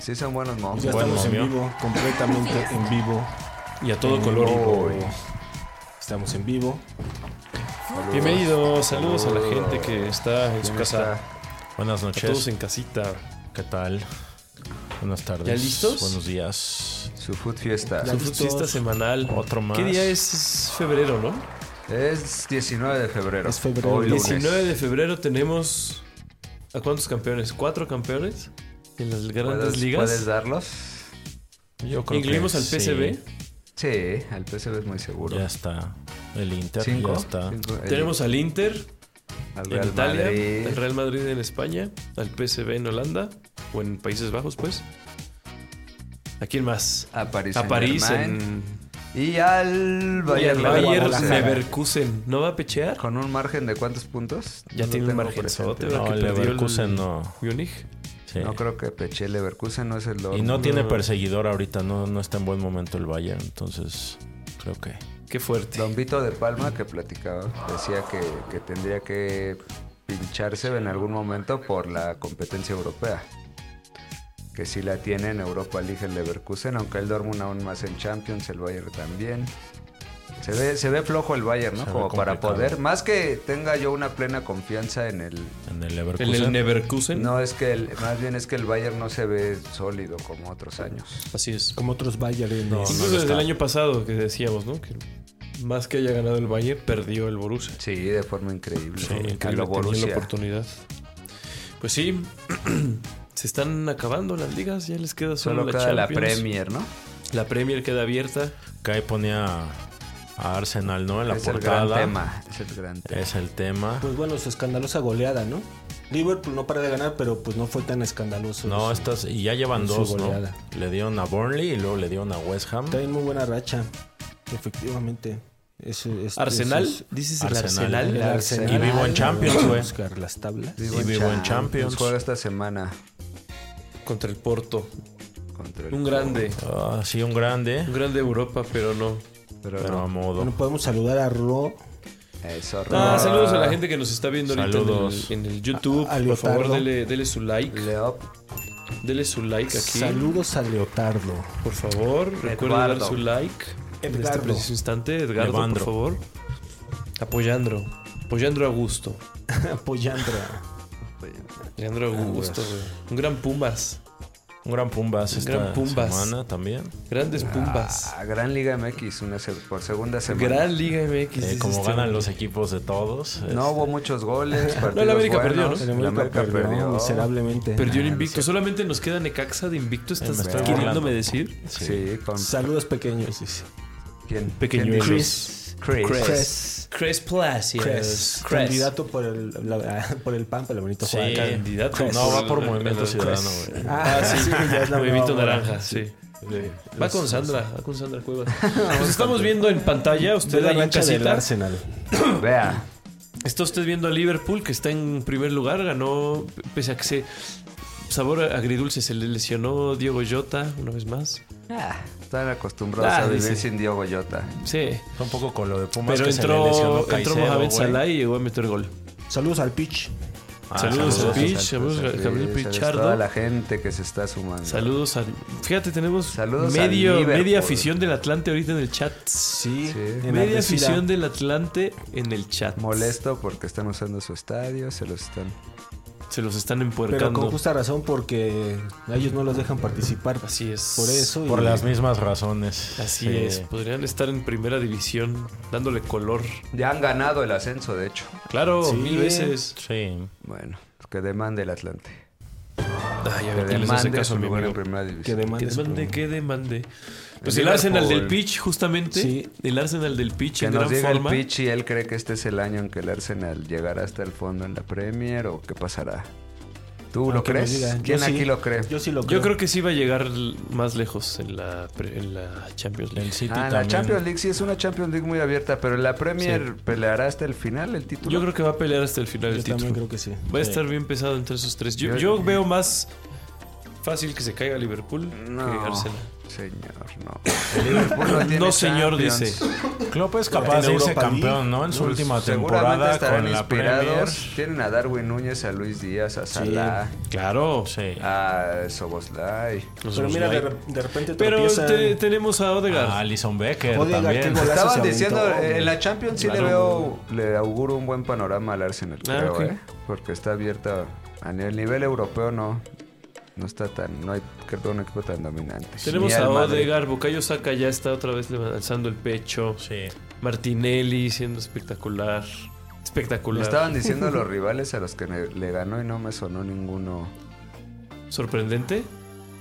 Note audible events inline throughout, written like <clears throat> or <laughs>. Sí, son buenos momos. Ya Buen estamos en momio. vivo, completamente en vivo. Y a todo En color. vivo, güey. güey. Estamos en vivo. Bienvenidos, saludos a la gente que está en su casa. Buenas A todos noches. en casita. ¿Qué tal? Buenas tardes. ¿Ya listos? Buenos días. Su food fiesta. La listos. fiesta semanal. Otro más. ¿Qué día es? Es febrero, ¿no? Es 19 de febrero. Es febrero. Hoy lunes. 19 de febrero tenemos. ¿A cuántos campeones? ¿Cuatro campeones? En las grandes ¿Puedes, ¿Puedes ligas. darlos? Yo creo Incluimos que al sí. PCB. Sí, al PSV es muy seguro. Ya está. El Inter Cinco. ya está. Cinco. El- Tenemos al Inter al en Real Italia, Madrid. al Real Madrid en España, al PSV en Holanda o en Países Bajos, pues. ¿A quién más? a París, a París Saint-Germain. en y al Bayern, y al Bayer Leverkusen. Leverkusen. ¿No va a pechear? Con un margen de cuántos puntos? Ya No tiene un tengo margenzote, presente. ¿verdad? No, que el perdió el- Leverkusen no. Múnich. Sí. No creo que Peche Leverkusen no es el y Dortmund. no tiene No. perseguidor ahorita. No, no está en buen momento el Bayern. Entonces, creo que. Qué fuerte. Don Vito de Palma que platicaba decía que, que tendría que pincharse en algún momento por la competencia europea. Que sí la tiene en Europa League el Leverkusen, aunque el Dortmund aún más en Champions, el Bayern también. Se ve, se ve flojo el Bayern, ¿no? Se ve Como para complicado. poder. Más que tenga yo una plena confianza en el. ¿En En el el Leverkusen. Leverkusen? No es que el, más bien es que el Bayern no se ve sólido como otros años. Así es. Como otros Bayern. No, Incluso no desde está. el año pasado que decíamos, ¿no? Que más que haya ganado el Bayern, perdió el Borussia. Sí, de forma increíble. Sí, increíble, A tenía lo Borussia. la oportunidad. Pues sí, <clears throat> se están acabando las ligas, ya les queda solo, Solo queda la Champions. Premier, ¿no? La Premier queda abierta. Que ahí ponía a Arsenal, ¿no? En la es portada. Eh, el gran tema. Es el gran tema. Es el tema. Pues bueno, su escandalosa goleada, ¿no? Liverpool no para de ganar, pero pues no fue tan escandaloso. No, está estas. Y ya llevan Su dos, ¿no? pues, goleada. Le dieron a Burnley y luego le dieron a West Ham. en muy buena racha. Efectivamente. Eso es- Arsenal, eso es- dices el Arsenal. Arsenal. el Arsenal. Y vivo en Champions, Vamos a güey. buscar las tablas. Y vivo en Champions. Juega esta semana contra el Porto. contra el Un grande, Ah, sí, un grande. un grande Europa, pero no. Pero Pero a no. modo. Bueno, podemos saludar a Ro, Eso, Ah, Ro- saludos a la gente que nos está viendo Saludos. ahorita en el, en el YouTube. A- a Por favor, Leotardo. dele, dele su like. Leop, Dele su like aquí. Saludos a Leotardo. Por favor, recuerden dar Eduardo. su like en este Edgardo. preciso instante. Edgardo, Levandro. por favor. Apoyandro. Apoyandro a gusto. Apoyando. Apoyandro a gusto, güey. Un gran Pumas. Un gran Pumbas Un esta gran Pumbas. semana también. Grandes Ah, Pumas. a ah, Gran Liga MX una se- por segunda semana. gran Liga MX. Eh, dice como este ganan hombre. los equipos de todos. No hubo muchos <laughs> goles. partidos la América buenos. perdió, ¿no? El La América América perdió. miserablemente. Perdió el Ah, invicto. Solamente nos queda Necaxa de invicto. me ¿Estás estoy queriéndome burlando. decir? Sí. Sí, con Saludos pequeños, dice. quién? Pequeñuelos. ¿Quién dijo? Chris. Cres. Cres Palacios. Cres. Candidato por el, la- por el PAN, pero bonito Sí. Juan. Candidato. No, por va el- por Movimiento el- Ciudadano, Cres. güey. Ah, sí, ya <laughs> es la Movimiento nueva moda. Naranja, sí. Va con Sandra, va con Sandra Cuevas. <laughs> Nos estamos viendo en pantalla, Ve usted la ahí en racha del casita. Arsenal. Vea. Ah, Está usted viendo a Liverpool, que está en primer lugar, ganó, pese a que se... Sabor agridulce, se le lesionó Diego Jota una vez más. Ah, están acostumbrados Ah, a vivir dice. sin Diogo Jota. Sí, Fue un poco con lo de Pumas. pero que se le lesionó entró, entró Caicedo, Mohamed güey. Salah y llegó a meter gol. Saludos al Pitch. Ah, saludos al Pitch, Saludos saludos a a Gabriel Chris, saludos a Pichardo. Toda la gente que se está sumando. Saludos a... Fíjate, tenemos Saludos a medio, Liverpool. media afición del Atlante ahorita en el chat. Sí. Sí. Media afición del Atlante en el chat. Molesto porque están usando su estadio, se los están Se los están Pero con empuercando. justa razón porque a ellos no los dejan participar. Así es. Por eso. y- Por las mismas razones. Así Sí. es. Podrían estar en primera división dándole color. Ya han ganado el ascenso, de hecho. Claro, Sí. mil veces. Sí. Bueno, pues que demande el Atlante. Ay, a Que ver, ¿quién les hace demande caso su a mi lugar en amigo? primera Que división. Que demande. su demande, problema. que demande. Pues El el Arsenal del Liverpool. Pitch, justamente. Sí. El Arsenal del Pitch Que en nos gran diga forma. el pitch y él cree que este es el año en que el Arsenal llegará hasta el fondo en la Premier o qué pasará. Ah, ¿Tú lo Aunque me crees? digan, yo ¿Quién sí, aquí lo cree? Yo sí lo creo. Yo creo que sí va a llegar l- más lejos en la, pre- en la Champions El League. City Ah, la también. Champions League sí es una Champions League muy abierta, pero la Premier peleará hasta el final el título. Yo creo que va a pelear hasta el final Yo el también título. creo que sí. Va a estar bien pesado entre esos tres. Yo, Yo- yo veo más fácil que se caiga Liverpool que No, Arsenal. señor, no. El <laughs> Liverpool no tiene No, señor, Champions. Pues dice. Klopp es capaz de Europa irse League. campeón, ¿no? En su última Seguramente temporada estarán con la Premier. inspirados. Tienen a Darwin Núñez, a Luis Díaz, a Salah, Claro. Ah, Sí. a Soboslai. Pero mira, de, re- de repente Pero tropiezan. te- tenemos a Odegaard. Ah, Alison Becker Odegaard, también. qué golazo Estaban se diciendo, aventó, eh, güey. en la Champions sí le veo, le auguro un buen panorama al Arsenal, Ah, creo, ok. ¿eh? Porque está abierta. A nivel, nivel europeo no, no está tan, no hay creo un equipo tan dominante. tenemos Ni a al Madrid. Odegaard. Bukayo Saka ya está otra vez lanzando el pecho. Sí. Martinelli siendo espectacular. Me Espectacular. <laughs> estaban diciendo los rivales a los que ne- le ganó y no me sonó ninguno. Sorprendente.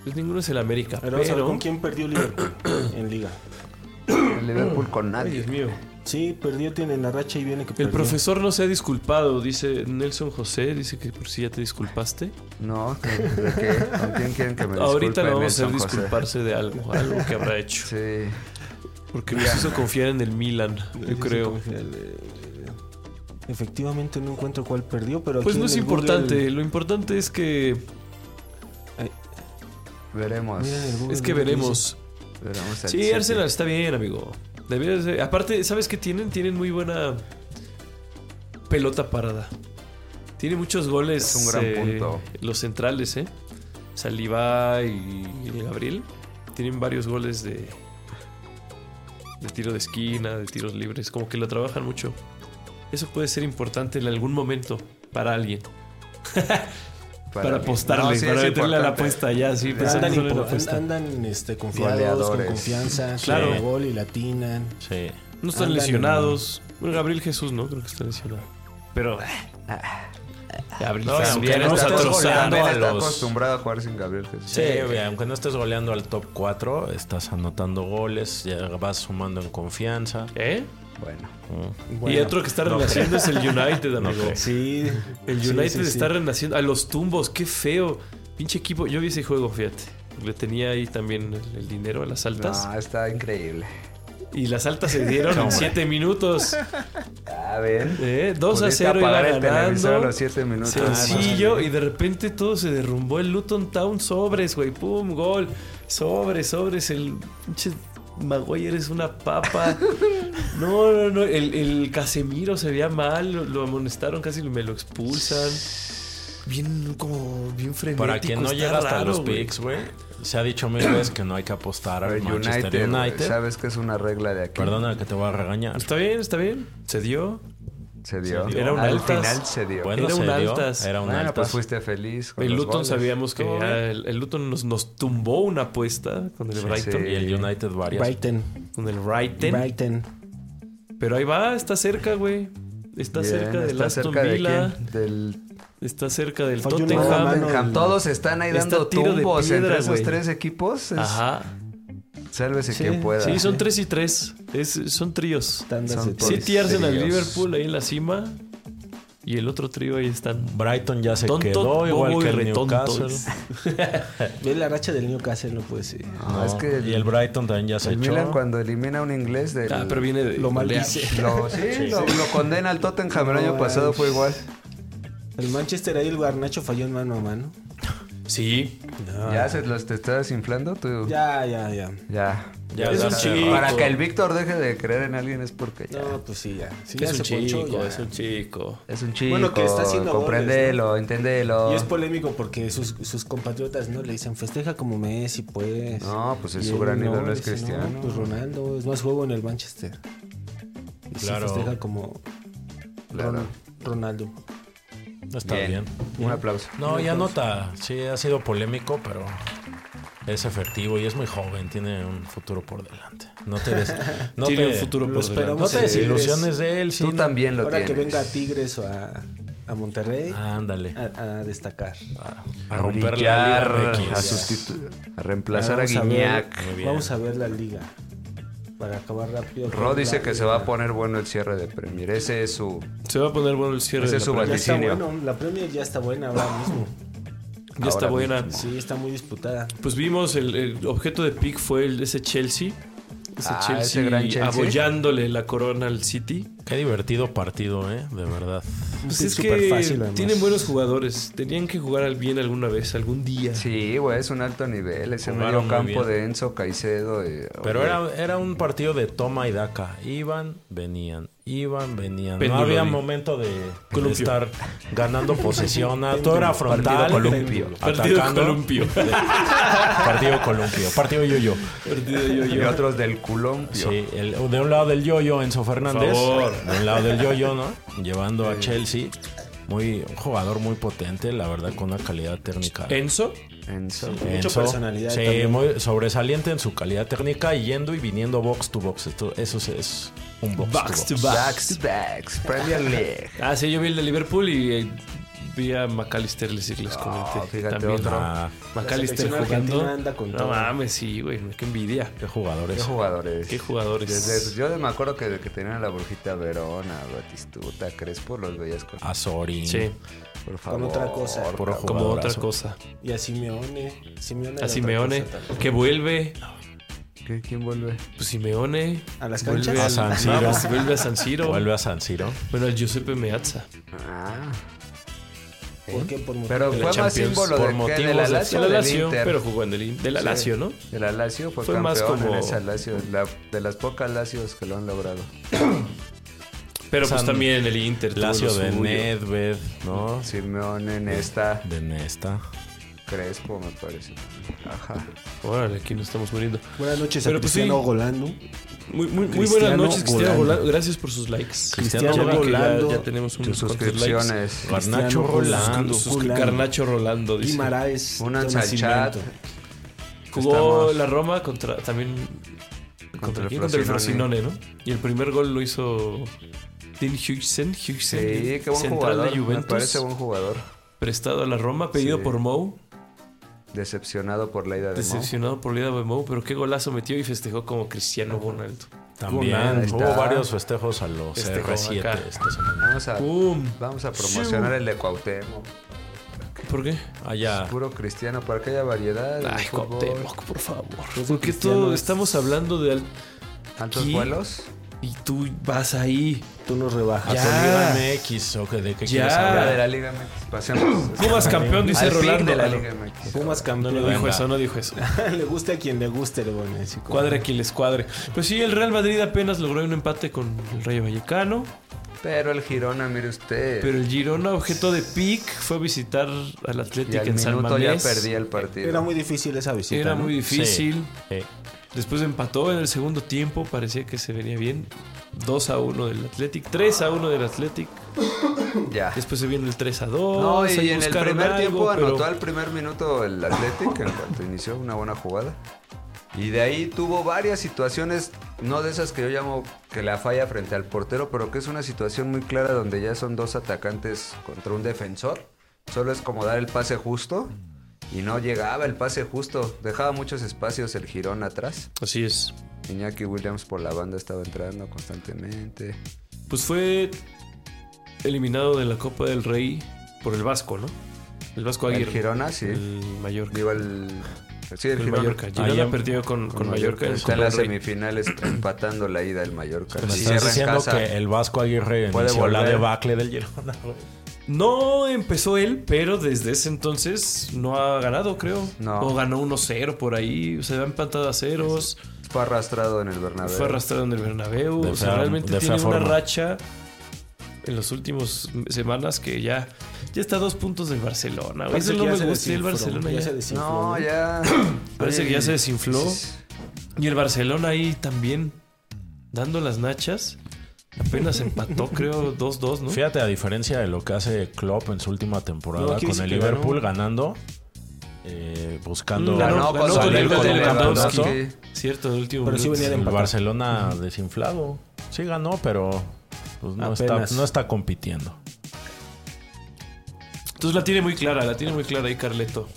Pues ninguno es el América. Pero, Pero vamos a ver con quién perdió Liverpool <clears throat> en liga. El Liverpool con Ay, nadie. Dios mío. Sí, perdió, tiene la racha y viene que El perdió. profesor no se ha disculpado, dice Nelson José. Dice que por si ya te disculpaste. No, ¿de qué? ¿Con quién quieren que me Ahorita disculpe, lo vamos a hacer Nelson José? disculparse de algo, algo que habrá hecho. Sí. Porque nos hizo confiar en el Milan, yo creo. Efectivamente no encuentro cuál perdió, pero Pues aquí no en es el importante, Google- lo importante es que Veremos. Mira en el Google es que Maps veremos. veremos al Sí, City. Arsenal está bien, amigo. Deberías de- Aparte, ¿sabes qué tienen? Tienen muy buena pelota parada. Tiene muchos goles. Es un gran eh, punto. Los centrales, ¿eh? Saliba y y Gabriel. Tienen varios goles de, de tiro de esquina, de tiros libres. Como que lo trabajan mucho. Eso puede ser importante en algún momento para alguien. Para, mí. apostarle, No, sí, para es meterle a la importante. apuesta ya, sí. Pero pensando andan, solo en la impo- apuesta. andan, este, confiados, con Goleadores. confianza, Claro. claro. gol y latinan. Sí. No están Andan en- lesionados. Bueno, Gabriel Jesús no, creo que está lesionado. Pero. ah, Gabriel No, Jesús, también que vamos a está trozar. goleando. También a está los- acostumbrado a jugar sin Gabriel Jesús. Sí, güey, aunque no estés goleando al top 4, estás anotando goles, ya vas sumando en confianza. ¿Eh? Bueno. y Bueno, otro que está renaciendo es el United, amigo. Sí. El Sí, United sí, sí. está renaciendo. A los tumbos, qué feo. Pinche equipo. Yo vi ese juego, fíjate. Le tenía ahí también el, el dinero a las altas. No, está increíble. Y las altas se dieron en 7 minutos. A ver. ¿eh? 2 a Pudiste 0 iba apagar el televisor a ganando. los 7 minutos. Ah, Sencillo y de repente todo se derrumbó. El Luton Town sobres, güey. Pum, gol. Sobres, sobres. El pinche Maguire es una <laughs> papa. No, no, no. El, el Casemiro se veía mal. Lo, lo amonestaron, casi me lo expulsan. Bien, como, bien frenético. Para quien no está llega hasta raro, los güey. picks, güey, se ha dicho mil veces que no hay que apostar Pero al Manchester United, United. güey, sabes que es una regla de aquí. Perdona que te voy a regañar. Está bien, está bien. Se dio. Se dio. Se dio. Era un Al altas. final se dio. Bueno, Era se un dio, altas. Era un Bueno, pues altas. fuiste feliz. con El los Luton goles. sabíamos que Estuvo ya bien. el, el Luton nos, nos tumbó una apuesta con el Sí, Brighton. sí, Y el United varias. Brighton. Con el Brighton. Brighton. Pero ahí va, está cerca, güey. Está Bien, cerca del ¿está Aston cerca de Villa. quién? del está cerca del Fue Tottenham. United, mano. Tottenham. Todos están ahí Está dando tiro de tumbos piedra, entre esos güey. tres equipos. Es- Ajá. Sálvese Sí, quien pueda. Sí, son tres y tres. Es, son tríos. Tandas Son de por- tres. City, Arsenal, tríos. Liverpool ahí en la cima. Y el otro trío ahí están. Brighton ya se Tonto, bobo quedó, igual y que el retonto. Newcastle. Ve la racha del Newcastle, no puede ser. No, No, Ah, es que el, y el Brighton también ya se el echó. Milan cuando elimina a un inglés del, Ah, pero viene de. Lo maldice. <laughs> lo, sí, lo, lo condena al Tottenham. El año No, pasado ay. fue igual. El Manchester ahí el Garnacho falló en mano a mano. Sí. Ah. ¿Ya se los te está desinflando? Tú, ya. Ya, ya, ya. Ya Es se un cerró. chico. Para que el Víctor deje de creer en alguien es porque ya. No, pues sí, ya. Sí, ya Es un se ponchó, chico, ya. es un chico. Es un chico. Bueno, que está haciendo goles, Compréndelo, enténdelo. Y es polémico porque sus, sus compatriotas no le dicen festeja como Messi, pues. No, pues es Y su él gran no, ídolo, es dice, no, Cristiano. pues Ronaldo es más juego en el Manchester. Y sí Claro. festeja como Claro. Ron- Ronaldo. No está bien. Un aplauso. No, ya nota. Sí, ha sido polémico, pero es efectivo y es muy joven. Tiene un futuro por delante. No te <laughs> des, no Tiene te, un futuro por esperamos. No delante. te Sí. desilusiones de él. sí, Tú no- también lo Ahora que tienes. venga a Tigres o a, a Monterrey Ah. Ándale. a, a destacar. A, A romper brillar, la Liga a MX. sustitu- a reemplazar a Vamos ver- Guiñac. Muy bien. vamos a ver la liga. Para acabar rápido. con Ro la dice que se va liga. a poner bueno el cierre de Premier. Ese es su. Se va a poner bueno el cierre. Ese de es la su pre- Ya está vaticinio. bueno, la Premier ya está buena ahora <laughs> mismo. Ya está Ahora buena. Sí, está muy disputada. Pues vimos, el, el objeto de pick fue el, ese Chelsea. Ese Ah, Chelsea, ese gran Chelsea. abollándole la corona al City. Qué divertido partido, ¿eh? De verdad. Pues Sí, es súper que fácil, además. tienen buenos jugadores. Tenían que jugar al bien alguna vez, algún día. Sí, güey, es un alto nivel. Ese Jugaron medio muy bien. campo de Enzo Caicedo. eh, Pero güey, era, era un partido de toma y daca. Iban, venían, iban, venían. Péndulo, no había di. momento de, de eh. Columpio. estar ganando posesión. nada. Todo era frontal. Partido columpio. Partido atacando. columpio. <laughs> Partido columpio. Partido yo-yo. Partido yo, Y otros del culompio. Sí, el- de un lado del yo-yo, Enzo Fernández. favor. De un lado del yo-yo, ¿no? Llevando a Chelsea. Muy, un jugador muy potente, la verdad, con una calidad técnica. Enzo. Enzo. Mucha personalidad Sí, también. muy sobresaliente en su calidad técnica y yendo y viniendo box to box. Esto- eso es, es un box, Box to to box. Backs, backs, Premier League. Ah, sí, yo vi el de Liverpool y eh, vi a McAllister, les, les comenté. fíjate También. otro. Ah, McAllister La selección jugando. argentina anda con no todo. mames, sí, güey. Qué envidia. qué jugadores. Qué jugadores. Pues, Qué jugadores. Desde- yo me acuerdo que, que tenían a la brujita Verona, Batistuta, Crespo, los veías con. Ah, A Sorin. Sí, por favor. otra cosa. Puro cabrón. como otra jugadorazo. cosa. Y a Simeone. Simeone era A otra Simeone, cosa también. que vuelve. ¿Qué- ¿Quién vuelve? Pues Simeone. ¿A las vuelve canchas? al- A San Siro. no, pues, vuelve a San Siro. Vuelve a San Siro. Bueno, al Giuseppe Meazza. Ah. ¿Por qué? Por Pero En fue la más Champions, símbolo por de que motivos de la de- Lazio, de o la del Lazio, Inter. pero jugó en el In- de la Sí. Lazio, ¿no? De la Lazio fue, Fue más campeón como- en esa Lazio, la- de las pocas Lazios que lo han logrado. Pero pues San- también en el Inter. tuvo Lazio lo de suyo. Nedved, Ah. ¿no? Simeone, Nesta, De Nesta. Crespo, me parece. Ajá. Órale, aquí nos estamos muriendo. Buenas noches a Pero pues sí. Cristiano Golando. Muy, muy, muy Cristiano buenas noches, Cristiano Volando. Volando. Gracias por sus likes. Cristiano Ya vi que ya- Volando. Ya, tenemos unos Sus cuantos likes. suscripciones. Garnacho Cristiano Rolando. Sus- Sus- Volando. Carnacho Rolando, dice. Guimaraes. Únanse de al chat. nacimiento. Jugó Estamos- la Roma contra también contra, quién? Contra el Frosinone, ¿no? Y el primer gol lo hizo Dean Huijsen, Huijsen, Sí, qué buen central jugador. de Me Juventus, parece buen jugador. prestado a la Roma, pedido Sí. por Mou, Decepcionado por la ida de Mou. decepcionado por la ida de Mou, pero qué golazo metió y festejó como Cristiano Ronaldo. Ahí También. está. Hubo varios festejos a los Festejó CR7 acá. esta semana. Vamos a, ¡Pum! vamos a promocionar el de Cuauhtémoc. ¿Por qué? Allá. Puro cristiano, para que haya variedad. en el Ah. Ay, fútbol. Cuauhtémoc, por favor. Pues Porque Cristiano todo es- estamos hablando de al- ¿Altos Aquí. vuelos? y tú vas ahí. Tú nos rebajas. A Ya. tu Liga MX. ¿o qué- ¿De qué Ya. quieres La hablar? de la Liga MX. <clears throat> Pasemos. Pumas Ah. campeón dice Al pic Rolando. de la Liga MX. Pumas No, campeón. no dijo eso, no dijo eso. <laughs> le guste a quien le guste, le van a decir. Cuadre a quien les cuadre. Pues sí, el Real Madrid apenas logró un empate con el Rayo Vallecano. Pero el Girona, mire usted. Pero el Girona, objeto de pick, fue a visitar al y Atlético al en San minuto ya Mamés. perdí el partido. Era muy difícil esa visita. Era ¿no? muy difícil. Sí. Sí. Después empató en el segundo tiempo. Parecía que se venía bien. 2 a 1 del Atlético. 3 a 1 del Atlético. Ya. Después se vino el 3 a 2. No, ahí y en el buscaron primer algo, tiempo pero- anotó al primer minuto el Athletic en cuanto inició una buena jugada. Y de ahí tuvo varias situaciones, no de esas que yo llamo que la falla frente al portero, pero que es una situación muy clara donde ya son dos atacantes contra un defensor. Solo es como dar el pase justo y no llegaba el pase justo. Dejaba muchos espacios el girón atrás. Así es. Iñaki Williams por la banda estaba entrando constantemente. Pues fue eliminado de la Copa del Rey por el Vasco, ¿no? El Vasco El Aguirre. Girona, sí. El Mallorca. Digo, el... Sí, el El Girona. Mallorca. Girona Allá- perdió con, con Mallorca. en el Está en Copa las del Rey. <clears throat> Pues semifinales empatando la ida del Mallorca. Me Si estás cierra en diciendo casa, que el Vasco Aguirre Puede inició la volver. debacle del Girona, güey. No empezó él, pero desde ese entonces no ha ganado, creo. No. O ganó 1-0 por ahí. Se ha empatado a ceros. fue arrastrado en el Bernabéu. Fue arrastrado en el Bernabéu. De o sea, fea- realmente de tiene fea una forma. racha en las últimas semanas que ya, ya está a dos puntos del Barcelona. güey. Eso Parece que no ya me se gusta el desinfló, Barcelona. Ya ya. se desinfló, No, ¿no? ya. <clears throat> Parece que ya se desinfló. Sí, Y el Barcelona ahí también dando las nachas. Apenas <laughs> empató, creo, 2-2, ¿no? Fíjate, a diferencia de lo que hace Klopp en su última temporada No, aquí con dice el que Liverpool ganando, eh, buscando. Mm, ganó, Ganó con ganó salir el gol con de el Lewandowski. Lewandowski. Cierto, el último Pero sí minuto. venía de el empatar. Barcelona desinflado. Sí ganó, pero pues, no, está, Apenas. no está compitiendo. Entonces la tiene muy clara, la tiene muy clara ahí Carleto.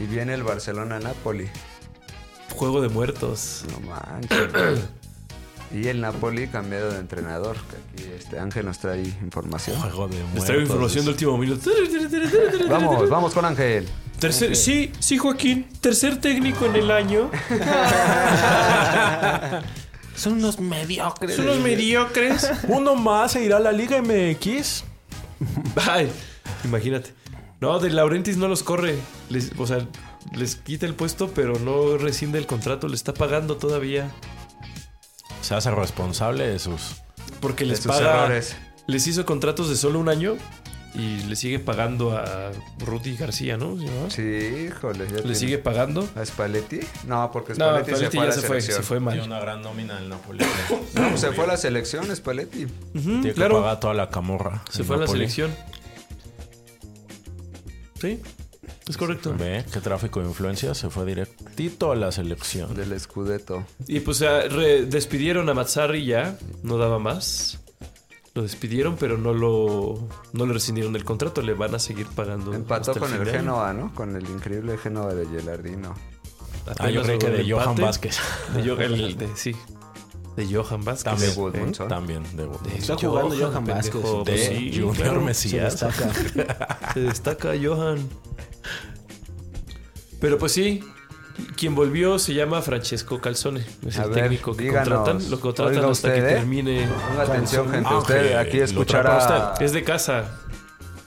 Y viene el Barcelona-Napoli. Juego de muertos. No <clears throat> manches. y el Napoli cambiado de entrenador. Que aquí este Ángel nos trae información. Juego de Les traigo muertos. información de último minuto. Vamos, vamos con Ángel. Tercer, Sí, <laughs> sí, Joaquín. Tercer técnico en el año. Son unos mediocres. Son unos mediocres. Uno más se irá a la Liga MX. Ay, imagínate. No, de Laurentis no los corre. Les, o sea, les quita el puesto, pero no rescinde el contrato. Le está pagando todavía. Se hace responsable de sus. Porque De les sus paga. errores. Les hizo contratos de solo un año y le sigue pagando a Rudy García, ¿no? ¿Se llama? Sí, híjole. ya Le tiene- sigue pagando. ¿A Spalletti? No, porque No, Paletti Spalletti, se fue a ya se la fue, selección. se fue Tiene mal. una gran nómina del Napoli. No, se fue a la selección, Spalletti. Ujú, Tiene que claro, pagar toda la camorra. se el fue a la Napoli. selección. Sí, es correcto. Ve qué tráfico de influencia. Se fue directito a la selección. Del Scudetto. Y pues ah, re- despidieron a Mazzarri ya, no daba más. Lo despidieron, pero no lo no le rescindieron el contrato, le van a seguir pagando. Empató hasta con fin el de año. Génova, ¿no? Con el increíble Génova de Gelardino. Ah, yo Apenas creí que logró el de Johan empate. Vázquez. De Yo- el de- sí. De Johan Vázquez. <laughs> También. De ¿eh? Woodmanson. También de Está jugando Johan Vázquez. pendejo. De Pues sí, Junior claro, Se <laughs> Mesías. destaca. Se destaca Johan. Pero pues sí, quien volvió se llama Francesco Calzone. Es A el ver, técnico que díganos, contratan. Lo contratan oiga hasta que usted, ¿eh? termine. Ponga atención, gente. Ah, Usted ok. aquí Lo escuchará. Es de casa.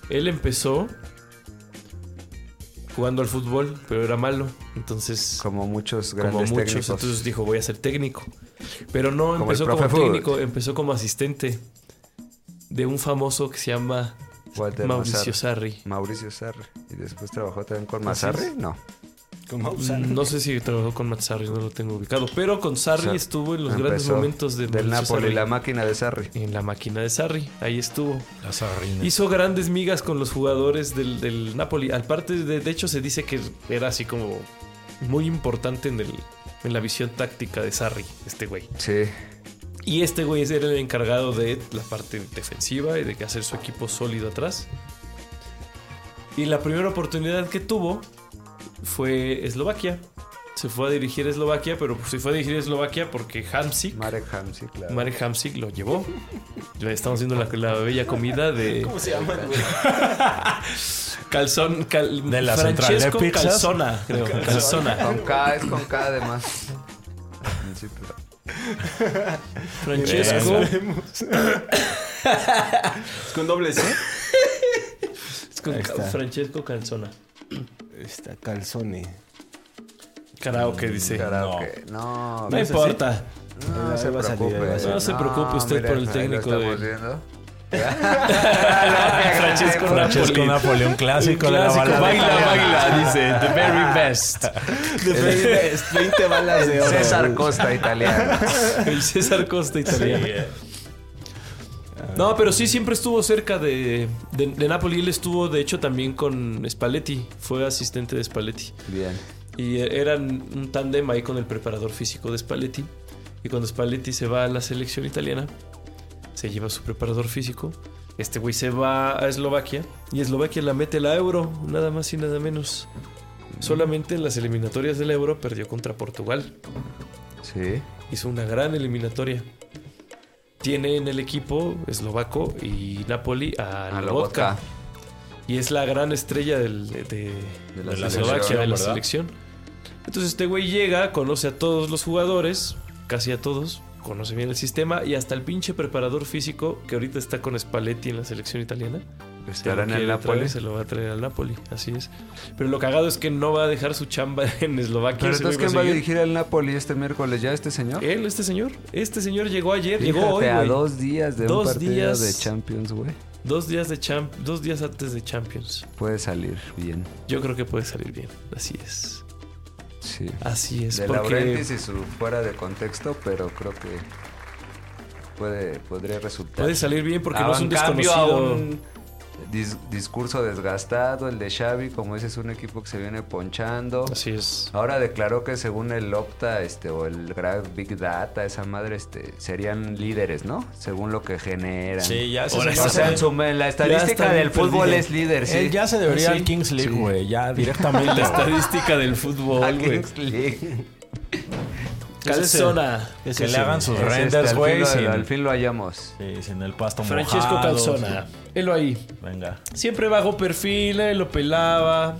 Él empezó jugando al fútbol, pero era malo. Entonces, Como muchos como grandes muchos, técnicos. entonces dijo, voy a ser técnico. Pero no el empezó profe como Food. técnico, empezó como asistente de un famoso que se llama Mauricio Walter ¿Ah, Mauricio Sarri. Mauricio Sarri. Y después trabajó también con Así es. Mazarri. No. Con Maussan. No sé si trabajó con Matt Sarri, no lo tengo ubicado. Pero con Sarri Sar- estuvo en los Empezó grandes momentos de del Mauricio Napoli, Sarri. la máquina de Sarri. En la máquina de Sarri, ahí estuvo. La Sarrina. Hizo grandes migas con los jugadores del, del Napoli. Al parte de, de hecho, se dice que era así como muy importante en, el, en la visión táctica de Sarri, este güey. Sí. Y este güey era el encargado de la parte defensiva y de hacer su equipo sólido atrás. Y la primera oportunidad que tuvo fue Eslovaquia. Se fue a dirigir a Eslovaquia, pero se fue a dirigir a Eslovaquia porque Hamsik, Marek Ham, sí, claro. Marek Hamsik lo llevó. Le estamos haciendo la, la bella comida de ¿Cómo se llama, güey? calzón cal- De la Francesco central de pizzas. Calzona, <laughs> creo, Calzona. Con K, es con K además. Al principio. Francesco ¿Es con doble C? es con Ahí está. Francesco Calzona. Está calzone. Karaoke Mm, dice. Karaoke. No, No no, es así? importa. Ahí se va a salir, preocupe. ahí va a salir. No se preocupe usted por el ahí lo técnico estamos de- viendo. Francesco <laughs> Francesco Napoli. Napoli, un clásico, de la Clásico, balada. baila, baila, dice. The very <laughs> best. <laughs> De 20, es 20 balas de oro. César güey. Costa, italiano. <laughs> El César Costa italiano. No, pero sí siempre estuvo cerca de, de, de Napoli. Él estuvo, de hecho, también con Spalletti. Fue asistente de Spalletti. Bien. Y e- eran un tándem ahí con el preparador físico de Spalletti. Y cuando Spalletti se va a la selección italiana, se lleva su preparador físico. Este güey se va a Eslovaquia. Y Eslovaquia la mete la euro, nada más y nada menos. Solamente en las eliminatorias del euro perdió contra Portugal. Sí. Hizo una gran eliminatoria. Tiene en el equipo eslovaco y Napoli a, A la Lobotka. vodka. Y es la gran estrella del- de, De de la De la la selección. Eslovaquia, de la ¿verdad? selección. Entonces este güey llega, conoce a todos los jugadores, casi a todos, conoce bien el sistema y hasta el pinche preparador físico que ahorita está con Spalletti en la selección italiana. se lo Estará en el quiere Napoli. traer, se lo va a traer al Napoli, así es. Pero lo cagado es que no va a dejar su chamba <laughs> en Eslovaquia. Pero ese güey entonces, ¿quién va a seguir. dirigir al Napoli este miércoles ya, este señor? Él, este señor. Este señor llegó ayer, llegó hoy. Fíjate, a güey. dos días de un Dos partido días. de Champions, güey. Dos días de champ dos días antes de Champions. Puede salir bien. Yo creo que puede salir bien. Así es. Sí. Así Ah, es. de porque- Laurentiis y su fuera de contexto, pero creo que puede, podría resultar. Puede salir bien porque no es un cambio desconocido. a un dis- discurso desgastado, el de Xavi, como dices, un equipo que se viene ponchando. Así es. Ahora declaró que según el Opta este, o el Gran Big Data, esa madre, este, serían líderes, ¿no? Según lo que generan. Sí, ya se Ahora O sea, se en su- en la Ya estadística está del bien fútbol perdido. es líder, sí. Él Eh, ya se debería Sí. al Kings League, Sí. güey. Ya directamente. La estadística del fútbol, <laughs> Al güey. Kings League. Calzona. que le hagan sus Es este, renders, al güey. fin lo- sin- Al fin lo hallamos. Sí, sin el pasto Francesco mojado. Calzona. Helo ahí. Venga. Siempre bajo perfil, eh, lo pelaba.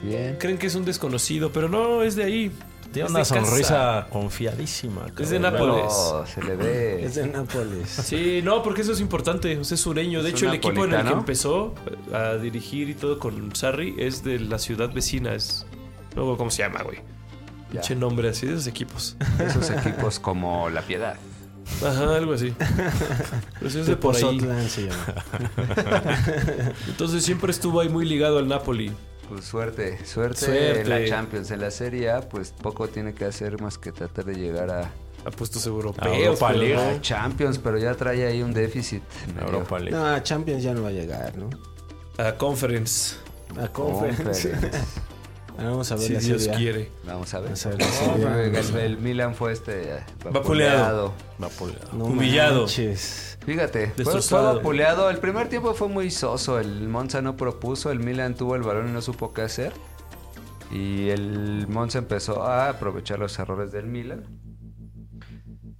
Bien. Creen que es un desconocido, pero no, es de ahí. Tiene Es una de casa. sonrisa confiadísima. Es de cabrón. Nápoles. No, se le ve. <laughs> Es de Nápoles. Sí, no, porque eso es importante. O sea, es sureño. De Es hecho, un el equipo en el que napolitano. empezó eh, a dirigir y todo con Sarri es de la ciudad vecina. Es. Luego, ¿cómo se llama, güey? Ya. Pinche nombre así de esos equipos. <laughs> Esos equipos como La Piedad. Ajá, algo así. Pues <laughs> es de por ahí. Pozotlán se <laughs> llama. Entonces siempre estuvo ahí muy ligado al Napoli. Pues suerte, suerte, Suerte. en la Champions. En la Serie A, pues poco tiene que hacer más que tratar de llegar a, A puestos europeos. A Europa pero League. no. a Champions, pero ya trae ahí un déficit. medio Europa League. No, a Champions ya no va a llegar, ¿no? A Conference. A Conference. Conference. <laughs> Ahora vamos a ver Si la Dios Serie A. quiere. Vamos a ver. Oh, Vamos a ver la Serie A. el, el Milan fue este eh, Vapuleado. vapuleado. Nápoles. No Humillado. manches. Fíjate, fue- fue, Destrozado. vapuleado. El primer tiempo fue muy soso. El Monza no propuso, el Milan tuvo el balón y no supo qué hacer. Y el Monza empezó a aprovechar los errores del Milan.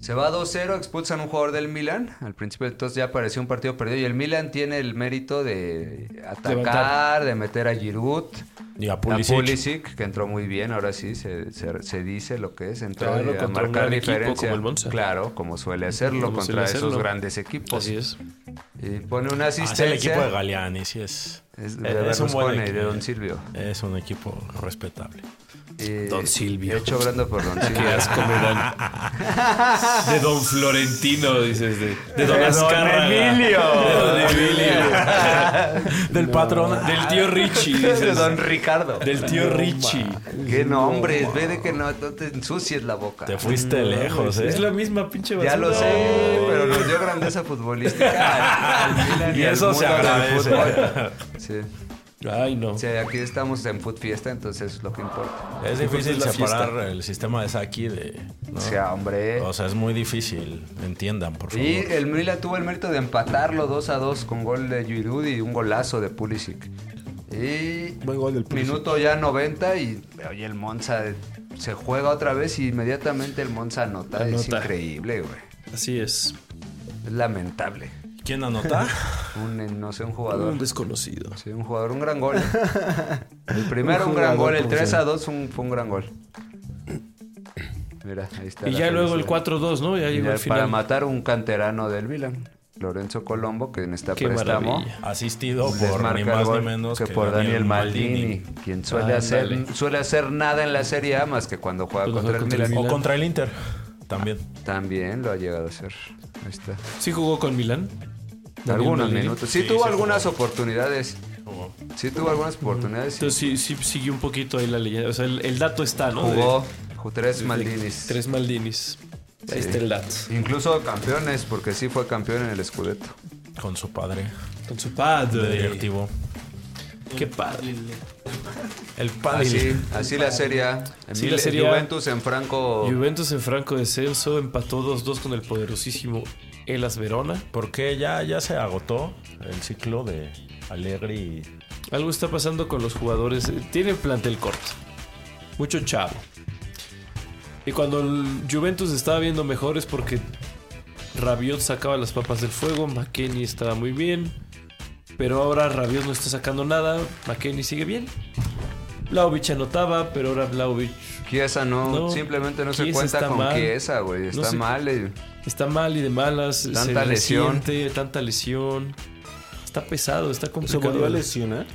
Se va 2-0, expulsan un jugador del Milan. Al principio entonces ya parecía un partido perdido. Y el Milan tiene el mérito de atacar, de meter a Giroud. Y a A Pulisic. Pulisic, que entró muy bien, ahora sí se, se- se dice lo que es, entró Claro, y a contra un marcar gran equipo diferencia. como el Monza. Claro, como suele hacerlo Como contra suele hacerlo. esos grandes equipos. Así es. Y pone una Ah, es el asistencia. equipo de Galeani, sí es. Es es- de es un buen Berlusconi, de equipo. Don Silvio. Es un equipo respetable. Y- Don Silvio. Hecho brando por Don <laughs> Qué Silvio. asco me dan. De Don Florentino, dices. De, de Don De don Azcárraga. Emilio. De Don Emilio. Del patrón. Del tío <laughs> Richie, dices. Ah, de Don Ricardo. Del tío Richie. Qué nombres, ve de que no, no te ensucies la boca. Te fuiste lejos, ¿eh? Es la misma pinche basura. Ya lo sé, pero nos dio <laughs> grandeza futbolística. al- al Milan Y al eso se mundo del <laughs> agradece. fútbol. Sí. Ay, no. Sí, aquí estamos en Food Fiesta, entonces es lo que importa. Es Sí, pues, difícil es la separar el sistema de Saki de. ¿no? O sea, hombre. Oh, O sea, es muy difícil. Entiendan, por favor. Y el Milan tuvo el mérito de empatarlo 2 a 2 con gol de Giroud y un golazo de Pulisic. Y Buen gol del Pulisic. minuto ya 90 y oye el Monza se juega otra vez y inmediatamente el Monza anota. Es Anota. increíble, güey. Así es. Es lamentable. ¿Quién <laughs> anota? Un, no sé, un jugador. Un desconocido. Sí, un jugador, un gran <laughs> gol. El primero Un un, gran jugador gol, el como 3 sea. a 2 un- fue un gran gol. Mira, ahí está. Y la ya luego el felicidad. 4-2, ¿no? Ya llegó Ya al Para final. matar un canterano del Milan, Lorenzo Colombo, que en esta Qué préstamo maravilla. Asistido por desmarca ni el más ni gol menos que, por Daniel Maldini, quien suele Ah, hacer ándale. suele hacer nada en la Serie A más que cuando juega Cuando contra el juega Milan. contra O contra el Inter. También. También lo ha llegado a hacer. Ahí está. ¿Sí jugó con Milán? Daniel Algunos Maldini. minutos. Sí, Sí, tuvo sí algunas oportunidades. Jugó. Sí tuvo algunas oportunidades. sí. Entonces sí, sí siguió un poquito ahí la leyenda. O sea, el, el dato está, ¿no? Jugó tres De- Maldinis. Tres Maldinis. Ahí Sí. está el dato. Incluso campeones, porque sí fue campeón en el Scudetto. Con su padre. Con su De padre. directivo. Qué padre. Ah, El padre. Así, así la Serie A. En Sí, Mil- la Serie A. Juventus en Franco. Juventus en franco descenso empató 2-2 con el poderosísimo Elas Verona. Porque ya, ya se agotó el ciclo de Alegre y Algo está pasando con los jugadores. Tienen plantel corto. Mucho chavo. Y cuando el Juventus estaba viendo mejor es porque Rabiot sacaba las papas del fuego, McKenny estaba muy bien. Pero ahora Rabiot no está sacando nada, McKenny sigue bien. Vlaovic anotaba, pero ahora Vlaovic Chiesa no, No, simplemente no se Chiesa cuenta está con mal. Chiesa, güey. Está No sé- mal. eh. está mal y de malas. se Tanta lesión. resiente, tanta lesión. Está pesado, está ¿Se complicado. volvió a lesionar?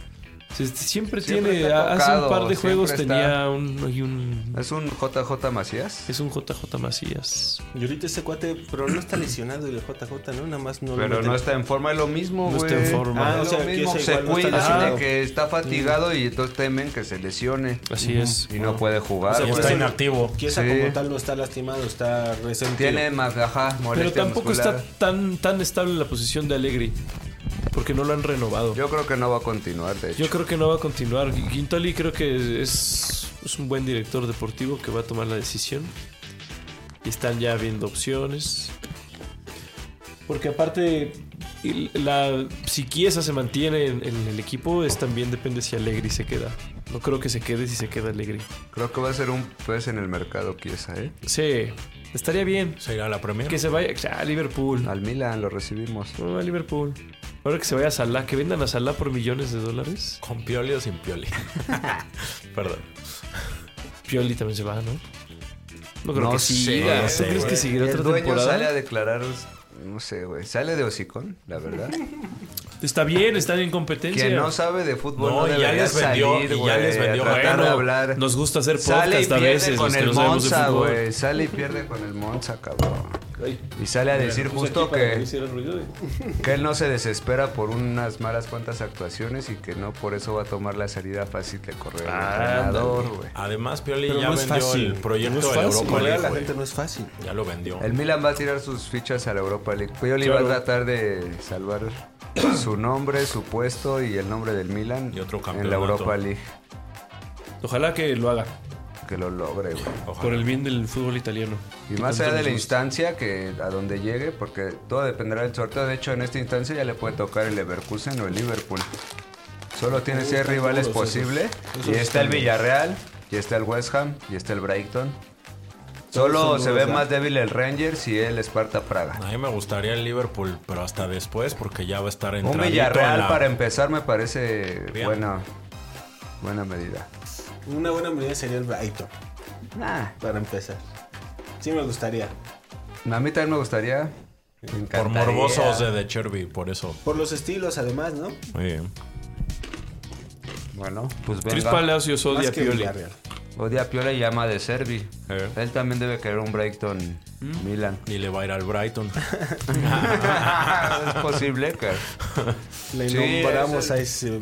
Sí, siempre, Siempre tiene, está hace un tocado, par de siempre juegos está- tenía un, y un Es un JJ Macías. Es un JJ Macías. Y ahorita este cuate, pero no está lesionado y el JJ, ¿no? Nada más no lo Pero meten. no está en forma, es lo mismo, güey. No está en forma. Ah, Ah, es o sea, lo mismo, Chiesa se igual no está cuida lesionado. de que está fatigado y entonces temen que se lesione. Así es. Y no puede jugar. Pues O sea, y güey. está Chiesa- inactivo. Chiesa Sí. como tal no está lastimado, está resentido. Tiene más ajá, Pero molestia tampoco muscular. está tan, tan estable la posición de Allegri. Porque no lo han renovado. Yo, Yo creo que no va a continuar, de hecho. creo que no va a continuar. Quintoli creo que es, es un buen director deportivo que va a tomar la decisión. Y están ya viendo opciones. Porque aparte, el- la, si Chiesa se mantiene en, en el equipo, es también depende si Allegri se queda. No creo que se quede si se queda Allegri. Creo que va a ser un pez en el mercado, Chiesa, ¿eh? Sí, estaría bien. Se irá a la Premier. Que se vaya a Liverpool. Al Milan lo recibimos. No, a Liverpool. Ahora que se vaya a Salah, que vendan a Salah por millones de dólares. ¿Con Pioli o sin Pioli? <laughs> Perdón. Pioli también se va, ¿no? No creo que siga. ¿Tú crees que güey. seguirá El otra dueño temporada? sale a declarar, no sé, güey. Sale de hocicón, la verdad. Está bien, están en competencia. Quien no sabe de fútbol No, no, y ya debería les vendió, salir, y ya güey, les vendió. a tratar de Bueno, hablar. Nos gusta hacer Sale y podcast a pierde veces. los con que el no sabemos de Monza, fútbol. güey. Sale y pierde con el Monza, cabrón. Ay, Y sale a decir me puse justo pues aquí para no que, hiciera ruido, güey. que él no se desespera por unas malas cuantas actuaciones y que no por eso va a tomar la salida fácil de correr al Ah, entrenador, güey. Además, Pioli Pero ya no es vendió fácil. el proyecto no es de la fácil. Europa Golear League. a la güey. gente no es fácil. Ya lo vendió. El Milan va a tirar sus fichas a la Europa League. Pioli Claro. va a tratar de salvar su nombre, su puesto y el nombre del Milan Y otro en la campeonato. Europa League. Ojalá que lo haga. Que lo logre, güey. Ojalá. Por el bien del fútbol italiano. Y Que más tanto allá de nos la gusta. instancia que a donde llegue, porque todo dependerá del sorteo. De hecho, en esta instancia ya le puede tocar el Leverkusen o el Liverpool. Solo tiene seis rivales duros esos. posibles. Esos Y está el están duros. Villarreal, y está el West Ham, y está el Brighton. Solo son se duros, ve ¿verdad? más débil el Rangers y el Sparta Praga. A mí me gustaría el Liverpool, pero hasta después, porque ya va a estar Un entradito en Villarreal la- para empezar me parece Bien. buena, buena medida. Una buena medida sería el Brighton, para empezar. Sí me gustaría. A mí también me gustaría. me Por encantaría. morbosos de De Cherby, por eso. Por los estilos, además, ¿no? Muy bien. Bueno, pues Cris venga. Palacios odia Más a que Pioli. Villarreal. Odia a Piola y llama de Servi. Eh. Él también debe querer un Brighton <laughs> Milan. <laughs> Y le va a ir al Brighton. es posible, que Le Sí, nombramos es el- a ese...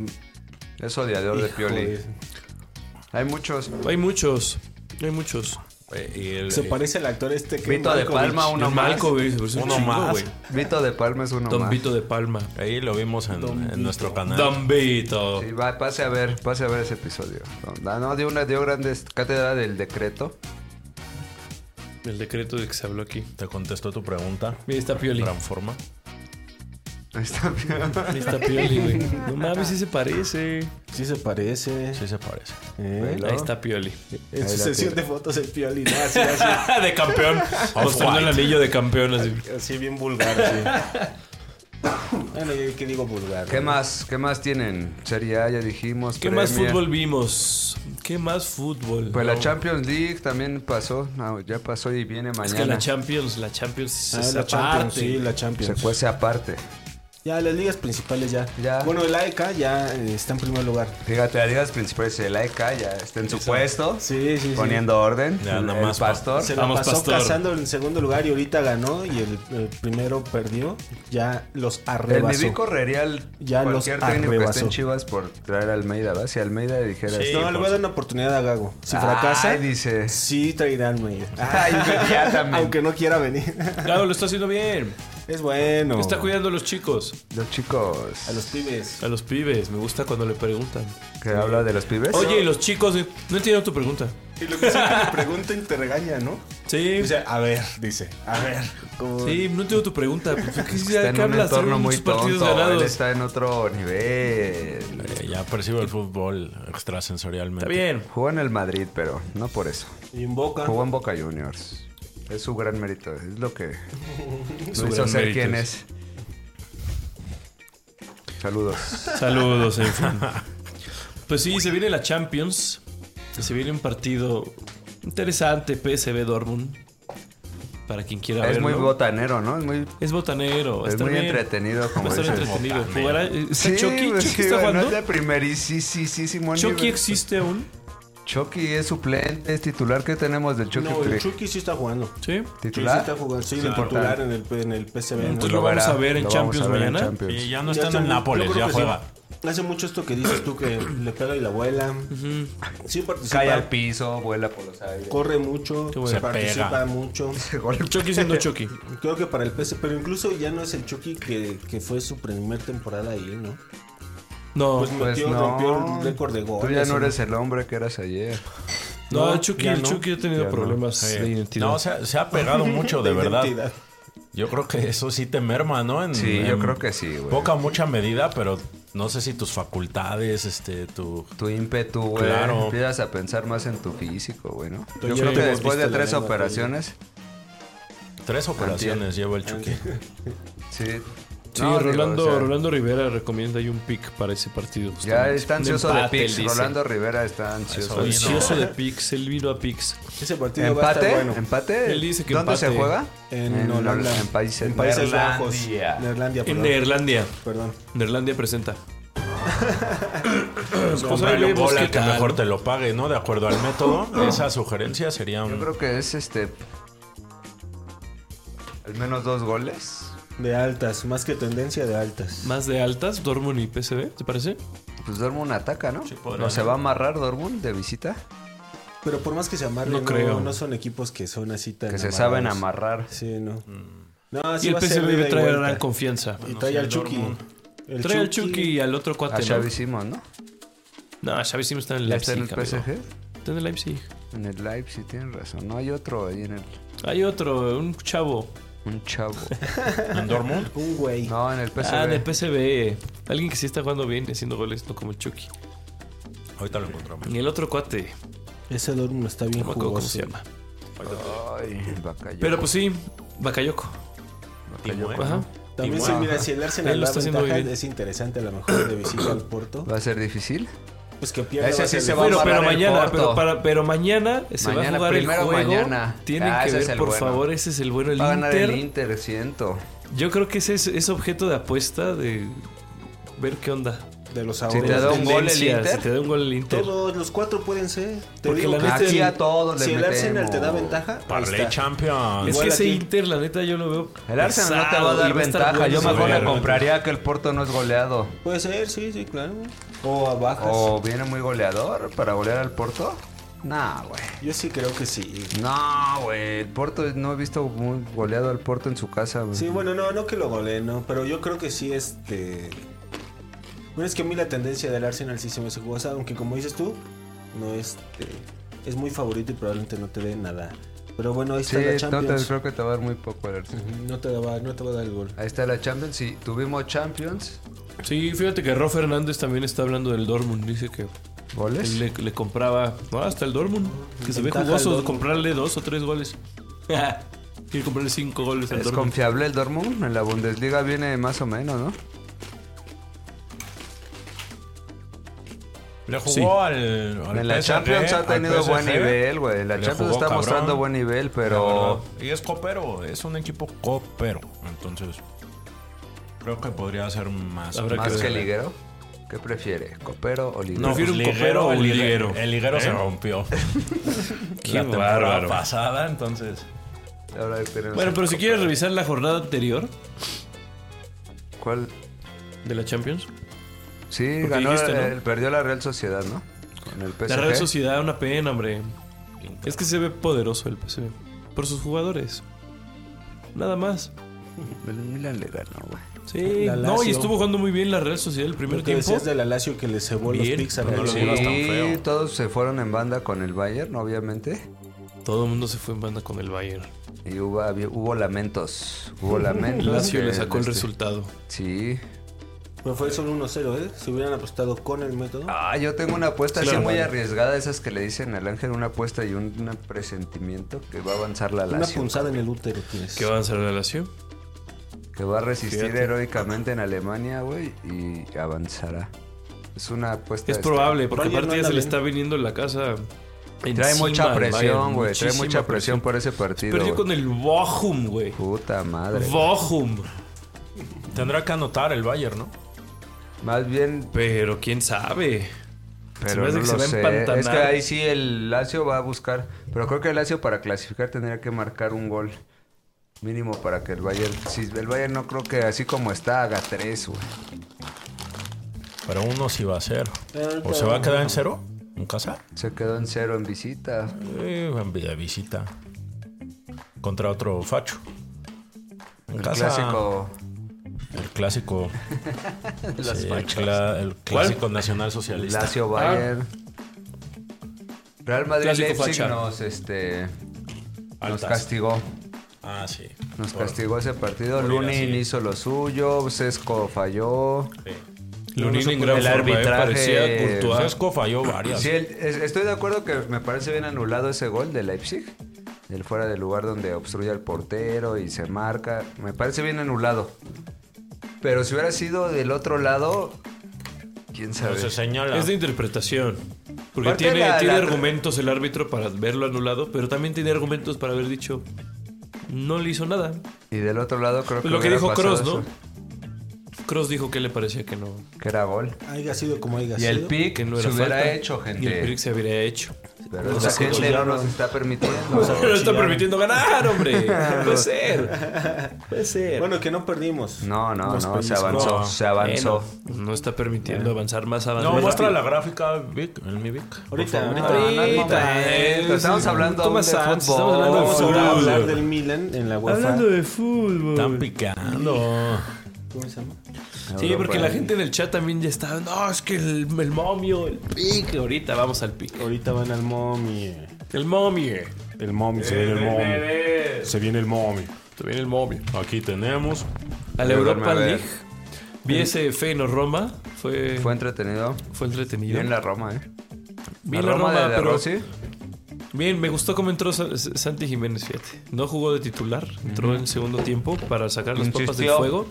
Es odiador de hijo Pioli. de- Hay muchos. Hay muchos. Hay muchos. Eh, y el- Se eh, parece al actor este que... Vito de Malkovich. Palma, uno El más. Malkovich, por eso es un Uno chingo, más. güey. Vito de Palma es uno Don más. Vito de Palma. Ahí lo vimos en, en nuestro canal. Don Vito. Sí, va, pase a ver, pase a ver ese episodio. No, no, dio una dio grandes cátedra del decreto. <laughs> El decreto de que se habló aquí. Te contestó tu pregunta. Mira, ahí está Pioli. Gran forma. Ahí Está bien. Ahí está Pioli, <laughs> güey. No mames, sí se parece. Sí se parece. Sí se parece. ¿eh? ¿No? Ahí está <laughs> Pioli. En Ahí su la sesión tiene. de fotos el Pioli, ¿no? Así, <laughs> así, de campeón. Oh, Mostrando el anillo de campeón. Así. así bien vulgar, sí. Bueno, yo que digo vulgar. ¿Qué ¿no? más? ¿Qué más tienen? Serie A, ya dijimos. ¿Qué más Premier. fútbol vimos? ¿Qué más fútbol? Pues No. la Champions League también pasó. No, ya pasó y viene mañana. Es que la Champions, la Champions Ah, es la Champions, aparte. sí, la Se Champions. cuece aparte. Ya, las ligas principales ya. Ya. Bueno, el AEK ya eh, está en primer lugar. Fíjate, las ligas principales de la ECA E ya está en su puesto, Sí, sí, sí. poniendo orden. Ya, el, nada el más pa- pastor. Se la Vamos, pasó Pastor. cazando en segundo lugar y ahorita ganó y el, el primero perdió. Ya los El arrebasó. Viví correría al Ya los cualquier técnico que esté arrebasó. en Chivas por traer a Almeida, ¿va? Si Almeida dijera Sí. esto. No, le voy a dar una oportunidad a Gago. Si Ay, fracasa, dice. sí traerán medio. Ay, inmediatamente. Aunque no quiera venir. <laughs> Claro, lo está haciendo <laughs> bien. es bueno. Oh. Está cuidando a los chicos, Los chicos A los pibes. a los pibes. Me gusta cuando le preguntan. que habla de los pibes. Oye, y los chicos, eh, no entiendo tu pregunta. Y lo que siempre le pregunta y te regaña, ¿no? Sí, Dice, a ver, dice, a ver. como- sí, no entiendo tu <laughs> pregunta. Pues, ¿Qué, está en qué un hablas? entorno Tenemos muy muchos partidos tonto. Él ganados. está en otro nivel. Eh, ya percibo el fútbol extrasensorialmente. Está bien. Jugó en el Madrid, pero no por eso. Y invoca. Jugó en Boca Juniors. Es su gran mérito. Es <laughs> lo que Su lo hizo gran ser mérito quien es. es. Saludos. Saludos, en <laughs> fin. Pues sí, se viene la Champions. y Se viene un partido interesante, PSV Dortmund. Para quien quiera es verlo. muy botanero, ¿no? Es muy, es botanero. va a es estar muy Pues bien. entretenido, Va como a estar dices. entretenido. Botanero. Jugará- eh, ¿Está Sí, Chucky? pues ¿Chucky sí, está güey, no jugando? es la primerísimo ¿Chucky nivel. existe aún? pues Chucky es suplente, es titular. ¿Qué tenemos del Chucky? no, el Flick? Chucky sí está jugando. Sí. Sí, sí ¿Titular? está jugando. Sí, de Claro. titular en el, en el PSV. ¿no? Entonces lo vamos verá, a ver en lo vamos Champions a ver pues, en mañana. Champions. Y ya no Ya están está en muy- yo Nápoles, creo ya que juega. sí. Hace mucho esto que dices tú que le pega y la abuela. Sí participa. Cae al piso, vuela por los aires. Corre mucho, bueno. se Se participa pega. <laughs> mucho. Chucky siendo Chucky. Creo que para el PSV, pero incluso ya no es el Chucky que, que fue su primer temporada ahí, ¿no? No, Pues Pues metió, no. rompió el récord de goles. Tú ya no ¿no? eres el hombre que eras ayer. no, no, el Chucky, ya el no, Chucky ha tenido ya no. problemas Sí. de identidad. No, se ha, se ha pegado mucho, <laughs> de verdad. identidad. Yo creo que eso sí te merma, ¿no? En- Sí, yo en creo que sí, güey. Poca o mucha medida, pero no sé si tus facultades, este, tu... Tu ímpetu, güey. Claro. Empiezas a pensar más en tu físico, güey, ¿no? Tú Yo ya creo que le después mordiste de la tres lengua, operaciones, Tres operaciones lleva el Chucky. sí, Sí, No, digo, Rolando, o sea- Rolando Rivera recomienda ahí un pick para ese partido. Ya justamente. está Un ansioso de empate, él Pix. dice. Rolando Rivera está ansioso. Eso de- dice. Ansioso de picks, él vino a picks. Ese partido va a estar ¿Empate? bueno. ¿Empate? Él dice que ¿Dónde empate. se juega? En, Holanda. En países, en países Bajos. Neerlandia. Neerlandia, En perdón. Neerlandia. Perdón. Neerlandia <laughs> presenta. Cómprale un Pues, vemos bola qué que tal, mejor ¿no? te lo pague, ¿no? De acuerdo al método, esa sugerencia sería Yo un... creo que es este. Al menos dos goles. De altas, más que tendencia de altas. Más de altas, Dortmund y PSV, ¿te parece? Pues Dortmund ataca, ¿no? Sí, podría, ¿No se ¿no? va a amarrar Dortmund de visita? Pero por más que se amarren, No no, creo. no son equipos que son así tan. Que se amarrados. saben amarrar. Sí, no. No, Mm. Y sí el va a ser PSV ida me y trae vuelta. gran confianza. Y trae al Chucky. El Trae al Chucky <laughs> y al otro A cuate. Xavi Simons, ¿no? No, No, Xavi sí no está en el ¿Ya está Leipzig. en el amigo. PSG? Está en el Leipzig. En el live, sí tienen razón. No hay otro ahí en el. Hay otro, un chavo. Un chavo. ¿En Dortmund? Un güey. No, en el PSV. Ah, de PSV. Alguien que sí está jugando bien, y haciendo goles, no como el Chucky. Ahorita lo encontramos. Y el otro cuate, Ese Dortmund está bien no me acuerdo cómo jugoso. se llama. Ay, Bacayo. Pero pues sí, Bakayoko. Timón. Ajá. También, Timón. sí, mira, si el Él Arsenal lo da está haciendo ventaja, bien. es interesante a lo mejor de visita al Porto. ¿Va a ser difícil? Pues que pierda. Ese va a sí ser se va a Bueno, difícil. pero amarrar el mañana, Porto. pero, para, pero mañana se Mañana, va a jugar el primero juego. mañana. Tienen Ah, que ese ver, es el por bueno. favor, ese es el bueno. El Va a ganar Inter, el Inter, siento. yo creo que ese es, es objeto de apuesta de ver qué onda. De los Si te ahorros. da un gol el Tendencia, Inter. Si te da un gol el Inter. Todos los cuatro pueden ser. Te Porque digo la que neta- si- Aquí a todos le Si el metemos. Arsenal te da ventaja, ahí Parley está. Champions. Es Igual que ese aquí. Inter, la neta, yo lo veo. El Arsenal no te va a pesado dar y estar ventaja. bueno Yo ese mejor juego. le compraría que el Porto no es goleado. Puede ser, sí, sí, claro. O a bajas. O viene muy goleador para golear al Porto. Nah, güey. Yo sí creo que sí. No, güey. El Porto no he visto muy goleado al Porto en su casa, güey. Sí, bueno, no, no que lo goleen, no, pero yo creo que sí, este... Bueno, es que a mí la tendencia del Arsenal sí se me hace jugosa, aunque como dices tú, no este... Es muy favorito y probablemente no te dé nada. Pero bueno, ahí Sí, está la no Champions. te, creo que te va a dar muy poco el Arsenal. Ujú, No te, va, no te va a dar el gol. Ahí está la Champions. Sí, tuvimos Champions. Sí, fíjate que Ro Fernández también está hablando del Dortmund. Dice que ¿Goles? él le, le compraba no, hasta el Dortmund. Que se ve Ventaja al jugoso Dortmund. comprarle dos o tres goles. <laughs> Quiere comprarle cinco goles al Es Dortmund. confiable el Dortmund. En la Bundesliga viene más o menos, ¿no? Le jugó Sí. al, al En la PSG, Champions ha al tenido PSG. buen nivel, güey. La Le Champions jugó está cabrón, mostrando buen nivel, pero... la verdad. Y es copero, es un equipo copero. Entonces, creo que podría ser más. Habrá Más que que ver. liguero. ¿Qué prefiere? ¿Copero o liguero? No, Prefiero un liguero, copero o un el ligue- liguero. El liguero se ¿Eh? <laughs> rompió. Qué la temporada bárbaro. pasada, entonces. Ahora tenemos Bueno, el pero si quieres revisar la jornada anterior copero. ¿Cuál? de la Champions, Sí, Porque ganó, dijiste, ¿no? el- perdió la Real Sociedad, ¿no? Con el PSG. la Real Sociedad, una pena, hombre. Es que se ve poderoso el PSV por sus jugadores. Nada más. El Milan le ganó, güey. Sí, La no, y Lazio. estuvo jugando muy bien la Real Sociedad el primer Lo que tiempo. decías de la Lazio que le cebó los Bien, picks a pero no Real lo digas Madrid. tan Sí, feo. todos se fueron en banda con el Bayern, obviamente. Todo el mundo se fue en banda con el Bayern. Y hubo, había- hubo lamentos. <laughs> Hubo lamentos. El Lazio que- le sacó el este, resultado. Sí. Pero fue solo 1-0, ¿eh? Si hubieran apostado con el método. Ah, yo tengo una apuesta Sí, así la muy madre. arriesgada, esas que le dicen al ángel, una apuesta y un, un presentimiento que va a avanzar la Una Lazio. punzada en el útero tienes. ¿Qué va a hacer la Lazio? Que va a resistir Fíjate. heroicamente en Alemania, güey, y avanzará. Es una apuesta. Es este, probable, porque Bayern aparte ya anda se le bien. está viniendo la casa. Trae encima mucha al presión, Bayern, güey. Trae muchísima mucha presión por ese partido. Perdió güey. con el Bochum, güey. Puta madre. Bochum. Tendrá que anotar el Bayern, ¿no? Más bien, Pero quién sabe. Se me pero hace no que se lo va a sé. empantanar. Es que ahí sí el Lazio va a buscar. Pero creo que el Lazio para clasificar tendría que marcar un gol mínimo para que el Bayern. Si el Bayern no creo que así como está haga tres, güey. Pero uno sí va a ser. Eh, ¿O se va a quedar en cero? ¿En casa? Se quedó en cero en visita. Eh, en vi- de visita. Contra otro facho. En El casa. clásico. El clásico. <laughs> Las sí, el, fachas. cla- el clásico nacional socialista. Lazio Bayern. Real Madrid Ah. Clásico Leipzig facha. nos este nos Altas. castigó. Ah, sí. Nos Por- castigó ese partido. por ir Lunin así. hizo lo suyo. Sesco falló. sí. Lunin No, no en supo- gran el forma, eh, arbitraje- parecía Pues Courtois. Esco falló varias. Sí, el- es- estoy de acuerdo que me parece bien anulado ese gol de Leipzig. El fuera del lugar donde obstruye al portero y se marca. Me parece bien anulado. Pero si hubiera sido del otro lado, quién sabe. Pero se señala. Es de interpretación. Porque Aparte tiene, la- tiene la- argumentos el árbitro para verlo anulado, pero también tiene argumentos para haber dicho no le hizo nada. Y del otro lado creo que Lo que hubiera dijo pasado Cross, ¿no? eso, Cross dijo que le parecía que no. Que era gol. Haya sido como haya Y sido. el pick Que no se era hubiera falta. hecho, Y el gente. pick se habría hecho. Pero Nos la acuchillaron. <laughs> gente no nos está permitiendo. No está permitiendo ganar, <laughs> hombre. Puede ser. Puede ser. Bueno, que no perdimos. No, no, Nos no, se pellizcó. avanzó, No. se avanzó. Bueno, no está permitiendo avanzar más avanzado. No, muestra la gráfica, Vic, en mi Vic. por Ahorita, favor. Ah, ahorita. Estamos hablando Toma de Sanz, Estamos fútbol. hablando de Vamos ahora a fútbol. hablar del Milan en la UEFA. Hablando de fútbol. Están picando. ¿Cómo se llama? Sí, porque la gente en el chat también ya está. No, es que el, el momio, el pique. Ahorita vamos al pique. Ahorita van al momie. El momio. El momie, se viene el momie. Se viene el momie. También el momio. Aquí tenemos. A la Yo Europa duerme a ver. League. Vi ese Feyenoord Roma. Fue, Fue entretenido. fue entretenido. Bien la Roma, ¿eh? Bien la Roma, de, de pero- Rossi. Bien, me gustó cómo entró Sa- S- Santi Jiménez, fíjate. No jugó de titular, entró en segundo tiempo para sacar las papas del Insistió. fuego.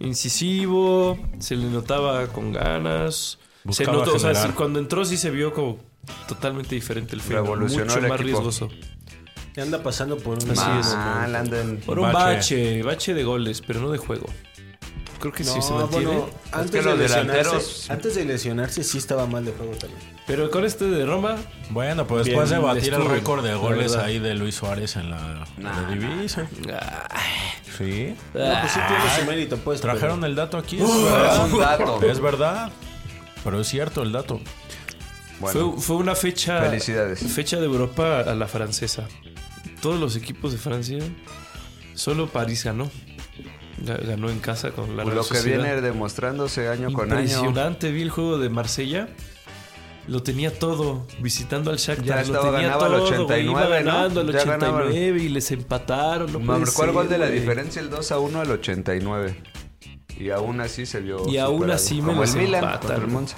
Incisivo, se le notaba con ganas. Buscaba se notó, o sea, generar. sí, cuando entró sí se vio como totalmente diferente el fútbol. Mucho Revolucionó más el equipo. riesgoso. Que anda pasando por un... pues. Así es. Ah, Mal, andan. Por un Bache. bache, bache de goles, pero no de juego. Creo que No, sí se mantiene. bueno, antes, que de los delanteros- lesionarse, antes de lesionarse sí estaba mal de juego también. Pero con este de Roma, Bueno, pues después Bien, de batir el estuvo, récord de la goles verdad. ahí de Luis Suárez en la, la divisa. Sí. No, pues sí tiene su mérito, pues. pero- Trajeron el dato aquí. Es un dato. Es verdad. Pero es cierto el dato. Bueno, fue, fue una fecha. Felicidades. Fecha de Europa a la francesa. Todos los equipos de Francia, solo París ganó. Ga- Ganó en casa con la Real lo que Sociedad. viene demostrándose año con año. Impresionante, vi el juego de Marsella. Lo tenía todo, visitando al Shakhtar. Ya estaba- lo tenía ganaba al todo, güey, 89, iba ¿no? ganando al Ya ganaba. 89 y les empataron. No Me puede marcó el gol ser, de la güey. diferencia el 2 a 1 al 89. Y aún así se vio. Y aún superado. así me Como el los Milan empatan. contra el Monza.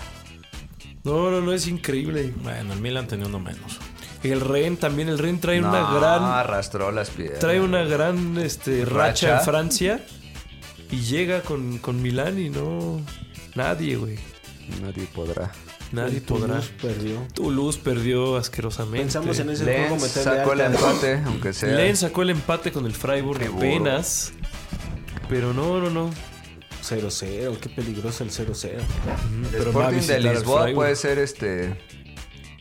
No, no, no, es increíble. Bueno, el Milan tenía uno menos. El Ren también, el Ren trae una No, gran arrastró las piedras. trae una gran este, racha, Racha. en Francia y llega con, con Milán y no. Nadie, güey. Nadie podrá. Nadie El podrá. Toulouse perdió. Toulouse perdió asquerosamente. Pensamos en ese juego Lens meterle sacó el alta. empate, aunque sea. Lens sacó el empate con el Freiburg Friburgo. apenas. Pero no, no, no. 0-0, qué peligroso el 0-0. El Pero va a Sporting de visitar al Lisboa Freiburg. puede ser este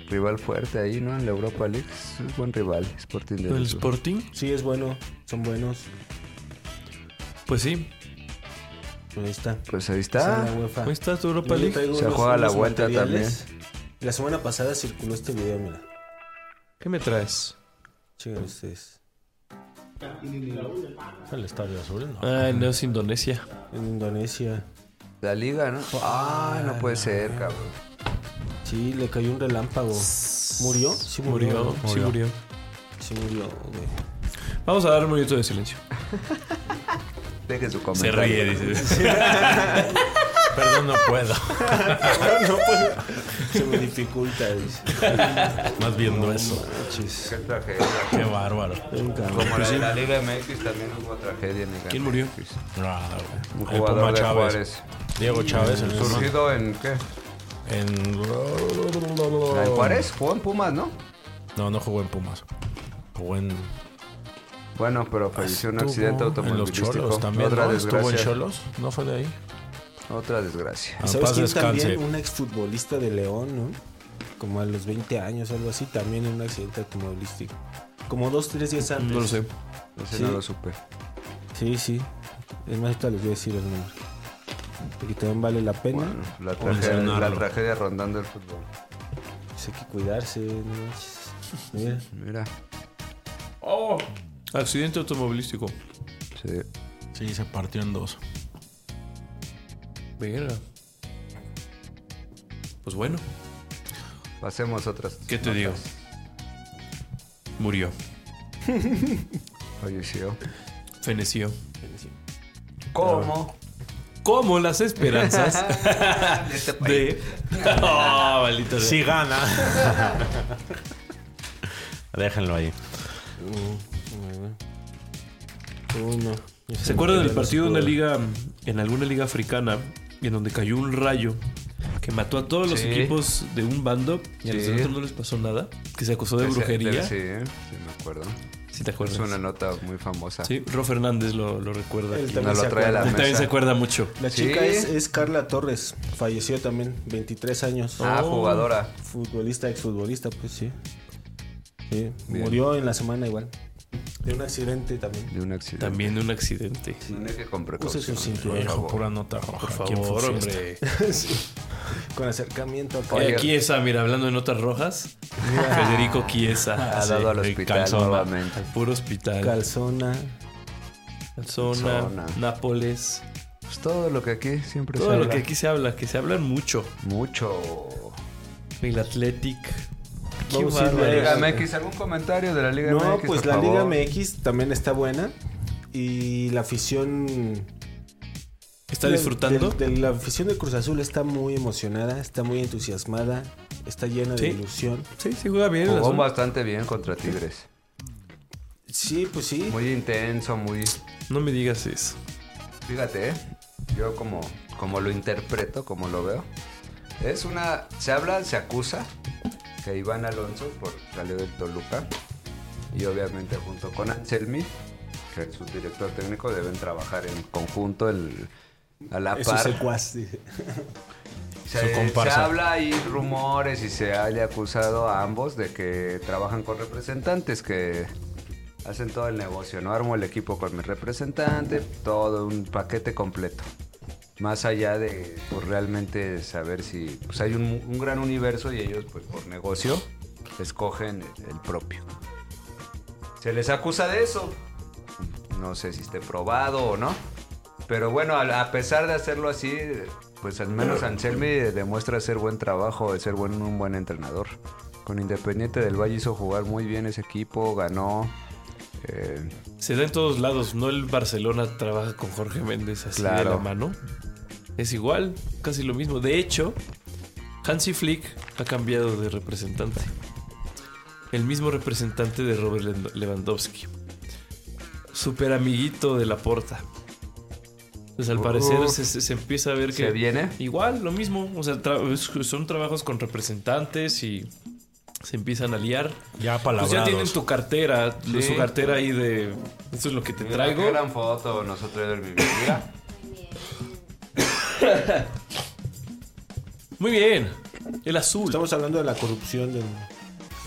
rival fuerte ahí, ¿no? En la Europa League. Es buen rival, Sporting de El Lisboa. Sporting, Sí, es bueno, son buenos. pues sí. Pues ahí está. Pues ahí Está en está. la UEFA. Ahí está tu Europa Yo League. traigo Se unos- juega la unos vuelta materiales. La semana pasada circuló este video, mira. ¿Qué me traes? Chequen ustedes. El Estadio Azul, ¿no? Ah, no, es Indonesia. En Indonesia. La liga, ¿no? Ah, no puede ser, cabrón. Sí, le cayó un relámpago. ¿Murió? Sí murió. Murió, ¿no? sí murió. Sí murió, güey. Vamos a dar un minuto de silencio. Deje su comentario. dice. <laughs> Perdón, no puedo. <laughs> No, pues, se me dificulta. dice. Más bien grueso. Manches. Qué tragedia. Qué bárbaro. Un cabrón. <laughs> Como Pues la de la Liga MX también hubo tragedia en el ¿Quién murió? Ah, Un güey. El jugador Puma de Chávez. Juárez. Diego Chávez en el Pues Surgido en qué? ¿En En Juárez? Jugó en Pumas, ¿no? No, no jugó en Pumas. Jugó en. Bueno, pero falleció en un Estuvo accidente En los automovilístico. Cholos también. Otra ¿no? Estuvo en desgracia. Cholos. No fue de ahí. Otra desgracia. Ah, A ¿Sabes paz quién descanse. también? Un exfutbolista de León, ¿no? Como a los 20 años, algo así, también en un accidente automovilístico. Como dos, tres días antes. No lo sé. Ese Sí. no lo supe. Sí, sí. Es más, ahorita les voy a decir el nombre. Porque también vale la pena. Bueno, la tragedia, la mencionarlo. tragedia rondando el fútbol. Pues hay que cuidarse, no manches. Mira. Mira. Oh, accidente automovilístico. Sí. Sí, se partió en dos. Verga. Pues bueno, Pasemos otras. ¿qué te digo? Murió, Falleció. feneció. ¿Cómo? Como las esperanzas de. <laughs> Oh, maldito sea. Si <laughs> gana. Déjenlo ahí. Uno. ¿Se acuerdan del partido de una liga, en alguna liga africana, en donde cayó un rayo que mató a todos los Sí. equipos de un bando y a los Sí. del otro no les pasó nada? Que se acusó de Ese- brujería. Sí, Si ¿eh? sí, me acuerdo. te acuerdas. Es una nota muy famosa. Sí, Ro Fernández lo, lo recuerda. Él aquí. No También se lo trae a la acuerda. Él mesa. también se acuerda mucho. La Sí. chica es, es Carla Torres, falleció también, 23 años. Ah, Oh. jugadora. Futbolista, exfutbolista, pues sí. Sí, Bien. murió en la semana igual. De un accidente también. De un accidente. Oh. También de un accidente. Maneje con Use su precaución. cinturón. por Hijo, favor. pura nota roja. Por ¿Quién fue favor, fiesta? hombre. Con acercamiento acá. Y Oye. aquí está, mira, hablando de notas rojas, Federico Chiesa. Ha Ah, Sí, dado al el hospital calzona, nuevamente. Al puro hospital. Calzona. Calzona, Calzona. Nápoles. Pues todo lo que aquí siempre se Todo lo habla. que aquí se habla, que se habla mucho. Mucho. El Athletic. Qué Vamos a ir bárbaro. de- Liga MX, ¿algún comentario de la Liga MX? No, pues por la Liga favor? MX también está buena. Y la afición. ¿Está del- disfrutando? del- de la afición de Cruz Azul está muy emocionada, está muy entusiasmada, está llena de Sí. ilusión. Sí, sí juega bien. el Jugó azul. bastante bien contra Tigres. Sí, pues sí. Muy intenso, muy. No me digas eso. Fíjate, ¿eh? yo como, como lo interpreto, como lo veo. Es una. Se habla, se acusa que Iván Alonso por salió del Toluca. Y obviamente junto con Anselmi, que es su director técnico, deben trabajar en conjunto el, a la Eso par. secuaz, dice. Se, Su comparsa. se habla ahí rumores y se haya acusado a ambos de que trabajan con representantes que hacen todo el negocio, ¿no? Armo el equipo con mi representante, todo un paquete completo. Más allá de pues, realmente saber si pues, hay un, un gran universo y ellos pues por negocio escogen el- el propio. Se les acusa de eso. No sé si esté probado o no. Pero bueno, a, a pesar de hacerlo así, pues al menos Anselmi demuestra hacer buen trabajo, de ser buen, un buen entrenador. Con Independiente del Valle hizo jugar muy bien ese equipo, ganó. eh, Se da en todos lados, ¿no? El Barcelona trabaja con Jorge Méndez así de Claro. la mano. Es igual, casi lo mismo. De hecho, Hansi Flick ha cambiado de representante. El mismo representante de Robert Lewand- Lewandowski. Super amiguito de la porta. Pues al Uh. parecer se, se- se empieza a ver que... se viene. Igual, lo mismo. O sea, tra- es- son trabajos con representantes y se empiezan a liar. Ya Pues palabrados. ya tienen tu cartera, Sí. su cartera ahí de. Esto es lo que te traigo. Mira, qué gran foto nosotros del Vivi. Mira. Muy bien. El azul. Estamos hablando de la corrupción del.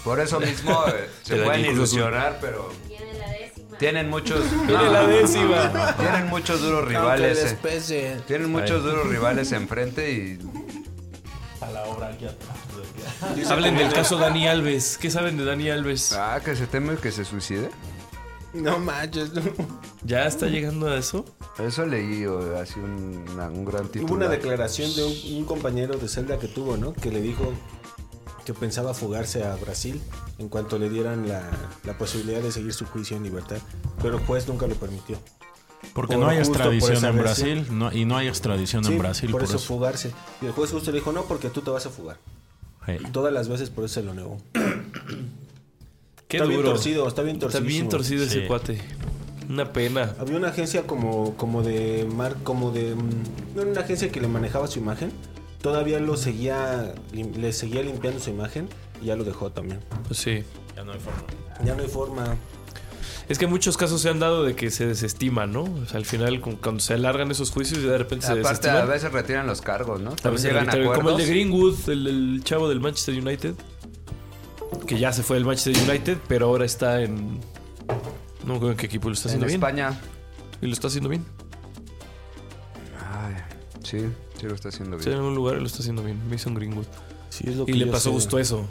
Por eso mismo <laughs> eh, se Te pueden dañé Cruz Azul. ilusionar, pero Viene la décima. tienen muchos. Viene la décima. Tienen muchos duros rivales. eh. Tienen muchos duros rivales enfrente y Hablen del caso Dani Alves. ¿Qué saben de Dani Alves? Ah, que se teme que se suicide. No manches. no. ¿Ya está llegando a eso? Eso leí o, hace un, una- un gran titular. Hubo una declaración de un, un compañero de celda que tuvo, ¿no? Que le dijo que pensaba fugarse a Brasil en cuanto le dieran la, la posibilidad de seguir su juicio en libertad. Pero el juez nunca lo permitió. Porque Por no hay justo por extradición esa en vez, sí. Brasil. no- y no hay extradición Sí, en Brasil. por, eso, eso. fugarse. Y el juez justo le dijo, no, porque tú te vas a fugar. Hey. Todas las veces por eso se lo negó. <clears throat> Qué está bien duro. torcido, está bien Está torcido. bien torcido Sí. ese cuate. Una pena. Había una agencia como, como de mar, como de mm, no era una agencia que le manejaba su imagen. Todavía lo seguía, lim- le seguía limpiando su imagen y ya lo dejó también. Pues sí. Ya no hay forma. Ya no hay forma. Es que muchos casos se han dado de que se desestiman, ¿no? O sea, al final, con- cuando se alargan esos juicios, de repente se Aparte, desestiman. a veces retiran los cargos, ¿no? A veces También ahorita, Pues, como el de Greenwood, el, el chavo del Manchester United, que ya se fue del Manchester United, pero ahora está en... No creo en qué equipo lo está en haciendo bien. España. Y lo está haciendo bien. Ay, sí, sí lo está haciendo Está en bien. algún lugar y lo está haciendo bien. Mason Greenwood. Sí, es lo Y que le yo pasó sé. justo eso.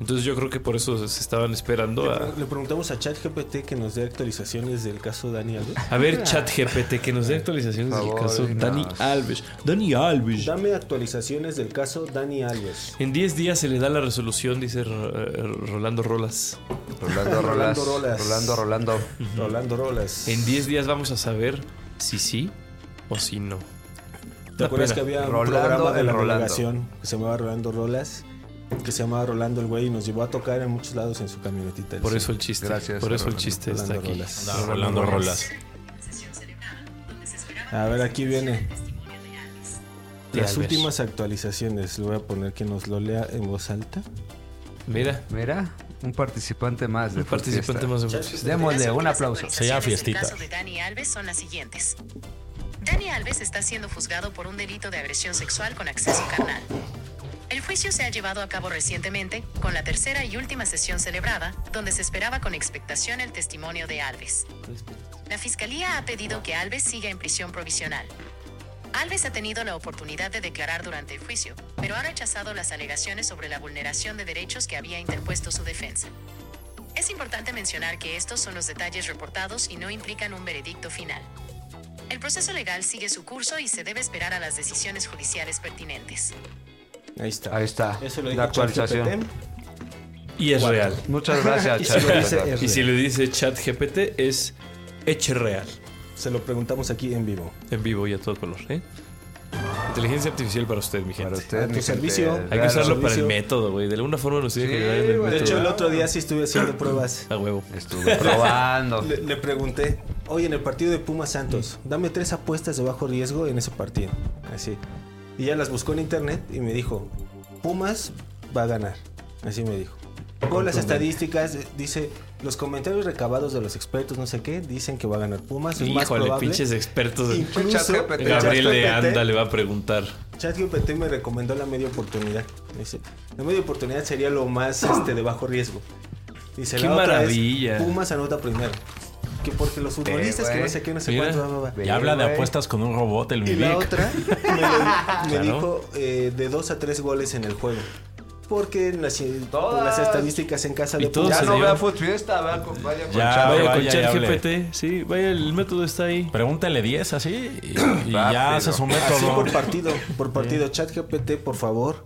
Entonces yo creo que por eso se estaban esperando Le, a... pre- le preguntamos a ChatGPT que nos dé actualizaciones del caso Dani Alves. A ver, chat GPT, que nos dé actualizaciones Por del favor, caso dinos. Dani Alves. Dani Alves. Dame actualizaciones del caso Dani Alves. En 10 días se le da la resolución, dice eh, Rolando Rolas. <laughs> Rolando, Rolas, Rolando Rolas. Rolando, Rolando. Rolando Rolas. En 10 días vamos a saber si sí o si no. ¿Te acuerdas que había un Rolando programa de el la Rolando. delegación que se llamaba Rolando Rolas? Que se llamaba Rolando el güey y nos llevó a tocar en muchos lados en su camionetita. Por eso el chiste. Gracias, por eso el Rolando. chiste está Rolando aquí. Rolas. Rolando Rolas. Sensación cerebral. A ver, aquí viene. Las Albers. últimas actualizaciones. Le voy a poner que nos lo lea en voz alta. Mira, Mira, un participante más. De un participante Fiesta. más de Démosle Las un últimas aplauso. Se llama actualizaciones Fiestita. del caso de Dani Alves son las siguientes. Dani Alves está siendo juzgado por un delito de agresión sexual con acceso carnal. El juicio se ha llevado a cabo recientemente, con la tercera y última sesión celebrada, donde se esperaba con expectación el testimonio de Alves. La fiscalía ha pedido que Alves siga en prisión provisional. Alves ha tenido la oportunidad de declarar durante el juicio, pero ha rechazado las alegaciones sobre la vulneración de derechos que había interpuesto su defensa. Es importante mencionar que estos son los detalles reportados y no implican un veredicto final. El proceso legal sigue su curso y se debe esperar a las decisiones judiciales pertinentes. Ahí está. Ahí está. Eso lo dijo la actualización. ChatGPT. Y es real. Muchas <laughs> gracias, Y se lo Charlie. dice el- Y si le dice eh, chat GPT es hecho real. Se lo preguntamos aquí en vivo. En vivo y a todo color, ¿eh? Inteligencia artificial para usted, mi gente. Para usted, A tu mi gente, servicio. Hay que véalo. usarlo para el servicio. método, güey. De alguna forma nos tiene que Sí, ayudar en el güey. método. De hecho, el otro día sí estuve <clears throat> haciendo pruebas. A huevo. <laughs> Estuve probando. Le, le pregunté, oye, en el partido de Pumas Santos, Mm. dame tres apuestas de bajo riesgo en ese partido. Así. Y ya las buscó en internet y me dijo, Pumas va a ganar. Así me dijo. Con las estadísticas, eh, dice, los comentarios recabados de los expertos, no sé qué, dicen que va a ganar Pumas. Es más Híjole, probable. pinches expertos. de- Incluso ChatGPT. el Gabriel de ChatGPT Anda le va a preguntar. ChatGPT me recomendó la media oportunidad. Me Dice, la media oportunidad sería lo más este, de bajo riesgo. Dice, ¡Qué la otra es, maravilla! Pumas anota primero. Que porque los futbolistas que no sé qué, no sé Mira. cuánto, va, va, va. Ve. Ya habla de güey. apuestas con un robot, el Y la Milik. otra <laughs> me, lo- me Claro. dijo eh, de dos a tres goles en el juego. Porque en las, por Todas. las estadíficas en casa Y de todos Pumas- Ya se no dio. vea Futfiesta, vea con- Ah, vaya con Ya, Charlie. vaya vaya, con ya chat hablé. GPT. Sí, vaya, el método está ahí. Pregúntale 10 así y, y ya Rápido. hace su Así método. por partido, por partido. ChatGPT, por favor,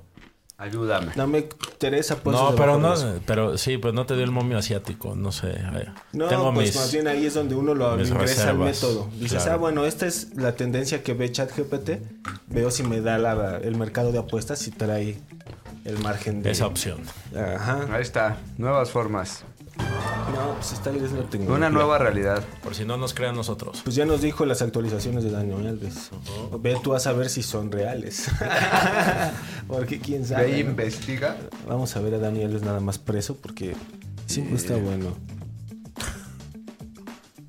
Ayúdame. dame tres apuestas No, de pero bajo no, riesgo. pero sí, pues no te dio el momio asiático, no sé. a ver, No, Tengo pues mis. más bien ahí es donde uno lo mis ingresa al reservas, método. Dices, claro. ah, bueno, esta es la tendencia que ve ChatGPT. Veo si me da la- el mercado de apuestas y trae el margen de. Esa opción. Ajá. Ahí está. Nuevas formas. No, pues está es la tecnología. Una nueva realidad. Por si no nos crean nosotros. Pues ya nos dijo las actualizaciones de Daniel Alves. Ve tú a saber si son <laughs> reales. <laughs> porque quién Ve sabe. e ¿no? <laughs> investiga. Vamos a ver a Daniel Alves nada más preso porque siempre está bueno.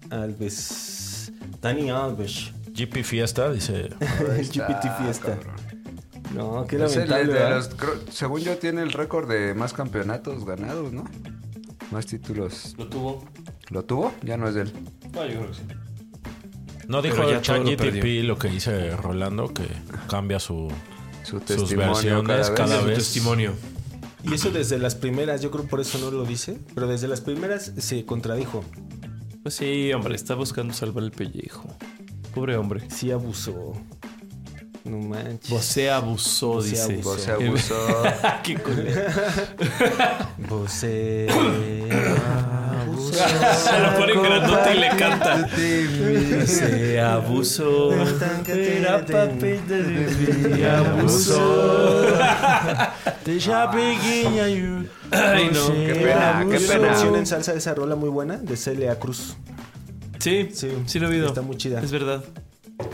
Alves. Dani Alves. GP Fiesta dice. Ahí El está, GPT Fiesta. cabrón. No, qué Es el de lamentable. ¿verdad? los- creo- según yo tiene el récord de más campeonatos ganados, ¿no? Más títulos. Lo tuvo. ¿Lo tuvo? Ya no es de él. No dijo Pero ya todo lo ChatGTP lo, que dice Rolando, que cambia su, Su sus testimonio versiones cada cada vez. vez. Testimonio. Y eso desde las primeras, yo creo por eso no lo dice, pero desde las primeras se contradijo. Pues sí, hombre, está buscando salvar el pellejo. Pobre hombre. Sí abusó. No manches. Vosé abusó, Vosé dice. abusó. Vos se abusó. <laughs> Qué culero. <coughs> Vosé abusó. Se lo ponen grandote y le canta. Se abusó. Era papita de mí. Abusó. Ay, no. Qué pena, qué Hay una pena. versión en salsa de esa rola muy buena de Celia Cruz. Sí, sí, Sí, lo he oído. está muy chida. Es verdad.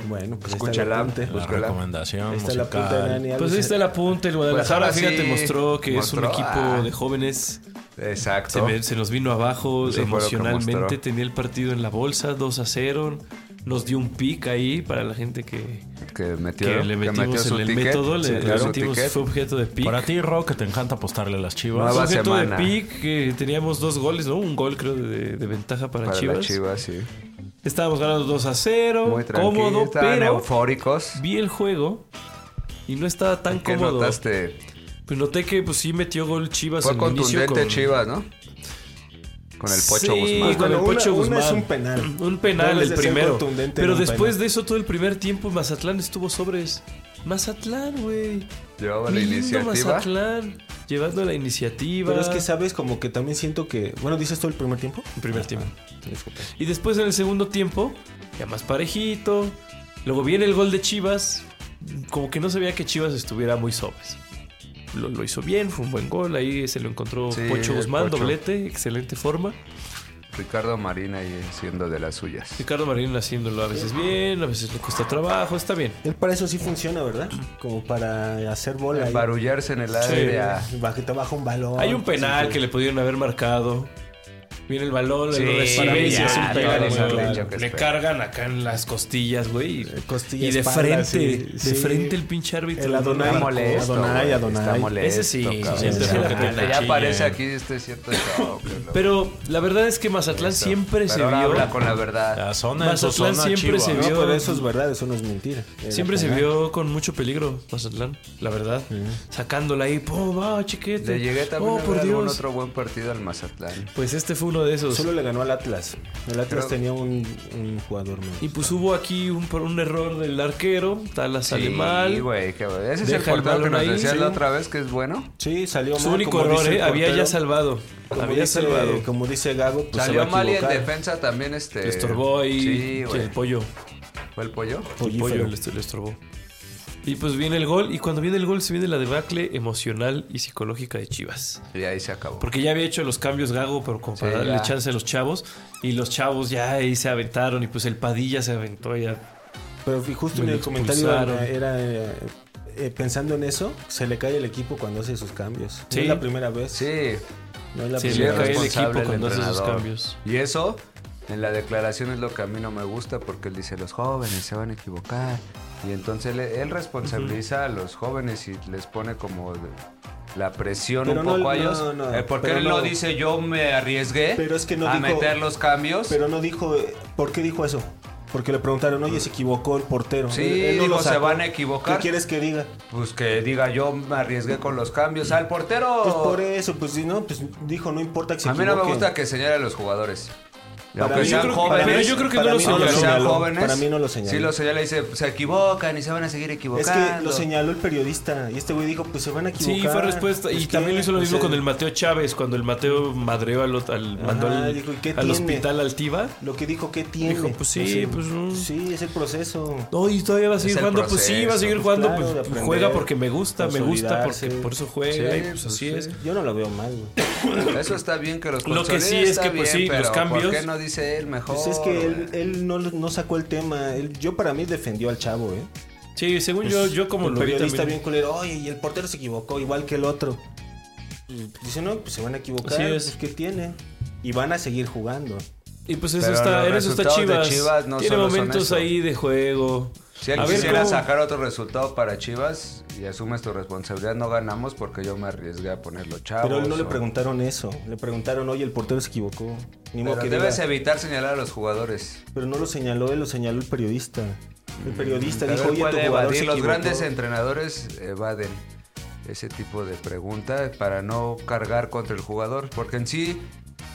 Bueno, pues ahí está el Escúchala. apunte. La Búscala. recomendación Ahí está la punta de musical. Dani Alves. Pues ahí está la punta. El Guadalajara, Pues ahora fíjate, sí, mostró que es un mostró, equipo ah. de jóvenes. Se, Exacto. ve- se nos vino abajo Eso fue lo que emocionalmente. mostró. Tenía el partido en la bolsa, 2 a 0. Nos dio un pick ahí para la gente que, Que metió, que le que metimos metió su en el ticket, método. Le, se le dio su metimos, ticket. fue objeto de pick. Para ti, Ro, que te encanta apostarle a las chivas. Nueva objeto semana. de pick. Que teníamos dos goles, ¿no? Un gol, creo, de, de ventaja para, Para Chivas. las Chivas, sí. Estábamos ganando 2 a 0. Muy tranquilo. cómodo, Estaban pero. eufóricos. vi el juego y no estaba tan ¿Qué cómodo. notaste? Pues noté que pues sí metió gol Chivas Fue en el inicio contundente con Chivas, ¿no? Con el Pocho Sí, Guzmán. con el Bueno, una- Pocho una Guzmán. es un penal. Un penal No el es de ser primero. contundente, Pero no un después penal. de eso todo el primer tiempo Mazatlán estuvo sobres. Mazatlán, güey. Llevaba la Mi lindo iniciativa. Mazatlán llevando la iniciativa. Pero es que sabes como que también siento que, bueno, dices todo el primer tiempo. pues, En primer tiempo. Y después en el segundo tiempo, ya más parejito. Luego viene el gol de Chivas. Como que no se veía que Chivas estuviera muy sobres. Lo, lo hizo bien, fue un buen gol. Ahí se lo encontró Sí, Pocho el Guzmán, Pocho. doblete, excelente forma. Ricardo Marín ahí siendo de las suyas. Ricardo Marín haciéndolo a veces bien, a veces le cuesta trabajo, está bien. Él para eso sí funciona, ¿verdad? Como para hacer bola. ahí. Barullarse en el área. Va- que te baja un balón. Hay un penal Sí, que le pudieron haber marcado. Viene el balón, Sí, le lo para recibe mí y se ya, hace un todo penal. eso güey. le choca, Le espera. cargan acá en las costillas, güey. y- Costilla, y de espalda, frente, sí, de sí. frente el pinche árbitro. El Adonai. Está Ay, molesto. Adonai, güey, Adonai. Está molesto. Ese sí, cabrón. sí, siente Ya, feo que te ya chillen. aparece aquí este cierto show, que lo- Pero la verdad es que Mazatlán <laughs> Eso. siempre Pero se ahora vio. habla con la verdad. La zona en su Mazatlán zona siempre chiva. se No, vio- pero eso es verdad, eso no es mentira. Era Siempre se penal. vio con mucho peligro Mazatlán, la verdad. Sacándola ahí, ¡pum! ¡Ah, chiquete! Le llegué también ¡Oh, a por ver algún Dios! otro buen partido al Mazatlán. Pues este fue uno de esos. Solo le ganó al Atlas. El Atlas Creo- tenía un, un jugador menos. Y pues hubo aquí un, por un error del arquero, Talas sale mal. Sí, güey, que- Ese es Deja el el portero que balón nos ahí, decías sí. la otra vez que es bueno. Sí, salió mal. Su único como error, dice el ¿eh? Había ya portero. salvado. Como Había dice- salvado. Como dice Gago, pues Salió se va a mal y en equivocar. defensa también este. Le estorbó ahí Sí, que güey. el pollo. ¿Fue el pollo? El Pollífero. pollo le, est- le estorbó. Y pues viene el gol. Y cuando viene el gol se viene la debacle emocional y psicológica de Chivas. Y ahí se acabó. Porque ya había hecho los cambios Gago, pero como para Sí, darle ya. chance a los chavos. Y los chavos ya ahí se aventaron. Y pues el Padilla se aventó ya. Pero fui- justo Me en lo el comentario expulsaron. era, eh, eh, pensando en eso, se le cae el equipo cuando hace sus cambios. Sí. No es la primera vez. Sí, No es la Sí, sí, le es primera cae vez. el responsable equipo cuando hace esos entrenador. cambios. Y eso, en la declaración es lo que a mí no me gusta porque él dice, los jóvenes se van a equivocar. Y entonces él, él responsabiliza a los jóvenes y les pone como de- la presión Pero un no, poco a no, ellos. no, Eh, porque pero él no no. dice, yo me arriesgué Pero es que no a dijo- meter los cambios. Pero no dijo, eh, ¿por qué dijo eso? Porque le preguntaron, oye, se equivocó el portero. Sí, Él- él no dijo, lo sacó. "Se van a equivocar". ¿Qué quieres que diga? Pues que diga, yo me arriesgué con los cambios. Al portero... Pues por eso, pues si no, pues dijo, no importa que se a mí no me equivoquen. gusta que señale a los jugadores. Para Aunque mí- sean yo creo- jóvenes, pero yo creo que para no lo mí Aunque señaló. sean señaló. jóvenes, Para mí no lo señaló. Sí, lo señala y dice, se equivocan y se van a seguir Es equivocando. que lo señaló el periodista y este güey dijo, pues se van a equivocar. Sí, fue respuesta. Y Pues, ¿qué? también hizo lo O mismo sea, con el Mateo Chávez, cuando el Mateo madreó al, ot- al- Ajá, mandó al, dijo, ¿y qué al tiene? hospital Altiva. Lo que dijo, ¿qué tiene? Dijo, pues sí, pues, no. Sí, es el proceso. No, y todavía va a seguir el jugando. Pues sí, va a proceso, seguir pues, jugando. claro, de pues aprender, juega porque me gusta, me gusta porque consolidarse. por eso juega. Sí, y pues así pues, es. sí. Yo no lo veo mal, güey. Eso está bien que los Lo que sí consolide, es está que, pues, bien, sí, los pero cambios- ¿Por qué no dice él mejor? Pues es que él, güey? él no, no sacó el tema. Él- yo para mí defendió al chavo, ¿eh? Sí, según yo, yo como Pues, el lo vi periodista también. bien culero, oye, y el portero se equivocó, igual que el otro. Y Dice, no, pues se van a equivocar, Así es. pues ¿qué tiene? Y van a seguir jugando. Y pues eso Pero está, los en eso está resultados Chivas. de Chivas no Tiene solo son momentos eso. ahí de juego. Si él A ver quisiera cómo- sacar otro resultado para Chivas y asumes tu responsabilidad, no ganamos porque yo me arriesgué a ponerlo chavos. Pero él no le o- preguntaron eso. Le preguntaron, oye, el portero se equivocó. Ni modo Pero que debes diga. evitar señalar a los jugadores. Pero no lo señaló él, lo señaló el periodista. El periodista Pero dijo, él oye, tu puede jugador evadir. se Los equivocó". grandes entrenadores evaden ese tipo de preguntas para no cargar contra el jugador, porque en sí,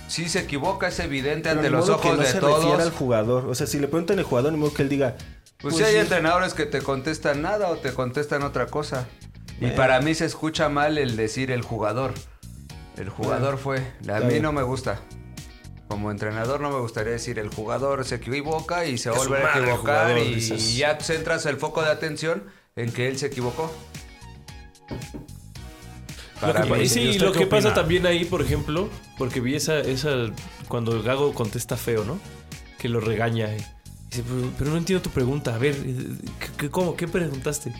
sí se equivoca, es evidente Pero ante ni los modo que ojos no de se refiera todos. al jugador. O sea, si le preguntan al jugador, ni modo que él diga. Pues, si hay sí, entrenadores que te contestan nada o te contestan otra cosa. Y Bueno. para mí se escucha mal el decir el jugador. El jugador fue. A Está mí bien. no me gusta. Como entrenador no me gustaría decir el jugador se equivoca y se Es vuelve a humano el equivocar jugador, y dices. ya centras el foco de atención en que él se equivocó. Lo Para que- mí. y sí, ¿Y usted lo qué que pasa opina? también ahí, por ejemplo, porque vi esa, esa cuando Gago contesta feo, ¿no? Que lo regaña. eh. Dice, pero, pero no entiendo tu pregunta. A ver, eh, ¿qué- qué- ¿cómo? ¿Qué preguntaste?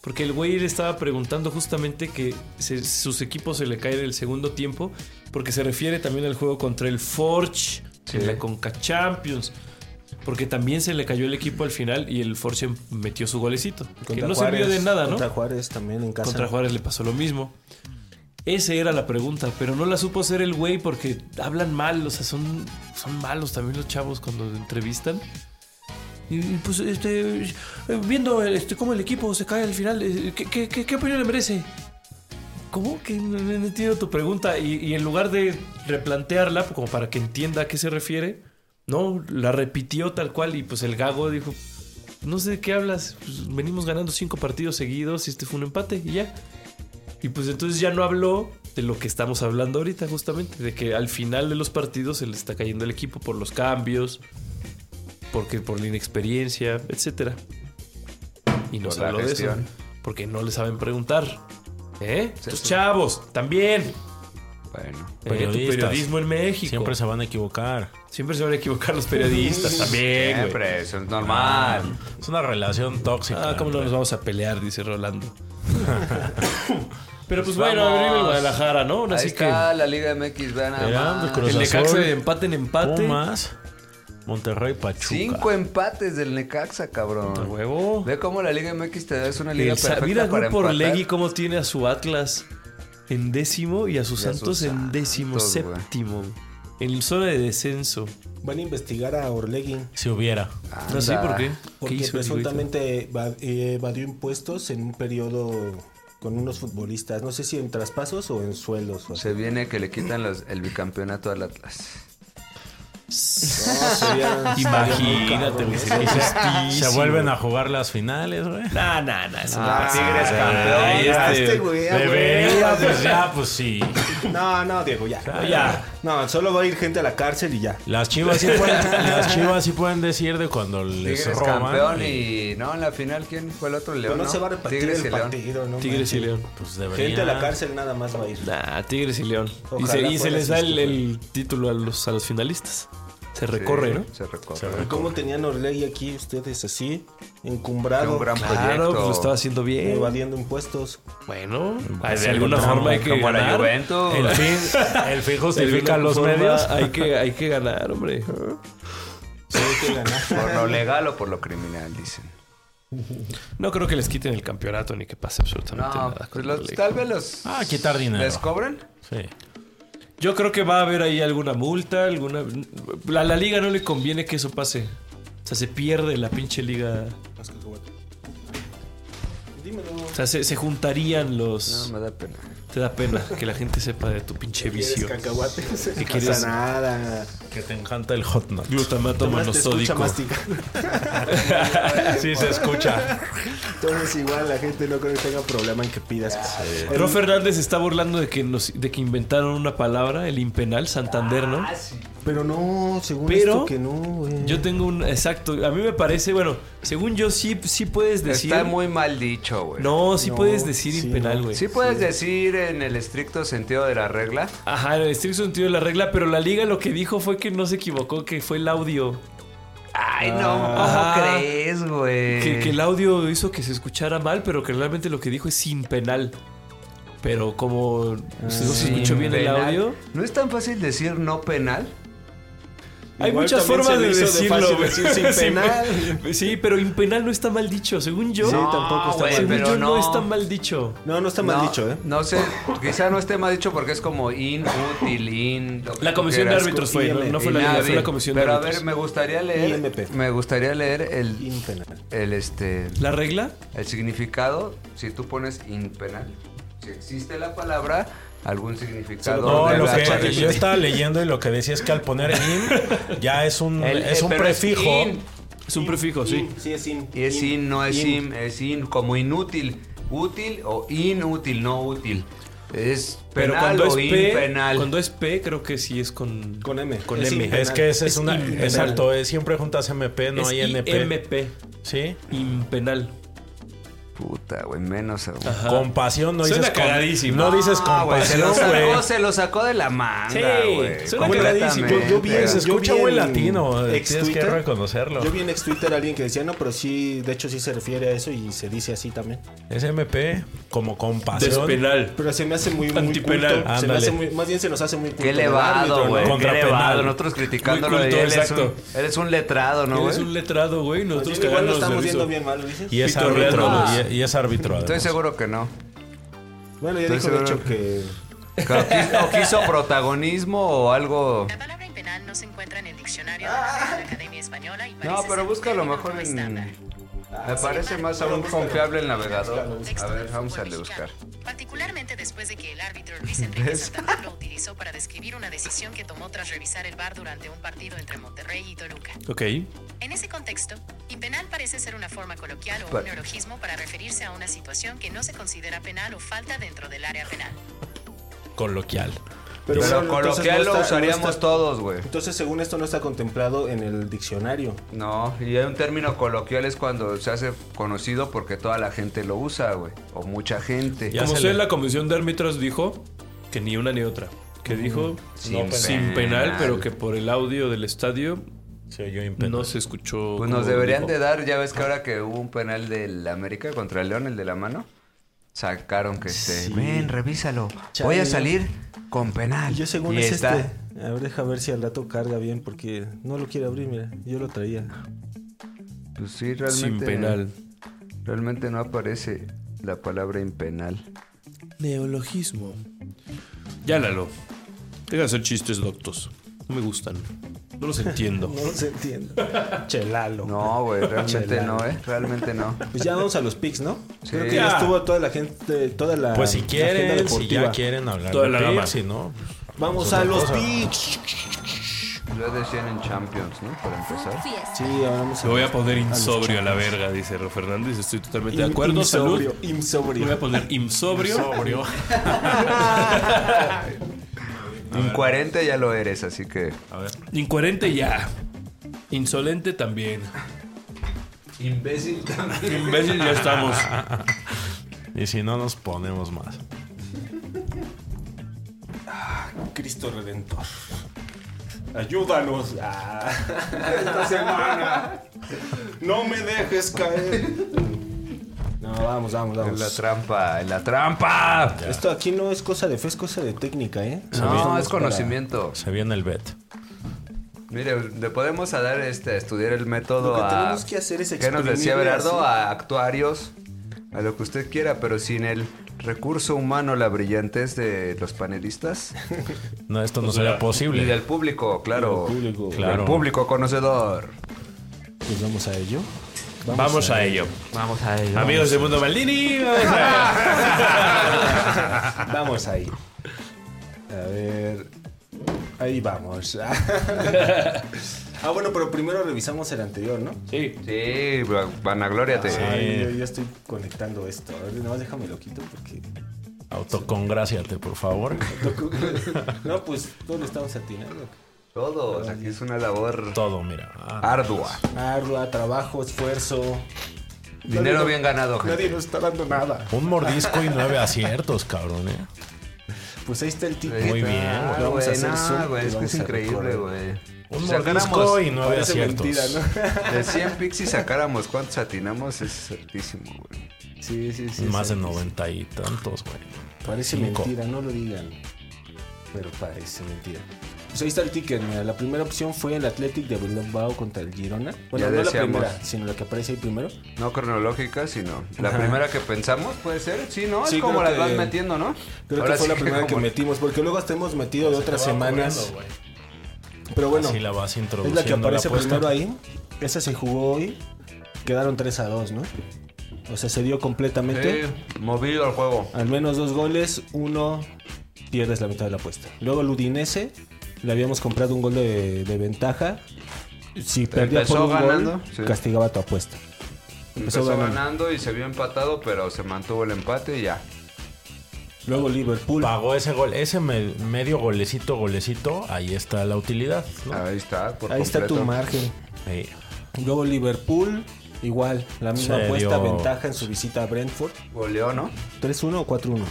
Porque el güey le estaba preguntando justamente que se- sus equipos se le caen el segundo tiempo, porque se refiere también al juego contra el Forge Sí. en la Conca Champions. Porque también se le cayó el equipo al final y el Forge metió su golecito. Que contra no sirvió de Juárez, nada, ¿no? Contra Juárez también en casa. Contra Juárez le pasó lo mismo. Esa era la pregunta, pero no la supo hacer el güey porque hablan mal, o sea, son, son malos también los chavos cuando entrevistan. Y, y, pues, este, eh, viendo este, cómo el equipo se cae al final, eh, ¿qué, qué, qué- qué opinión le merece? ¿Cómo? Que no, no- no entiendo tu pregunta. Y, y en lugar de replantearla, como para que entienda a qué se refiere, no, la repitió tal cual y pues el gago dijo, no sé de qué hablas, pues, venimos ganando cinco partidos seguidos y este fue un empate y ya. Y pues entonces ya no habló de lo que estamos hablando ahorita justamente, de que al final de los partidos se le está cayendo el equipo por los cambios, porque por la inexperiencia, etcétera. Y no Por se la habló de eso, gestión. porque no le saben preguntar. ¿Eh? Sí, Tus sí. chavos, también. Bueno. Periodismo. Periodistas. periodismo en México. Siempre se van a equivocar. Siempre se van a equivocar los periodistas también, güey. Siempre, eso es normal. Es una relación tóxica. Ah, ¿cómo no nos vamos a pelear? Dice Rolando. Pero pues Pues bueno, vamos. abrió el Guadalajara, ¿no? Ahora Ahí sí que está la Liga MX, vean nada Vean, más. de Cruz el Necaxa Azul, de empate en empate. Pumas, Monterrey, Pachuca. Cinco empates del Necaxa, cabrón. A huevo. Ve cómo la Liga MX te da, es una El liga Sa- perfecta Mira para Grupo empatar. Orlegui cómo tiene a su Atlas en décimo y a sus Y a sus Santos en décimo Santos, güey. séptimo. En zona de descenso. Van a investigar a Orlegui. Si hubiera. No sé Anda. por qué. ¿Qué Porque hizo el presuntamente eva- eh, evadió impuestos en un periodo con unos futbolistas. No sé si en traspasos o en sueldos. o así. Se viene que le quitan los- el bicampeonato al Atlas. güeyito? No, sería- Imagínate, güey. sería Se tristísimo. vuelven a jugar las finales, güey. Nah, nah, nah. eso no Ah, pasa. Tigres campeón. Ahí Ah, este- este güey, ah, Debería, pues ya, pues sí. No, no, Diego, ya. ya. No, solo va a ir gente a la cárcel y ya. Las chivas sí pueden, las chivas sí pueden decir de cuando les Tigres roban. campeón y... No, en la final, ¿quién fue el otro? Pero León, no, ¿no? se va a repartir Tigres y el León. partido, ¿no? Tigres y manches. León. Pues debería. Gente a la cárcel nada más va a ir. Nah, Tigres y León. Y Ojalá se, y se fuera les da así, el, el título a los, a los finalistas. Se Sí, recorre, ¿no? Se recorre. ¿Y cómo tenían Orlegui aquí ustedes así? Fue Encumbrado. un gran Claro, proyecto. pues lo estaba haciendo bien. Evadiendo impuestos. Bueno, Pues, de alguna forma hay que Como la ganar. Juventus. El fin, <laughs> el fin De alguna justifica los forma <laughs> medios. Hay que, hay que ganar, hombre. Sí, hay que ganar. Por lo legal o por lo criminal, dicen. No creo que les quiten el campeonato ni que pase absolutamente No, nada. con pues la los- liga. tal vez los... Ah, quitar dinero. ¿Les cobran? Sí. Yo creo que va a haber ahí alguna multa, alguna... A la liga no le conviene que eso pase. O sea, se pierde la pinche liga. Más cacahuate. Dímelo. O sea, se, se juntarían No, los... me da pena. Te da pena que la gente sepa de tu pinche vicio. cacahuates? ¿Qué No quieres? pasa nada. Que te encanta el hot nut. Glutamato Tomás te escucha monosódico. <laughs> masticar. Sí, se escucha. Entonces igual la gente no creo que tenga problema en que pidas. El- Ro Fernández está burlando de que, nos, de que inventaron una palabra, el impenal, Santander, ¿no? Ah, Pero no, según Pero- esto que no, güey. Yo tengo un... Exacto. A mí me parece, bueno, según yo sí, sí puedes decir... Está muy mal dicho, güey. No, sí No, puedes decir sí, impenal, no. güey. Sí puedes decir en el estricto sentido de la regla. Ajá, en el estricto sentido de la regla, pero la liga lo que dijo fue que no se equivocó, que fue el audio. Ay, no, Ah. ¿cómo crees, güey? Eh. Que, que el audio hizo que se escuchara mal, pero que realmente lo que dijo es sin penal. Pero como no se Sin escuchó bien el penal. audio. No es tan fácil decir no penal. Hay Igual muchas también formas se le de hizo de decirlo. fácil güey. <laughs> decir sin Sí, penal. güey. Sí, pero impenal no está mal dicho, según yo. Sí, tampoco está güey, mal. según pero yo no. no. está mal dicho. No, no está mal No, dicho, ¿eh? No sé, quizá no esté mal dicho porque es como inútil, in. lo que La tú comisión de quieras. árbitros fue, no, IM, No fue la liga, Inavi. fue la comisión Pero de a ver, árbitros. me gustaría leer. IMP. Me gustaría leer el, Impenal. el este. ¿La regla? El significado, si tú pones impenal, si existe la palabra, algún significado. No, debe lo que aparecer. yo estaba leyendo y lo que decía es que al poner in ya es Mm, un, El- es eh, un pero es prefijo. in. Es un prefijo, sí. Sí, es in. Y es in, no es in, es in, como inútil, útil o inútil, no útil. Es Pero penal cuando es o P, impenal. cuando es P, creo que sí es con. Con M. Con Es M. impenal. Es que ese es, Es una. in. Exacto, es siempre juntas MP, no es hay NP. IMP, Sí. impenal. Puta, güey, menos aún. Ajá. Compasión, no Suena dices. con- cagadísimo. No dices Ah, güey, compasión, se lo güey. sacó, se lo sacó de la manga, Sí, güey. suena completamente. cagadísimo. Yo vi Se ese- escucha vi buen en latino, ex tienes que Twitter. reconocerlo. Yo vi en ex Twitter a alguien que decía, no, pero sí, de hecho sí se refiere a eso y se dice así también. Es MP como compasión. Despenal. Pero se me hace muy, muy Antipenal. culto. Se me Ándale. hace muy, más bien se nos hace muy culto. Qué elevado, güey. Qué Contra elevado. penal. Nosotros criticándolo. culto, y él, es exacto. un, él es un letrado, ¿no, Él güey? es un letrado, güey. Nosotros Nosotros eh? igual lo cagándonos de risa. estamos viendo bien mal, ¿lo dices? Y es árbitro. Pitorreando Y, y es árbitro. Estoy además. seguro que no. Bueno, ya Estoy dijo de seguro. hecho que... Que O quiso, o quiso protagonismo o algo. La palabra impenal no se encuentra en el diccionario de la Real Academia Española y No, parece pero ser búscalo un mejor término estándar. en. Me parece más aún confiable el navegador. A Texto ver, del vamos a fútbol buscar. mexicano, Particularmente después de que el árbitro Luis Enrique ¿Ves? Santander lo utilizó para describir una decisión que tomó tras revisar el bar durante un partido entre Monterrey y Toluca. Ok. En ese contexto, impenal parece ser una forma coloquial o Pa- un neologismo para referirse a una situación que no se considera penal o falta dentro del área penal. Coloquial. Pero, bueno, entonces coloquial no lo está- no usaríamos está- todos, güey. Entonces, según esto, no está contemplado en el diccionario. No, y hay un término coloquial es cuando se hace conocido porque toda la gente lo usa, güey. O mucha gente. Ya Como se sea, le- la comisión de árbitros dijo que ni una ni otra. que dijo Sin sin penal. penal, pero que por el audio del estadio Se oyó impenal. no se escuchó. Pues como nos deberían dijo. de dar, ya ves que ahora que hubo un penal del América contra el León, el de la mano, sacaron que este, Sí. ven, revísalo, Chale. voy a salir con penal. Ah, Yo según Y es está. este. A ver, deja ver si al rato carga bien porque no lo quiere abrir, mira. Yo lo traía. Pues sí, realmente. Sin penal. Realmente no aparece la palabra impenal. Neologismo. Ya, Lalo. Deja de hacer chistes doctos. No me gustan. <laughs> No los entiendo. No los entiendo. Chelalo. No, <laughs> güey, realmente Chelal. no, ¿eh? Realmente no. Pues ya vamos a los picks, ¿no? Sí. Creo que ya estuvo toda la gente, toda la. Pues si agenda quieren, si deportiva. ya quieren hablar. Toda de la Pips, gama. Si no, pues, Vamos otra a los cosa. picks. Lo decían en Champions, ¿no? Para empezar. Fiesta. Sí, ahora vamos Me voy a poner los insobrio a la Champions. verga, dice Ro Fernández. Estoy totalmente de Im- acuerdo. Insobrio. Salud. Me Insobrio. voy a <laughs> poner insobrio. sobrio. <laughs> En 40 ya lo eres, así que. A ver. Incoherente ya. Insolente también. Imbécil también. Imbécil ya estamos. Y si no, nos ponemos más. Cristo Redentor. Ayúdanos ah, <laughs> esta semana. No me dejes caer. No, vamos, vamos, En la vamos. trampa, en la trampa. Esto aquí no es cosa de fe, es cosa de técnica, ¿eh? No, es conocimiento. Se viene el bet. Mire, le podemos a dar este, a estudiar el método Lo que a. tenemos que hacer es ¿Qué nos decía exprimirle Berardo? así. A actuarios, a lo que usted quiera, pero sin el recurso humano, la brillantez de los panelistas No, esto no sea, sería y del posible. público, claro. Del público. Claro. Del público conocedor. Pues vamos a <laughs> ello. Vamos, a, ello. Vamos a ello. Amigos de Mundo Maldini. vamos <laughs> a- Vamos ahí. A ver. <laughs> Ahí vamos. ah, bueno, pero primero revisamos el anterior, ¿no? sí. Sí, va- vanaglóriate. Ay, yo, yo estoy conectando esto. A ver, nada más déjame lo quito porque. Autocongráciate, por favor. No, pues todos lo estamos atinando. Todos, aquí es una labor Todo, mira. Ah, ardua. Ardua, trabajo, esfuerzo. Dinero no- bien ganado, gente. Nadie nos está dando nada. un mordisco y nueve aciertos, cabrón, ¿eh? Pues ahí está el tipo. Muy bien, Ah, Lo vamos güey, a hacer no, zoom y güey, es que vamos es a increíble, recorrer. güey. Un Si mordisco sacáramos y nueve Parece aciertos. mentira, ¿no? de 100 pics y sacáramos cuántos atinamos, es altísimo, güey. Sí, sí, sí. Más de sí. 90 y tantos, güey. Parece Cinco. mentira, no lo digan. Pero parece mentira. Pues ahí está el ticket, mira. La primera opción fue el Athletic de Bilbao contra el Girona. Bueno, Ya no decíamos. la primera, sino la que aparece ahí primero. No cronológica, sino la Ajá. primera que pensamos, puede ser. Sí, ¿no? Sí, es como creo las vas que- metiendo, ¿no? Creo Ahora que fue sí la <laughs> primera que como- metimos, porque luego hasta hemos metido de otras Se va semanas. cobrando, güey. Pero bueno, Así la vas es introduciendo. la que aparece apuesta. primero ahí. Esa se jugó hoy. Quedaron 3 a 2, ¿no? O sea, se dio completamente. Sí, movido el juego. Al menos dos goles, uno pierdes la mitad de la apuesta. Luego el Udinese, le habíamos comprado un gol de, de ventaja. Si perdía por Empezó un ganando, gol, sí. castigaba tu apuesta. Empezó, Empezó ganando. ganando. y se vio empatado, pero se mantuvo el empate y ya. Luego Liverpool. Pagó ese gol, ese me- medio golecito, golecito, ahí está la utilidad. ¿no? Ah. Ahí está, por Ahí está tu completo. margen. Sí. Luego Liverpool, igual, la misma Se apuesta, dio- ventaja en su visita a Brentford. Goleó, ¿no? 3-1 o 4-1.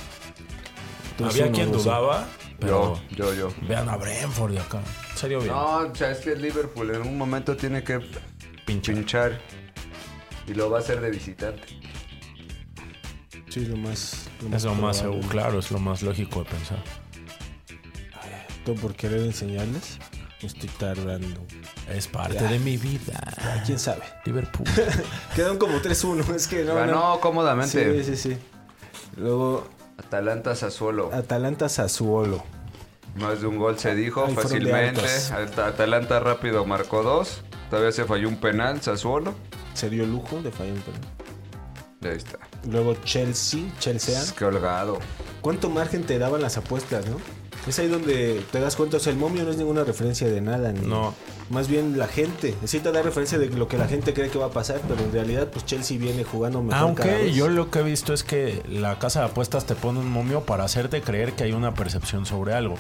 Había 3-1, quien algo así. dudaba, pero Yo, yo, yo. vean a Brentford de acá. Serio bien. No, o sea, es que el Liverpool en un momento tiene que Pinche. pinchar. Y lo va a hacer de visitante. Sí, lo más. Es lo más probable. seguro, claro, es lo más lógico de pensar. Todo por querer enseñarles. Me estoy tardando. Es parte de mi vida. ¿Quién sabe? Liverpool. Quedaron como 3-1. Es que no. Ganó no. cómodamente. Sí, sí, sí. Luego Atalanta Sassuolo. Ah. Atalanta Sassuolo. Más de un gol se dijo Ahí fueron de fácilmente. altas. At- Atalanta rápido marcó dos. Todavía se falló un penal, Sassuolo. Se dio lujo de fallar un penal. Y Ahí está. Luego Chelsea, Chelsea. Es que holgado. ¿Cuánto margen te daban las apuestas, no? Es ahí donde te das cuenta, o sea, el momio no es ninguna referencia de nada. ni- No. Más bien la gente. Sí te da referencia de lo que la gente cree que va a pasar, pero en realidad, pues Chelsea viene jugando mejor cada Aunque vez. yo lo que he visto es que la casa de apuestas te pone un momio para hacerte creer que hay una percepción sobre algo.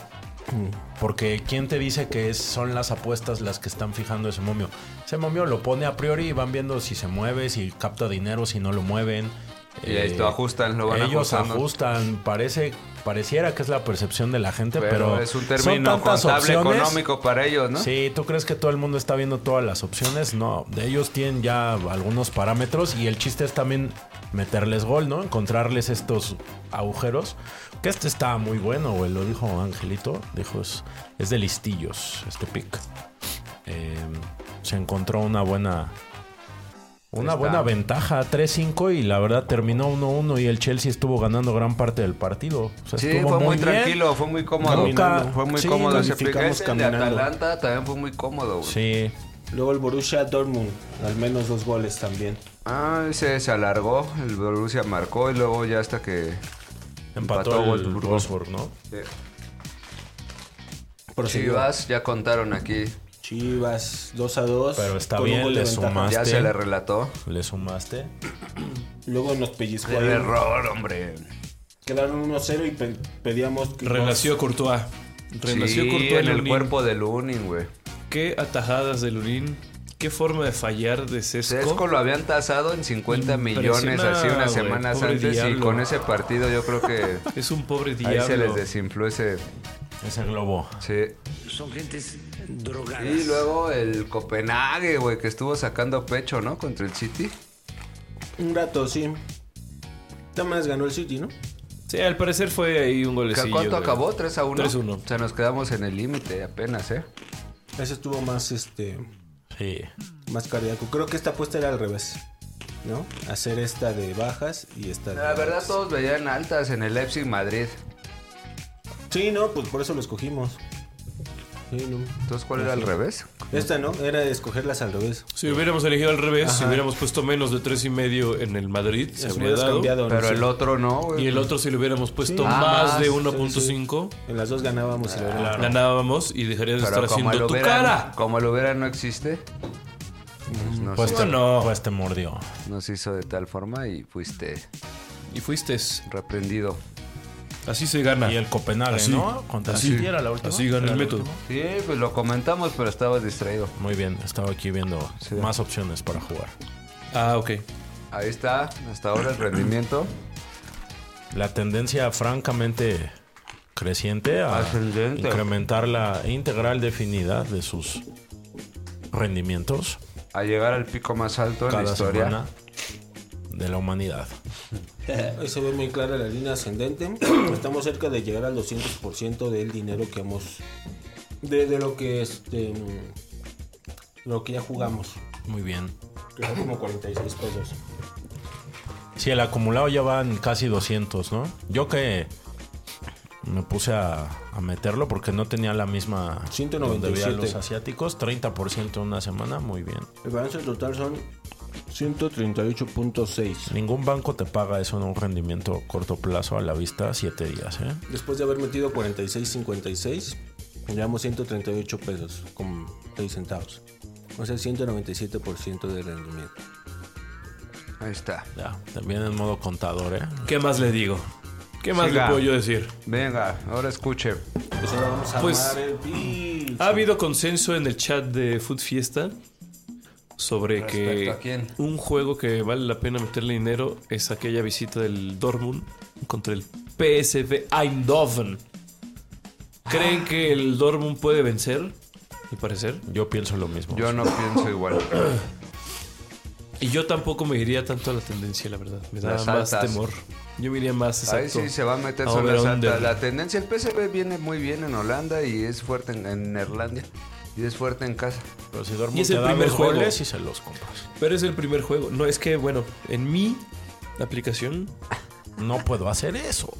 Porque ¿quién te dice que es- son las apuestas las que están fijando ese momio? Ese momio lo pone a priori y van viendo si se mueve, si capta dinero, si no lo mueven, Y ahí esto ajustan, lo van Eh, Ellos ajustando. ajustan, parece, pareciera que es la percepción de la gente, Pero, pero, es un son término tantas contable opciones. económico para ellos, ¿no? Sí, ¿tú crees que todo el mundo está viendo todas las opciones? No, ellos tienen ya algunos parámetros y el chiste es también meterles gol, ¿no? Encontrarles estos agujeros. Que este está muy bueno, güey, lo dijo Angelito. Dijo, es, es de listillos este pick. Eh, se encontró una buena... Una Está. buena ventaja, 3-5 y la verdad terminó 1-1 y el Chelsea estuvo ganando gran parte del partido. O sea, Sí, estuvo fue muy, bien. tranquilo, fue muy cómodo. Nunca- Fue muy sí, cómodo ese calificamos pick. Ese de caminando. Atalanta también fue muy cómodo, güey. Sí, Luego el Borussia Dortmund, al menos dos goles también. Ah, ese se alargó, el Borussia marcó y luego ya hasta que... empató, Empató el Wolfsburgo. Wolfsburg, ¿no? Prosiguió. Chivas, ya contaron aquí, Chivas 2 a 2. Pero está con un bien, gol de le ventaja. suma. ya Maste. se le relató. Le sumaste. Luego nos pellizcó El ahí. error, hombre. Quedaron 1 a 0 y pe- pedíamos que Renació Courtois. Renació sí, Courtois en el Lunin. cuerpo de Lunin, güey. Qué atajadas de Lurín. Qué forma de fallar de Sesco. Sesco lo habían tasado en 50 millones Impresiona, así unas güey, semanas pobre antes y diablo. con ese partido yo creo que Es un pobre ahí diablo. se les desinfló ese... Ese globo. Sí. Son gentes drogadas. Y luego el Copenhague, güey, que estuvo sacando pecho, ¿no? Contra el City. un rato, sí. Nada más ganó el City, ¿no? Sí, al parecer fue ahí un ¿Cu- golecillo. ¿Cuánto güey. acabó? ¿3 a 1? 3 a 1. O sea, nos quedamos en el límite apenas, ¿eh? Ese estuvo más este Sí. más cardíaco. Creo que esta apuesta era al revés. ¿No? Hacer esta de bajas y esta de La verdad altas. todos veían altas en el Leipzig Madrid. Sí, no, pues por eso lo escogimos. Sí, no. Entonces, ¿cuál era al revés? Esta no, era de escogerlas al revés. Si hubiéramos elegido al revés, si Ajá. hubiéramos puesto menos de tres y medio en el Madrid, se Las habría hubieras dado. cambiado, no Pero sé. el otro no, güey. Y el otro, si lo hubiéramos puesto Ah, más más, de sí, 1.5, En las dos ganábamos y la verdad. ganábamos y dejarías de estar Pero como el haciendo tu hubiera, cara. como el hubiera no existe, pues nos, Pues te, no. pues te mordió. nos hizo de tal forma y fuiste Y fuiste. reprendido. Así se gana. Y el Copenhague, Así. ¿no? Contra Así. City era la última. Así gana Era el la método. última. Sí, pues lo comentamos, pero estabas distraído. Muy bien, estaba aquí viendo Sí. más opciones para jugar. Ah, ok. Ahí está, hasta ahora el rendimiento. La tendencia francamente creciente a Ascendente. incrementar la integral definida de sus rendimientos A llegar al pico más alto en la cada historia. semana de la humanidad. Ah. Ahí se ve muy clara la <clears throat> línea ascendente. Estamos cerca de llegar al 200% del dinero que hemos. De, de lo que este. mm, Lo que ya jugamos. Muy bien. Que son como 46 pesos. Sí, el acumulado ya van casi 200, ¿no? Yo que me puse a, a meterlo porque no tenía la misma... 197. donde veía los asiáticos, 30% en una semana, muy bien. El balance total son 138.6. Ningún banco te paga eso en un rendimiento a corto plazo a la vista, 7 días, ¿eh? Después de haber metido 46.56, llevamos 138 pesos con 6 centavos. O sea, 197% de rendimiento. Ahí está. Ya, también en modo contador, ¿eh? ¿Qué más le digo? ¿Qué más Siga. le puedo yo decir? Venga, ahora escuche. Pues ahora vamos a Pues, armar el pitch. Ha habido consenso en el chat de Food Fiesta sobre que ¿Respecto a quién? un juego que vale la pena meterle dinero es aquella visita del Dortmund contra el PSV Eindhoven. ¿Creen que el Dortmund puede vencer? Al parecer. Yo pienso lo mismo. Yo no pienso igual. Y yo tampoco me iría tanto a la tendencia, la verdad. Me da Las más altas. temor. Yo me iría más exacto. Ahí sí se va a meter A son las over-under. altas. La tendencia, el PSV viene muy bien en Holanda y es fuerte en, en Irlanda y es fuerte en casa. Pero si Dortmund Y es te el da primer dos juego. goles y se los compras. Pero es el primer juego. No, es que, bueno, en mi aplicación No puedo hacer eso.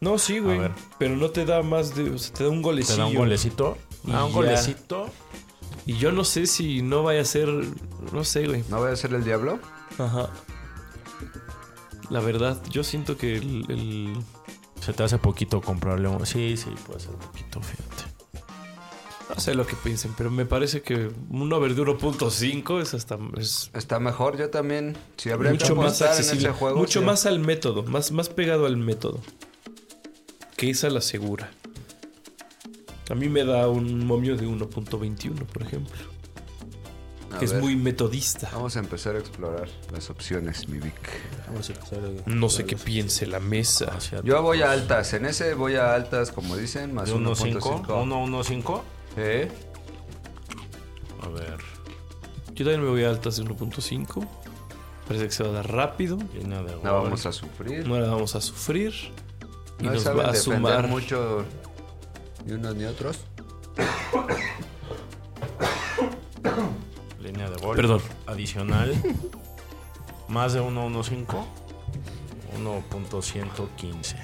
No, sí, güey. A ver. Pero no te da más de. O sea, te da un Te golecillo. da un golecito. Y Ah, un ya. golecito. Y yo no sé si no vaya a ser. No sé, güey. ¿No voy a ser el diablo? Ajá. La verdad, yo siento que el. el- Se te hace poquito comprarle un... Sí, sí, puede ser poquito, fíjate. No sé lo que piensen, pero me parece que un over de 1.5 es hasta. es Está mejor, yo también. Si habría que mucho más apostar en accesible. ese juego. mucho sí. más al método. Más, más pegado al método. Que es a la segura. A mí me da un momio de 1.21, por ejemplo. A que es ver. muy metodista. Vamos a empezar a explorar las opciones, mi Vic. Vamos a empezar. a- No sé qué piense la mesa. Yo voy pues. a altas. En ese voy a altas, como dicen, más De 1.5. 1.5. 1.15. ¿Eh? A ver. Yo también me voy a altas de 1.5. Parece que se va a dar rápido. Llena de No gol. vamos a sufrir. No la vamos a sufrir. Y no nos saben va a defender sumar. mucho ni unos ni otros. Línea de gol. Perdón. Adicional. más de 1.15. 1.115.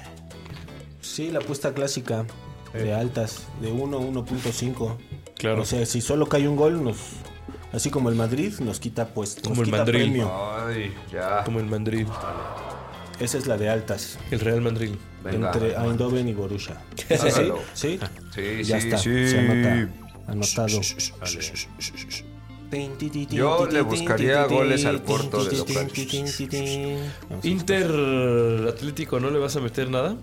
Sí, la apuesta clásica de altas, de 1 1.5. Claro. O sea, si solo cae un gol, nos, así como el Madrid, nos quita pues Como nos el quita Madrid. Ah. premio. Ay, ya. Como el Madrid. Esa es la de altas. El Real Madrid. Venga. Entre Eindhoven y Borussia. ¿Sí? Hágalo. ¿Sí? Sí, Ya sí, está. sí. Se anota. Anotado. Yo le buscaría goles al Porto de local. Inter Atlético, ¿no le vas a meter nada?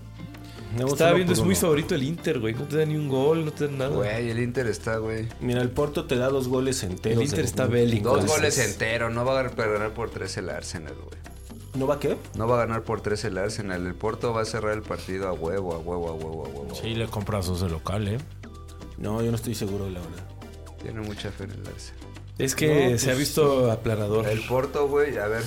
No, Estaba solo viendo, por es muy uno. favorito el Inter, güey. No te da ni un gol, no te da nada. Güey, el Inter está, güey. Mira, el Porto te da dos goles enteros. El Inter de- está bélico. Dos Entonces- goles enteros. No va a ganar por tres el Arsenal, güey. ¿No va qué? No va a ganar por tres el Arsenal. El Porto va a cerrar el partido a huevo, a huevo, a huevo, a huevo. Sí, le compras dos de local, ¿eh? No, yo no estoy seguro de la verdad. Tiene mucha fe en el Arsenal. Es que No, pues, se ha visto aplanador. El Porto, güey, a ver.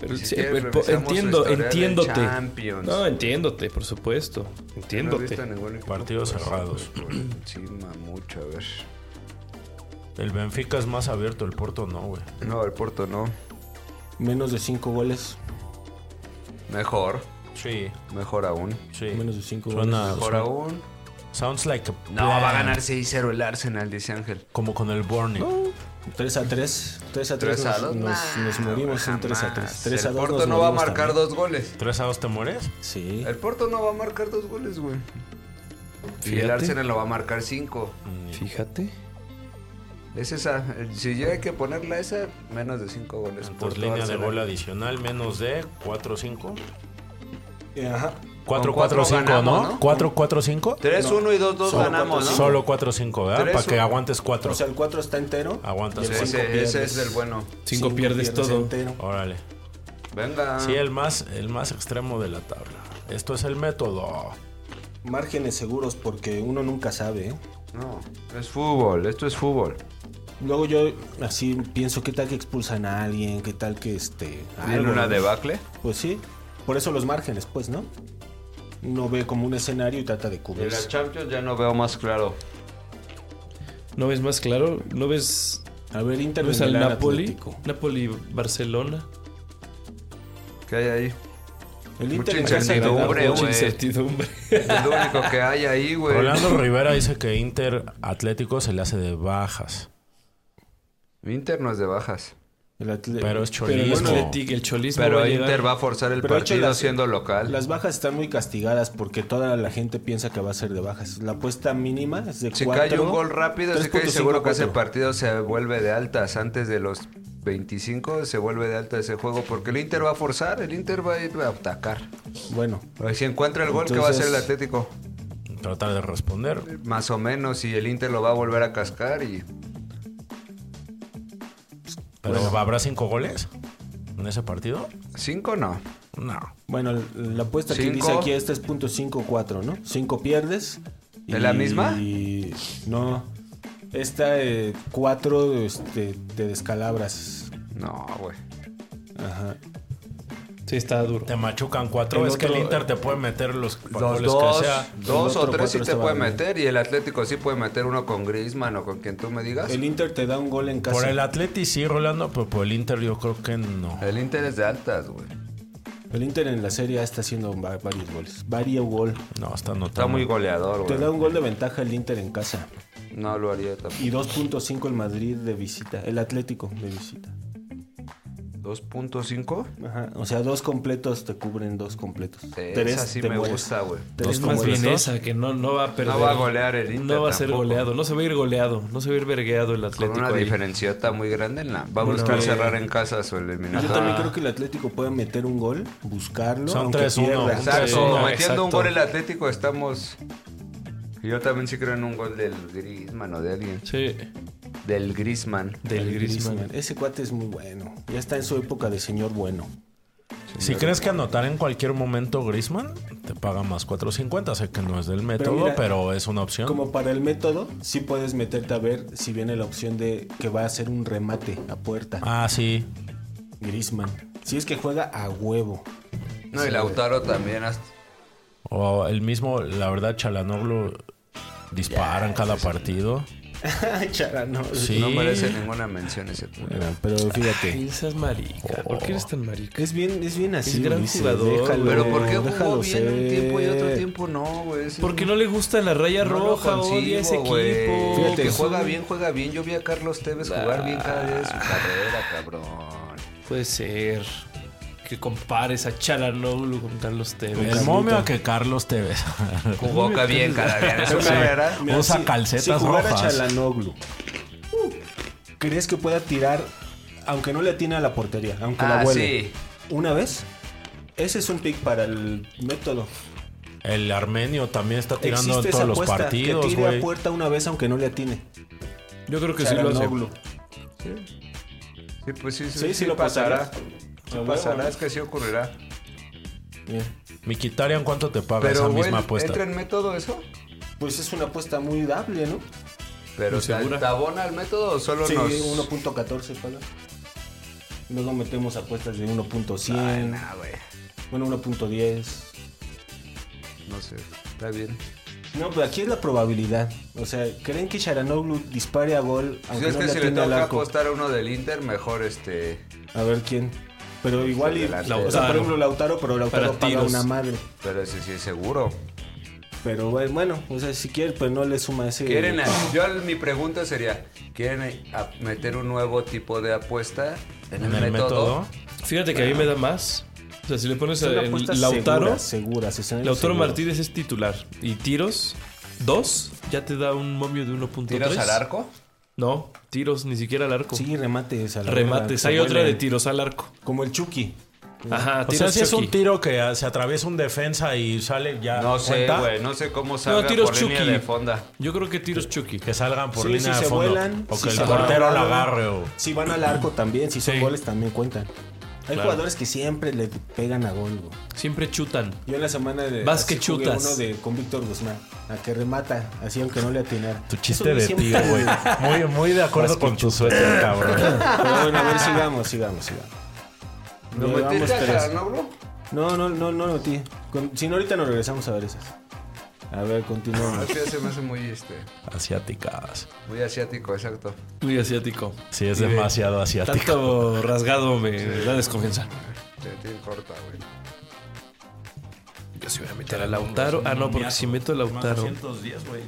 Pero Ni sí, siquiera pero revisamos su entiendo, historial en entiéndote. Champions. No, entiéndote, por supuesto. No he visto Entiéndote. ningún equipo Partidos por- cerrados. por Encima mucho, a ver. El Benfica es más abierto, el Porto no, güey. No, el Porto no. Menos de cinco goles. Mejor. Sí, Mejor aún. sí. Menos de cinco Suena. Mejor suena- aún. Sounds like a No, va a plan. ganar 6-0 el Arsenal, dice Ángel. Como con el Burnley. 3 a 3. 3 a 3. Tres a nos, dos, nos- nah, nos movimos en jamás. 3 a 3. 3 a El 2. Porto no va a marcar dos goles. ¿Tres a dos te mueres? Sí. El Porto no va a marcar dos goles, güey. Y el Fíjate. Arsenal lo va a marcar cinco. Fíjate. Es esa. eh, Si yo hay que ponerla esa, menos de cinco goles. Entonces, Porto, línea de Arsenal. gol adicional, menos de 4-5. Ajá. 4-4-5, ganamos, ¿no? ¿no? 4-4-5. 3-1 y 2-2 Solo ganamos, ¿no? Solo 4-5, ¿verdad? Tres, Para que uno. aguantes 4. O sea, el 4 está entero. Aguanta, Y el Sí, cinco cinco ese, ese pierdes. es el bueno. Cinco Cinco pierdes todo. entero. Órale. Venga. Sí, el más, el más extremo de la tabla. Esto es el método. Márgenes seguros porque uno nunca sabe. ¿eh? No, es fútbol. Esto es fútbol. Luego yo así pienso, ¿qué tal que expulsan a alguien? ¿Qué tal que este... ¿Viene algo, una ¿no? debacle? Pues sí. Por eso los márgenes, pues, ¿no? Uno ve como un escenario y trata De de la cubrirse. Champions ya no veo más claro. ¿No ves más claro? ¿No ves, A ver, Inter no ves al Milán, Napoli? Atlético. Napoli-Barcelona. ¿Qué hay ahí? El Mucha Inter regresa a incertidumbre, ganar, Hombre, ¿no? Mucha güey. <laughs> incertidumbre. Es lo único que hay ahí, güey. <laughs> Rolando Rivera dice que Inter Atlético se le hace de bajas. Inter no es de bajas. El Atle- Pero es Pero el cholismo. Atlético, el cholismo Pero va a llegar. Inter va a forzar el Pero de hecho, partido las- siendo local. Las bajas están muy castigadas porque toda la gente piensa que va a ser de bajas. La apuesta mínima es de Si cuatro, cae un gol rápido, estoy casi 3.54. seguro que ese partido se vuelve de altas. Antes de los 25 se vuelve de alta ese juego porque el Inter va a forzar, el Inter va a ir a atacar. Pues Bueno, Si encuentra el gol, ¿qué va a hacer el Atlético? Tratar de responder. Más o menos, y el Inter lo va a volver a cascar y Pero ¿habrá cinco goles en ese partido? cinco no. No. bueno, la apuesta que Cinco. dice aquí esta es .54, ¿no? 5 pierdes. ¿Es la misma? Y no. Esta 4 este, te descalabras. No, güey. Ajá. Sí, está duro. Te machucan cuatro. El es que otro- el Inter te puede meter los Dos, goles dos, que sea. dos El o otro tres sí cuatro te estaba puede bien. meter y el Atlético sí puede meter uno con Griezmann o con quien tú me digas. El El, Inter te da un gol en casa. Por el Atleti sí, Rolando, pero por el Inter yo creo que no. Inter es de altas, güey. El Inter en la Serie A está haciendo va- varios goles. Vario gol. No, está anotando. Está muy goleador, Te da güey. un gol de ventaja el Inter en casa. No lo haría tampoco. Y 2.5 el Madrid de visita. El Atlético de visita. 2.5. Ajá. O sea, dos completos te cubren dos completos. Esa sí te me mueres. gusta, güey. Tres es más como bien estos. esa, que no, no va a perder. va a golear el Inter No va a ser tampoco. goleado. No se va a ir goleado. No se va a ir vergueado el Con Atlético. una ahí. diferenciota muy grande en la. Va a Bueno, buscar eh, cerrar en casa su Yo eliminatoria. también creo que el Atlético puede meter un gol, buscarlo. Son aunque 3-1, pierda. un Exacto, Sí, no, metiendo un exacto. gol el Atlético estamos. Yo también sí creo en un gol del Griezmann o de alguien. Sí. Del Grisman. Del Griezmann. Griezmann. Ese cuate es muy bueno. Ya está en su época de señor bueno. Si crees que anotar en cualquier momento Grisman, te paga más 4.50. Sé que no es del método, pero, mira, es una opción. Como para el método, sí puedes meterte a ver si viene la opción de que va a hacer un remate a puerta. Ah, sí. Grisman. Si es que juega a huevo. No, y Lautaro también. hasta- O el mismo, la verdad, Chalanoglu disparan cada partido. Chara, no. Sí. No merece ninguna mención ese culo. Mira, Pero fíjate. Ay, seas marica. ¿Por qué eres tan marica? Es bien, es bien así. Es gran jugador, Pero ¿por qué jugó déjalo bien un ser. tiempo y otro tiempo no, güey? Ese- Porque no le gusta la raya No lo roja, concibo, odia ese güey. equipo. Fíjate, que Pues, juega bien, juega bien. Yo vi a Carlos Tevez jugar bien cada día de su carrera, cabrón. Puede ser que compares a Chalanoglu con Carlos Tevez. El momio a que Carlos te ves. Jugó que bien cada día de <laughs> su carrera. Mira, Usa si- calcetas si jugara rojas. Chalanoglu, uh, ¿crees que pueda tirar, aunque no le atine a la portería, aunque la Ah, vuele? sí. ¿Una vez? Ese es un pick para el método. <laughs> El armenio también está tirando en Existe esa todos los apuesta que partidos, tire a güey. puerta una vez aunque no le atine. Yo creo que sí lo hace. Chalanoglu. Sí, pues sí, sí, Sí, sí lo pasará. pasaría. Sí pasará, es que sí ocurrirá. Bien. Miquitarian, ¿cuánto te paga esa Pero, güey, misma apuesta? ¿entra en método eso? Pues es una apuesta muy dable, ¿no? Pero, Muy ¿te segura. te abona el método o solo Sí, nos...? 1.14 paga. Luego metemos apuestas de Ay, 1.100, nah, Ah, güey. bueno 1.10. No sé, está bien. No, pero aquí es la probabilidad. O sea, ¿creen que Charanoglu dispare a gol Pues aunque es no que le si le atienda al toca arco? apostar a uno del Inter, mejor este... A ver quién. Pero igual y, Delantero. o sea, por Lautaro. ejemplo Lautaro, pero Lautaro Para paga tiros. una madre. Pero ese sí es seguro. Pero bueno, o sea, si quiere, pues no le suma ese. Quieren, <laughs> a- yo mi pregunta sería, ¿quieren a- meter un nuevo tipo de apuesta en el, método? Fíjate que a mí me da más. O sea, si le pones a Son el apuestas Lautaro, seguras, seguras, escenarios Lautaro seguros. Martínez es titular. Y tiros, dos, ya te da un momio de 1.3. ¿Tiros al arco? No, tiros, ni siquiera al arco. Sí, remates. A la Remates. verga, Hay se otra de vuelan. tiros al arco. Como el Chucky. Ajá, O tiros sea, si es Chucky. un tiro que ah, se atraviesa un defensa y sale ya. No sé, Ah, cuenta, güey, no sé cómo No, salga tiros por línea Chucky. de fonda. Yo creo que tiros Chucky. Que salgan por Sí, línea si de se fondo. vuelan, o que si el se portero van. la agarre. O... Si van al arco también, si son Sí. goles también cuentan. Hay jugadores que siempre le pegan a gol, güey. Siempre chutan. Yo en la semana de Vas así que jugué chutas. uno de con Víctor Guzmán, a que remata, así aunque no le atinara. Tu Eso chiste no de siempre- tío, güey. Muy, muy de acuerdo con tu suéter, cabrón. <laughs> Pero bueno, a ver, sigamos, sigamos, sigamos. ¿Lo Llevamos metiste a tres. Charanoglu? No, no, no, no lo metí. Con- si no, ahorita nos regresamos a ver esas. A ver, No, continuamos. es que se me hace muy, este, Asiáticas. muy asiático, exacto. Muy asiático. Sí, es Y de- demasiado asiático. Tanto rasgado me da desconfianza. Te, te importa, güey. Yo sí voy a meter a Lautaro. Ah, no, porque si meto a Lautaro. 210, güey.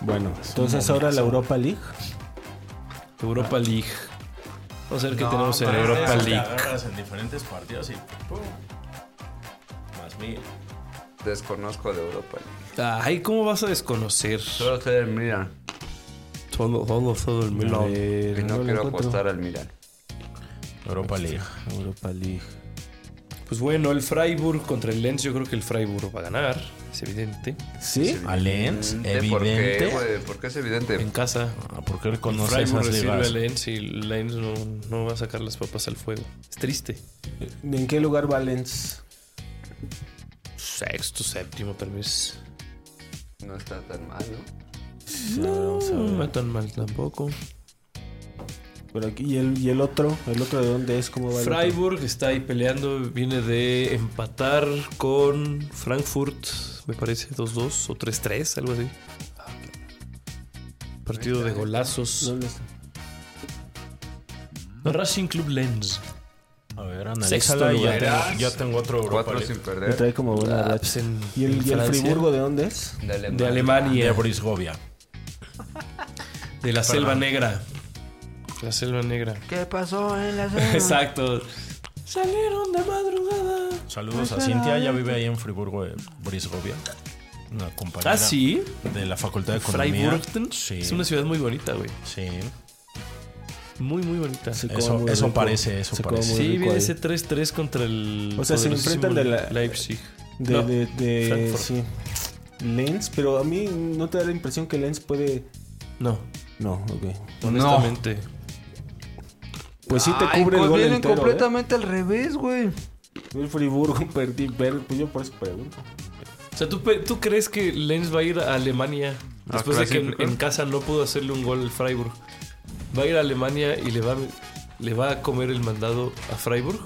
Bueno, entonces ahora la Europa League. Europa League. Vamos a ver qué Ah. No, tenemos en hombre, Europa eso League. en diferentes partidos y. Más mil. Desconozco de Europa. Ay, ¿cómo vas a desconocer? Solo sé del Milan. Todo, todo, todo el A Milan. ver, Y no Eh, lo quiero encuentro. apostar al Milan. Europa League. Europa League. Pues bueno, el Freiburg contra el Lens. Yo creo que el Freiburg va a ganar. Es evidente. ¿Sí? A Lens, ¿Por qué, evidente. güey? ¿Por qué es En evidente? casa. Ah, ¿Por qué El reconoce Freiburg esas recibe ligas? al Lens y el Lens no, no va a sacar las papas al fuego. Es triste. ¿En qué lugar va Lens? Sexto, séptimo, tal vez. No está tan mal, ¿no? No, no va tan mal tampoco. Pero aquí, ¿y, el, ¿Y el otro? ¿El otro de dónde es? ¿Cómo va el otro? Freiburg está ahí peleando, viene de empatar con Frankfurt, me parece 2-2 o 3-3, algo así. Partido de golazos. ¿Dónde está? Racing Club Lens. A ver, Sexto analízala y lugar. ya tengo, ya tengo otro Europa Cuatro League. sin Me perder. trae como buena Ah, racha. pues en- ¿Y en el, y el Francia. Friburgo de dónde es? De Alemania. De Y de Alemania, Brisgovia. de la Selva Negra. La Selva Negra. ¿Qué pasó en la <laughs> Exacto. Salieron de madrugada. Saludos a Cintia, ya vive ahí en Friburgo de Brisgovia. Una compañera Ah, sí. de la Facultad de Economía. Freiburg Sí, es una ciudad muy bonita, güey. sí. Muy, muy bonita. Se come Eso, muy eso rico. parece, eso Se come parece. muy Sí, rico viene ahí. ese 3-3 contra el. O sea, se poderosísimo enfrentan de la- Leipzig. De, No, de, de- Frankfurt. sí. Lens, pero a mí no te da la impresión que Lens puede. No, No, ok. honestamente. Pues sí te Ay, cubre el pues gol vienen entero. ¿eh? completamente al revés, güey. El Friburgo <laughs> perdí, per- pues yo por eso pregunto. O sea, ¿tú, pe- ¿tú crees que Lenz va a ir a Alemania ¿A después de que en, clasificar? en casa no pudo hacerle un gol al Freiburg? ¿Va a ir a Alemania y le va, a- le va a comer el mandado a Freiburg?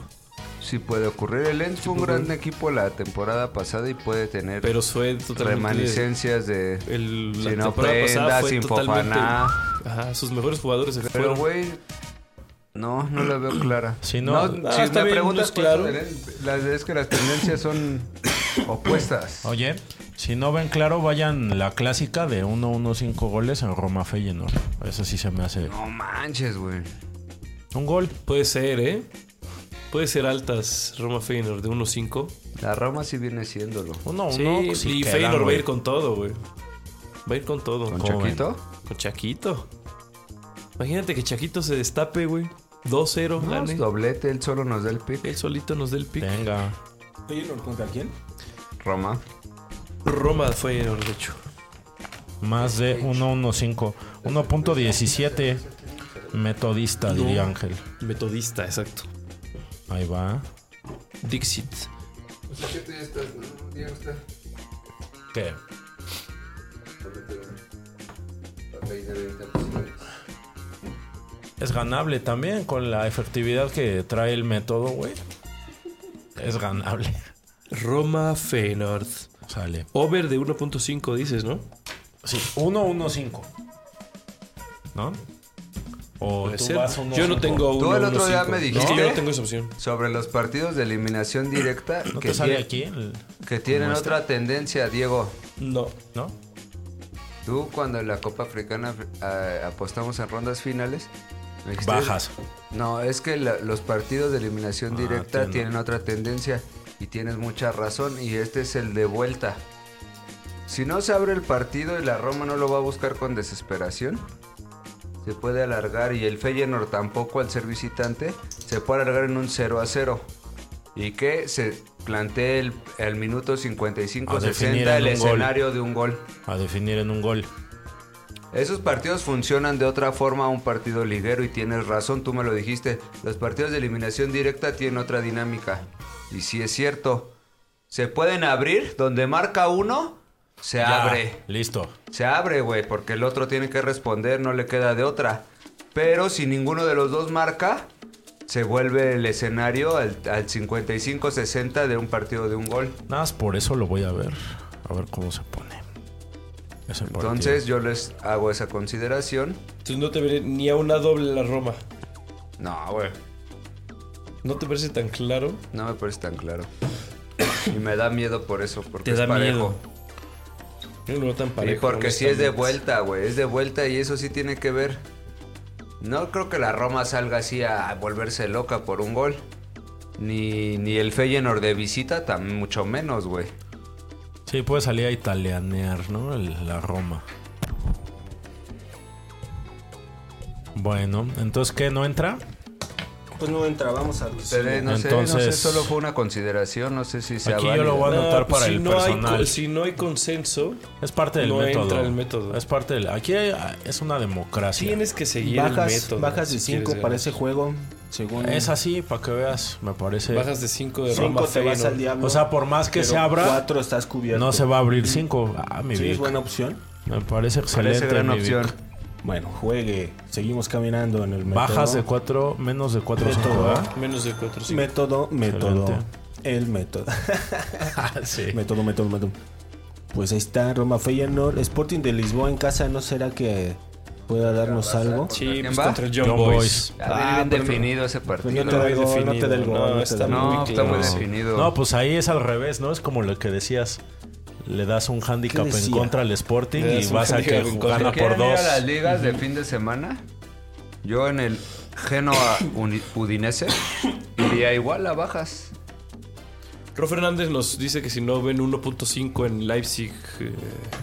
Sí puede ocurrir. El Lens fue un gran equipo la temporada pasada y puede tener pues, Pero fue totalmente... reminiscencias de... El, la Sin temporada pasada ofendas, fue sin totalmente... Fofaná. Ajá, sus mejores jugadores se Pero, fueron. güey... No, no la veo clara. Si no- Ah, si está me bien, no preguntas es claro. cuál es el- las es que las tendencias son opuestas. Oye, si no ven claro, vayan la clásica de 1-1-5 goles en Roma Feyenoord. Eso sí se me hace No manches, güey. un gol. Puede ser, ¿eh? Puede ser altas Roma Feyenoord de 1-5. La Roma sí viene siéndolo. 1-1. sí, y Feyenoord va a ir con todo, güey. Va a ir con todo. Con joven. Chaquito. Con Chaquito. Imagínate que Chaquito se destape, güey. 2-0, No, gane. doblete, él solo nos da el pick. Él solito nos da el pick. Venga. ¿Feyenoord contra quién? Roma. Roma fue el hecho. Más de 1-1-5. 1.17. Metodista, diría Ángel. Metodista, exacto. Ahí va. Dixit. ¿Qué? Es ganable también con la efectividad que trae el método, güey. Es ganable. Roma Feyenoord. Sale. Over de 1.5 dices, ¿no? Sí, 1-1-5. ¿No? O Puede tú ser. vas 1-5. Yo no tengo 1.5. Tú el otro día me Es que yo dijiste- no tengo esa opción. Sobre los partidos de eliminación directa ¿No que, te sale tie- aquí? el- que tienen Muestra. otra tendencia, Diego. No. ¿No? Tú cuando en la Copa Africana eh, apostamos en rondas finales. me Este- dijiste- Bajas. No, es que la- los partidos de eliminación Ah, directa entiendo. tienen otra tendencia y tienes mucha razón y este es el de vuelta. Si no se abre el partido y la Roma no lo va a buscar con desesperación, se puede alargar y el Feyenoord tampoco al ser visitante, se puede alargar en un 0 a 0. Y que se plantee el, el minuto A definir 55-60 en el un gol. escenario de un gol. A definir en un gol. Esos partidos funcionan de otra forma a un partido liguero y tienes razón, tú me lo dijiste. Los partidos de eliminación directa tienen otra dinámica. Y sí es cierto. Se pueden abrir, donde marca uno, se Ya, abre. Listo. Se abre, güey, porque el otro tiene que responder, no le queda de otra. Pero si ninguno de los dos marca, se vuelve el escenario al, al 55-60 de un partido de un gol. Nada más por eso lo voy a ver. A ver cómo se pone. Ese partido. Entonces yo les hago esa consideración. Entonces no te veré ni a una doble la Roma. No, güey. ¿No te parece tan claro? No me parece tan claro. <coughs> Y me da miedo por eso, porque Te es da parejo. miedo. No tan Y parejo. porque si es de honestamente. vuelta, güey. Es de vuelta y eso sí tiene que ver. No creo que la Roma salga así a volverse loca por un gol. Ni, ni el Feyenoord de visita, tan mucho menos, güey. Sí, puede salir a italianear, ¿no? El- la Roma. Bueno, entonces, ¿qué? ¿No entra? Pues no entra, vamos a los. Ustedes, eh, no, sé, no sé, entonces- solo fue una consideración, no sé si sea Aquí yo lo válida. voy a anotar pues para si el no Hay, personal. co- si no hay consenso, Es parte del No método. entra el método. Es parte del. Aquí hay- es una democracia. tienes que seguir el Bajas, método. bajas de si quieres 5 para ganar. ese juego. Según. Es así, para que veas, me parece. Bajas de 5 de 5 Roma te vas Feyenoord. al diablo. O sea, por más que se abra, 4 estás cubierto. no se va a abrir 5. Ah, mi Sí, Vic. es buena opción. Me parece excelente. Parece gran mi Vic. opción. Bueno, juegue. Seguimos caminando en el método. Bajas de 4, menos de 4, Método. 5, Menos de 4 5. Método, método. Excelente. El método. <laughs> sí. método, método, método. Pues ahí está Roma Feyenoord. Sporting de Lisboa en casa, ¿no será que pueda darnos algo? Sí, ¿Quién pues va? Ah, contra el Young, Young Boys. Boys. Ah, Ya viene bien pues, definido ese partido. Pues no te da el muy gol, no te da el definido. gol, No, no te está da el muy gol. No, está muy claro. definido. No, pues ahí es al revés, ¿no? Es como lo que decías. Le das un handicap en decía? contra al Sporting Le y das un vas a que handicap en contra. gana Si quieren por ir dos. a las ligas de fin de semana, yo en el Genoa Uni- Udinese iría igual a bajas. Ro Fernández nos dice que si no ven 1.5 en Leipzig, eh,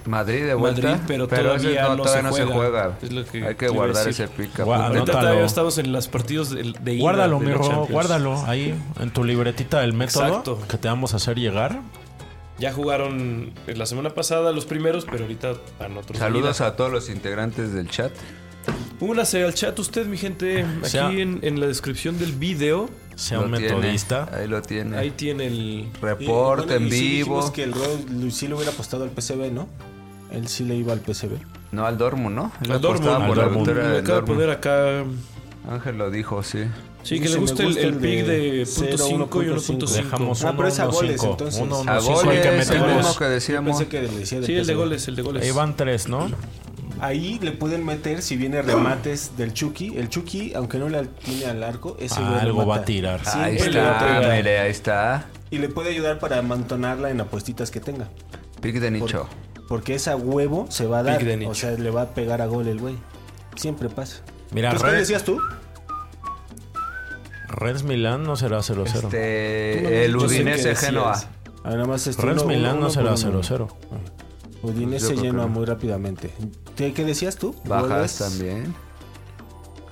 Madrid de vuelta, Madrid, pero ese todavía no se todavía juega. juega. Es lo que te Hay que iba a guardar decir. ese pica. Guau, puta. ahorita Anótalo. todavía estamos en los partidos de, de ida Guárdalo, de mi la Ro, Champions. guárdalo ahí en tu libretita del método Exacto. que te vamos a hacer llegar. Ya jugaron la semana pasada los primeros, pero ahorita van otros. Saludos Hubo a todos los integrantes del chat. Únase al chat usted, mi gente. Aquí Sea- en, en la descripción del video. Sea Lo un tiene, metodista. ahí lo tiene. Ahí tiene el. Reporte en vivo. Es que el Rod sí le hubiera apostado al PCB, ¿no? Él sí le iba al PCB. No, al Dortmund, ¿no? Él Al Dortmund. apostaba Al por la Dortmund. Lo victoria del acaba de Dortmund. poner acá. Ángel lo dijo, sí. Sí, que Dice, le me gusta el, el pick de cero, .5 y 1.5. 1.5. Dejamos Ah, uno, pero es a uno, goles, cinco. entonces. Uno, uno, A cinco, el goles, que el metemos. mismo que decíamos. Yo pensé que le decía Sí, el de PCB. goles, el de goles. Ahí van tres, ¿no? Ahí le pueden meter si Ah. viene remates del Chucky. El Chucky, aunque no le tiene al arco, ese Ah, güey algo remata. va a tirar. Ahí Siempre le va a está, pegar. mire, ahí está. Y le puede ayudar para amontonarla en apuestitas que tenga. Pick de Por- nicho. porque esa huevo se va a dar. Pick de nicho. O sea, le va a pegar a gol el güey. Siempre pasa. Mira, Pues, ¿Qué Red- decías tú? Reds Milán no será 0-0. Este, el Yo sé que Udinese decías. Genoa. Ah, nada más este, Reds uno- Milán uno no será por uno. 0-0. Yo ¿eh? Udinese creo que llena no. muy rápidamente. ¿Qué, qué decías tú? Bajas Goles, también.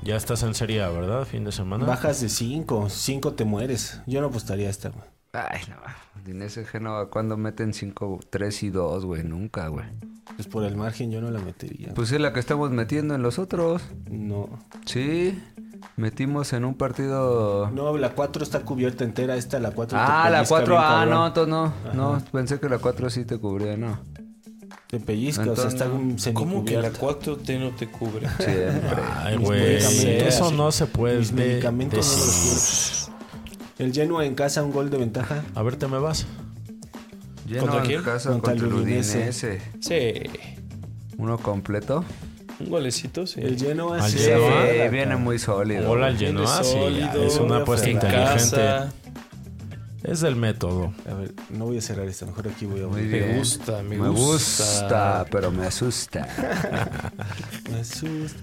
Ya estás en Serie A, ¿verdad? Fin de semana. Bajas de 5. 5 te mueres. Yo no apostaría a esta. güey. Ay, no. Udinese Genoa, ¿cuándo meten 5, 3 y 2, güey? Nunca, güey. Pues por el margen yo no la metería. Pues es la que estamos metiendo en los otros. No. Sí. Metimos en un partido. No, la 4 está cubierta entera. Esta, la 4. Ah, la 4. Ah, no, entonces no. No, pensé que la 4 sí te cubría, no. Te pellizca, o Entonces, sea, está un ¿Cómo que la semicubierta. 4 te no te cubre? Siempre. Ay, Mis güey. medicamentos. Eso no se puede Pues Mis medicamentos no decir. los quiero. El Genoa en casa, un gol de ventaja. A ver, te me vas. Lleno ¿Contra en quién? casa Contra contra, el el Udinese. Udinese. Sí. Uno completo. Un golecito, sí. El Genoa Al sí. Sí, Genoa. Ahora, ah, viene cabrón. muy sólido. Hola al güey. Viene Genoa, ah, sí. sólido, Es una voy a apuesta En fregar. inteligente. casa. Es del método. A ver, no voy a cerrar esto, mejor aquí voy a Muy abrir. bien. gusta, me gusta. gusta. pero me asusta. Me asusta.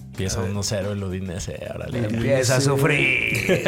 Empieza 1-0 el Udinese. eh, Órale. <laughs> Empieza a sufrir.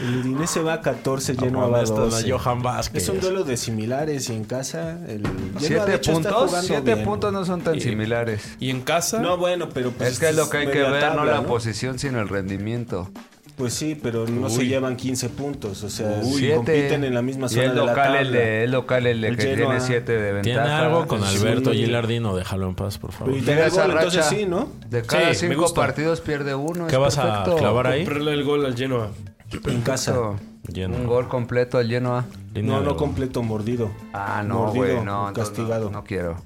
El Udinese va a 14, Genoa va a Vámonos, dona 12. Johan Vázquez. Es un duelo de similares y en casa el Genoa, de Siete hecho, está puntos. jugando Siete bien. puntos no son tan Y- similares. ¿Y en casa? No, bueno, pero pues es que es lo que hay que media ver, no tabla, la posición, sino el rendimiento. Pues sí, pero no se Uy. llevan 15 puntos, o sea, Uy, si siete. compiten en la misma Y zona el de la local, tabla. el, de, el local, el de El que Genoa. tiene 7 de ventaja. Tiene algo con Alberto Sí. Gilardino. Déjalo en paz, por favor. Uy, Tiene Tiene esa gol, entonces racha. sí, ¿no? De cada Sí, me 5 gusta. partidos pierde uno. ¿Qué es vas a perfecto. clavar ahí? Comprarle el gol al Genoa. este En casa. Perfecto. Lleno. Un gol completo al Genoa. Línea No, de no gol. completo, mordido. Ah, no, Mordido, güey, no, entonces no, castigado. No, quiero.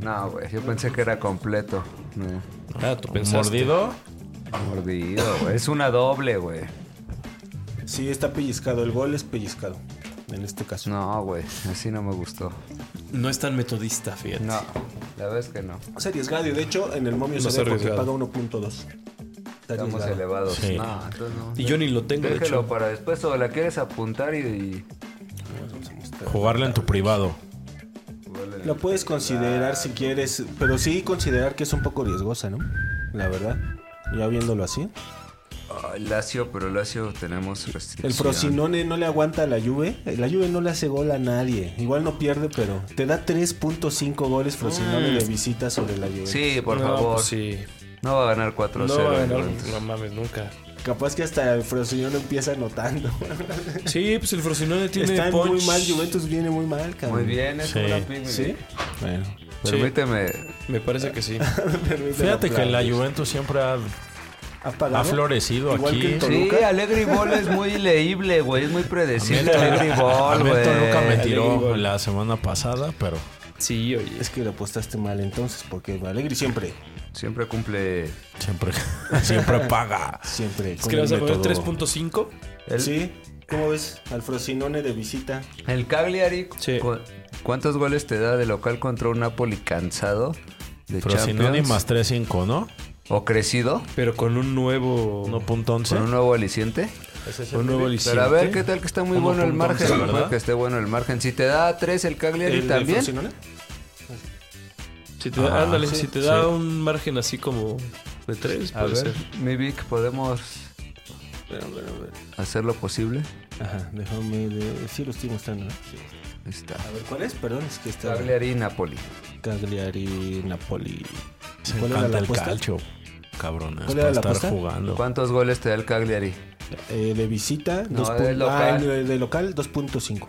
No, güey, yo pensé que era completo. No, Ah, tú pensaste. Mordido. mordido, güey. Es una doble, güey. Sí, está pellizcado, el gol es pellizcado en este caso. No, güey, así no me gustó. No es tan metodista, fíjate. No, la verdad es que no. Es arriesgado y de hecho en el momio No se es ve porque paga arriesgado. 1.2. Está Estamos arriesgado. elevados. Sí. No, entonces no. Y yo ni lo tengo, de Déjelo hecho. para después o la quieres apuntar y... Jugarle en tu privado. y- huele. Lo puedes considerar si quieres, pero sí considerar que es un poco riesgosa, ¿no? La verdad. Ya viéndolo así. Ay, ah, Lazio, pero Lazio tenemos restricción. El Frosinone no le aguanta a la Juve. La Juve no le hace gol a nadie. Igual no pierde, pero te da 3.5 goles Frosinone de visita sobre la Juve. Mm. Sí, por No, favor. pues sí. No va a ganar 4-0. No, va a ganar, Juventus. no mames, nunca. Capaz que hasta el Frosinone empieza anotando. <laughs> Sí, pues el Frosinone tiene Está punch. muy mal, Juventus viene muy mal, cabrón. Muy <laughs> bien, es Sí. una pick, Sí, Bueno. Sí. Permíteme. me parece que sí. Fíjate que la Juventus siempre ha, ha florecido Igual que aquí. el Sí. Sí, ¿Toluca? Alegri Ball es muy leíble, güey. Es muy predecible Alegri A Ball, mí el güey. Toluca me Alegre tiró gol. la semana pasada, pero Sí, oye. Es que le apostaste mal entonces, porque Alegri siempre, Siempre cumple. siempre, <laughs> siempre paga. siempre. Es que le vas a poner 3.5. El, Sí, ¿cómo ves? Al Frosinone de visita. el Cagliari. Sí. cu- ¿Cuántos goles te da de local contra un Napoli cansado de Frosinone Champions? más 3.5, ¿no? ¿O crecido? Pero con un nuevo. ¿Con 1.11. un nuevo aliciente? un nuevo aliciente. Pero a ver, ¿qué tal que está muy Uno bueno el punto once, margen? ¿verdad? Puede que esté bueno el margen. Si te da 3 el Cagliari del también. Frosinone? Si te da, Ah, ándale, sí, si te da sí. un margen así como de 3, A puede ver, ser. mi Vic, ¿podemos Espera, espera, espera. hacer lo posible? Ajá, déjame de... Sí, lo estoy mostrando, ¿no? Ahí está. A ver, ¿cuál es? Perdón, es que está... Cagliari Napoli. Cagliari, Napoli... Se ¿Cuál era la encanta el apuesta? calcio, cabrones, ¿Cuál para era la estar apuesta? jugando. ¿Cuántos goles te da el Cagliari? Eh, de visita, No, dos de pun- local. ah, de- de local 2.5.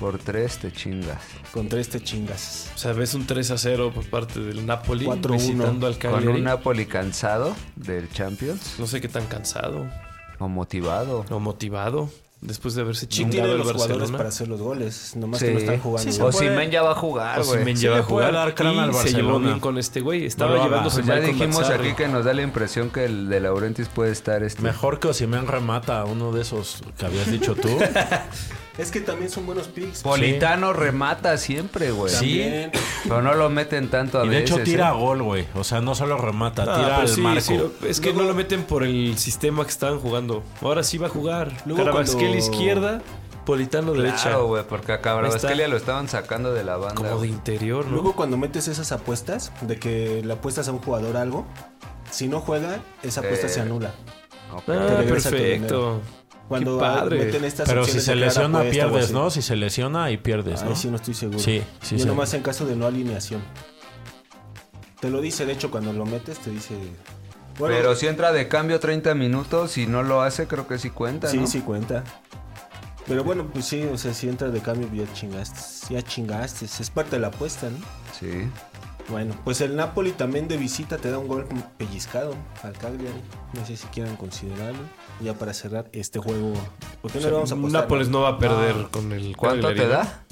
Por tres te chingas. Con tres te este chingas. O sea, ves un 3 a 0 por parte del Napoli 4-1. visitando al Con Cagliari. un Napoli cansado del Champions No sé qué tan cansado o motivado. o motivado después de haberse No tiene chingado el los jugadores Barcelona. para hacer los goles, nomás que no están jugando. Sí, o se puede. Simen ya va a jugar, O güey. Osimhen Sí lleva le a puede jugar dar crán y al se llevó Barcelona. bien con este güey. Estaba No lo haga. llevándose Pues ya mal con dijimos Bazzarri. aquí que nos da la impresión que el de Laurentiis puede estar este. Mejor que Osimhen remata a uno de esos que habías dicho tú. Es que también son buenos picks. Politano remata siempre, güey. También. Pero no lo meten tanto a y de veces. hecho tira ¿eh? a gol, güey. O sea, no solo remata, Ah, tira pero al sí, marco. sí, es que no lo meten por el sistema que estaban jugando. Ahora sí va a jugar. Luego Carabasquel cuando- izquierda, Politano derecha. Claro, güey, porque a Cabrabasquelia está. lo estaban sacando de la banda. Como de güey. interior, ¿no? Luego cuando metes esas apuestas, de que le apuestas a un jugador algo, si no juega, esa apuesta Eh. se anula. Ok. Te ah, regresa tu perfecto. dinero. Cuando Qué ah, padre. meten estas Pero si opciones se de crear lesiona, apuesta o pierdes, así. ¿no? Si se lesiona y pierdes, Ay, ¿no? sí, no estoy seguro. Sí, sí, Yo sí. nomás en caso de no alineación. Te lo dice, de hecho, cuando lo metes, te dice... Bueno, Pero si entra de cambio 30 minutos y no lo hace, creo que sí cuenta, Sí, ¿no? sí cuenta. Pero bueno, pues sí, o sea, si entras de cambio ya chingaste, ya chingaste, es parte de la apuesta, ¿no? Sí. Bueno, pues el Napoli también de visita te da un gol pellizcado al Cagliari, no sé si quieran considerarlo, ya para cerrar este juego, ¿por qué O sea, no le vamos a apostar? Nápoles no va a perder No. con el ¿Cuánto Cagliari, te ¿no? da?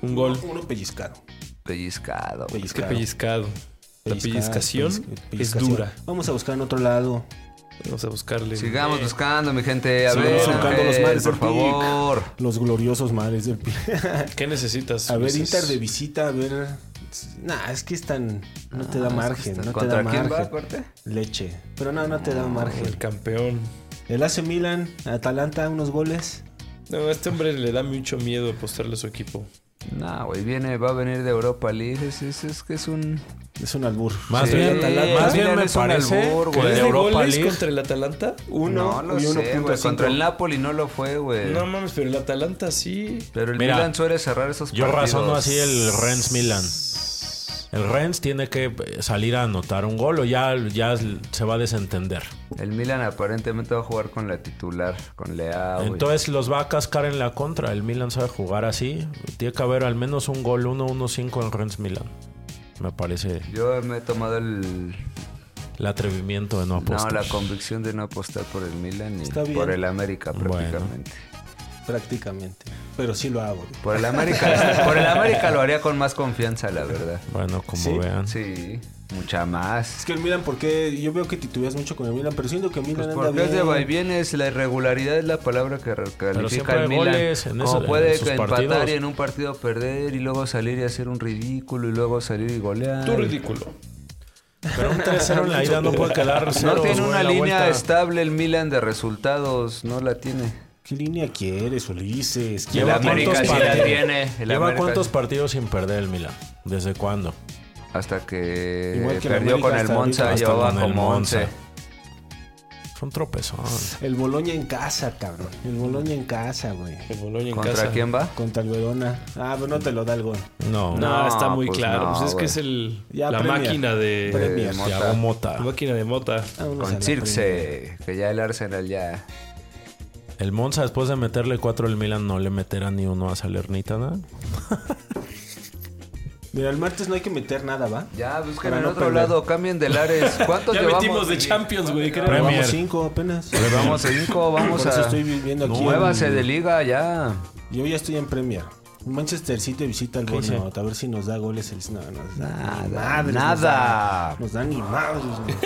Un gol. Uno, uno pellizcado. Pellizcado. güey. Es que pellizcado. pellizcado. La Pellizcado, pellizcación pellizca- es pellizcación. dura. Vamos a buscar en otro lado. Vamos a buscarle. Sigamos buscando, mi gente. A Sigamos ver, buscando los Ángel, mares por del pic. favor. Los gloriosos mares <laughs> del pie. ¿Qué necesitas? A ver, Ulises? Inter de visita, a ver... Nah, es que están... No te da Ah, margen, no te ¿Contra da quién va, Ah, margen. corte? Leche. Pero no, no te da El margen. campeón. El AC Milan, Atalanta, unos goles. No, a este hombre le da mucho miedo apostarle a su equipo. No, güey, viene, va a venir de Europa League. Es, es- es que es un. Es un albur. Más Sí, bien, Atalanta. más bien Milan me es un parece albur, que güey. el ¿Es ¿Es de de Europa goles League... contra el Atalanta? no lo y sé, 1.5. güey. Contra el Napoli no lo fue, güey. No mames, pero el Atalanta sí. Pero el Mira, Milan suele cerrar esos Yo partidos. razono así el Rennes Milan. El Rennes tiene que salir a anotar un gol o ya, ya se va a desentender. El Milan aparentemente va a jugar con la titular, con Leao. Entonces los va a cascar en la contra. El Milan sabe jugar así. Tiene que haber al menos un gol 1-1-5 en Rennes Milan. Me parece Yo me he tomado el. el atrevimiento de no apostar. No, la convicción de no apostar por el Milan y Está bien. por el América Bueno. prácticamente. Prácticamente. Pero sí lo hago. Por el América, <laughs> por el América lo haría con más confianza, la verdad. Bueno, como Sí, vean. Sí, mucha Es más. que el Milan, porque yo veo que titubeas mucho con el Milan, pero siento que el Milan Pues anda porque bien. es de vaivienes, la irregularidad es la palabra que re- siempre califica hay al Milan. goles en Como eso- en puede esos empatar partidos. y en un partido perder y luego salir y hacer un ridículo y luego salir y golear. Tú ridículo. Pero un 3-0 en la ida no puede quedar No ceros, tiene güey, una la línea vuelta. estable el Milan de resultados, no la tiene. ¿Qué línea quieres, Ulises? ¿Qué ¿Lleva El América cuántos sí la partidos? tiene, el ¿Lleva América- cuántos partidos sin perder el Milan? ¿Desde cuándo? Hasta que, Igual que el perdió América con el hasta Monza, ahorita. llevaba Hasta con el como Monza. 11. Fue un tropezón. El Boloña en casa, cabrón. El Boloña en casa, güey. El Boloña en ¿Contra casa. quién va? Contra el Verona. Ah, pero no te lo da el gol. No, No, No, está muy pues claro. no, pues es güey. que es el, Ya la Premier. máquina de. Premier. Eh, Thiago Mota. Mota. La máquina de mota. Vámonos Ah, a Con la Circe, que ya el Arsenal ya. El Monza, después de meterle 4 al Milan, no le meterá ni uno a Salernitana. primera. Mira, el martes no hay que meter nada, ¿va? Ya, busquen Para en no otro perder. lado, cambien de Lares. ¿Cuántos Ya llevamos? metimos de Champions, güey. creo. Premier. Vamos cinco apenas. Vamos a cinco, vamos Por eso a. estoy viviendo aquí. Muévase en- de liga ya. Yo ya estoy en Premier. Manchester City visita al dice? Bournemouth. A ver si nos da goles el... No, no, nos da ni Nada, madres, nada. Nos da, nos da ni madres, güey.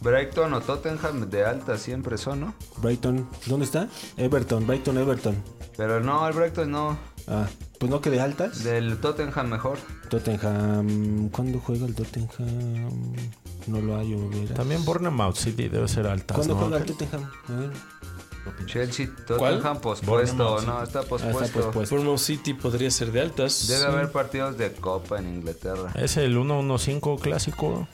Brighton o Tottenham de alta siempre son, ¿no? Brighton. ¿Dónde está? Everton, Brighton, Everton. Pero no, el Brighton no. Ah, pues no que de altas. Del Tottenham mejor. Tottenham. ¿Cuándo juega el Tottenham? No lo hallo, mira. También Bournemouth City debe ser alta. ¿Cuándo juega el Tottenham? A ver. Chelsea, Tottenham pospuesto. No, está Ah, pospuesto. está pospuesto. Bournemouth City podría ser de altas. Debe haber partidos de Copa en Inglaterra. Es el 1-1-5 clásico.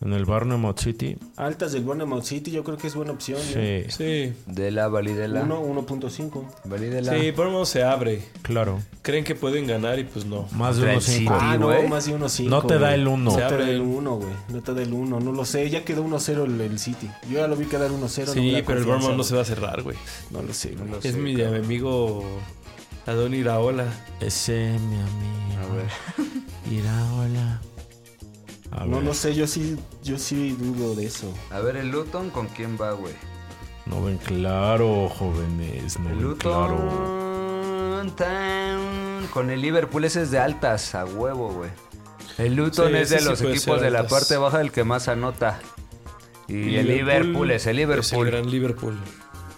En el Barnumot City. Altas del Bournemouth City, yo creo que es buena opción. ¿eh? Sí, Sí. De la validela. Uno, 1.5. Validela. Sí, Bournemouth se abre. claro. Creen que pueden ganar y pues no. Más de unos Transit. cinco. Ah, Ah, no, güey. más de 1.5. No te da el uno uno. No Se te da abre. el 1, güey. No te da el 1. No lo sé. Ya quedó 1-0 el, el City. Yo ya lo vi quedar 1-0. no me Sí, da pero el confianza. Bournemouth no se va a cerrar, güey. No lo sé, güey. Es mi amigo Adón Iraola. Ese, mi amigo. A ver. Irá, hola. A No ver, lo sé. Yo sí, yo sí dudo de eso. A ver, el Luton, ¿con quién va, güey? no ven claro, jóvenes. No El ven Luton. claro. tan, con el Liverpool, ese es de altas, a huevo, güey. El Luton Sí, es de ese sí los puede equipos ser de la altas. parte baja el que más anota. Y, el Liverpool es Es el el Liverpool. gran Liverpool.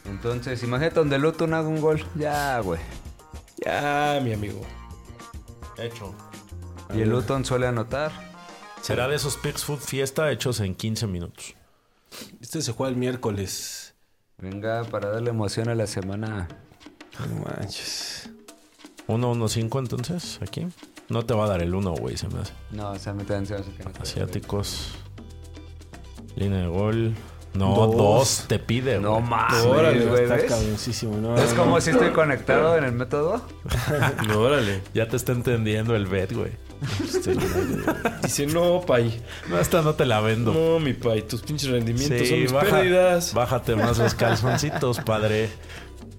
Entonces, imagínate donde el Luton haga un gol. Ya, güey. Ya, mi amigo. Hecho. Y el Luton suele anotar. Será de esos Picks Food Fiesta hechos en 15 minutos. Este se juega el miércoles. Venga, para darle emoción a la semana. No manches. 1-1-5 entonces, aquí. No te va a dar el 1, güey, se me hace. No, o sea, me también se me hace que no te- Asiáticos. Línea de gol. No, Dos. dos, te pide, güey. No mames, Órale, güey, Está ¿ves? cabroncísimo. No, Es no, como no. si estoy conectado en el método. <laughs> No, órale. Ya te está entendiendo el bet, güey. Este, Dice, no, pay. No, esta no te la vendo. No, mi pay. Tus pinches rendimientos Sí, son mis baja- pérdidas. Bájate más los calzoncitos, padre.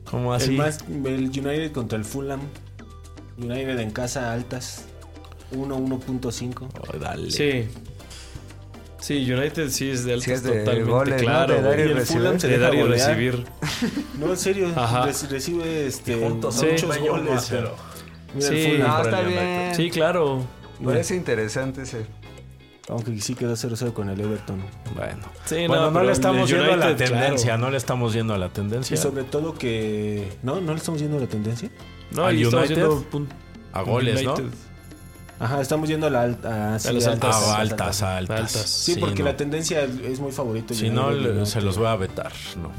¿Cómo El, así? más- el United contra el Fulham. United en casa altas. 1, 1.5. Ay, dale. Sí. Sí, United sí es de altas Sí, es de totalmente goles, ¿no? claro. De dar y güey. recibir. Fulham se de deja dar y golear. recibir. No, en serio. Ajá. re- recibe este, Juntos son muchos bello goles. guacero. Mira Sí. el Fulham. No, por está el bien. Sí, claro. Parece interesante ese. Aunque sí quedó 0-0 con el Everton. Bueno. Sí, Bueno, no, pero le estamos el yendo a la United, claro. tendencia, no le estamos yendo a la Y tendencia. sobre todo que... ¿No? ¿No le estamos yendo a la tendencia? No, Al y estamos United. yendo pun- A goles, ¿no? United. Ajá, estamos yendo a la alta. sí, A las altas. Ah, altas, altas. Altas. Sí, porque no. la tendencia es muy favorito. Si United, no, le- United. se los voy a vetar. No.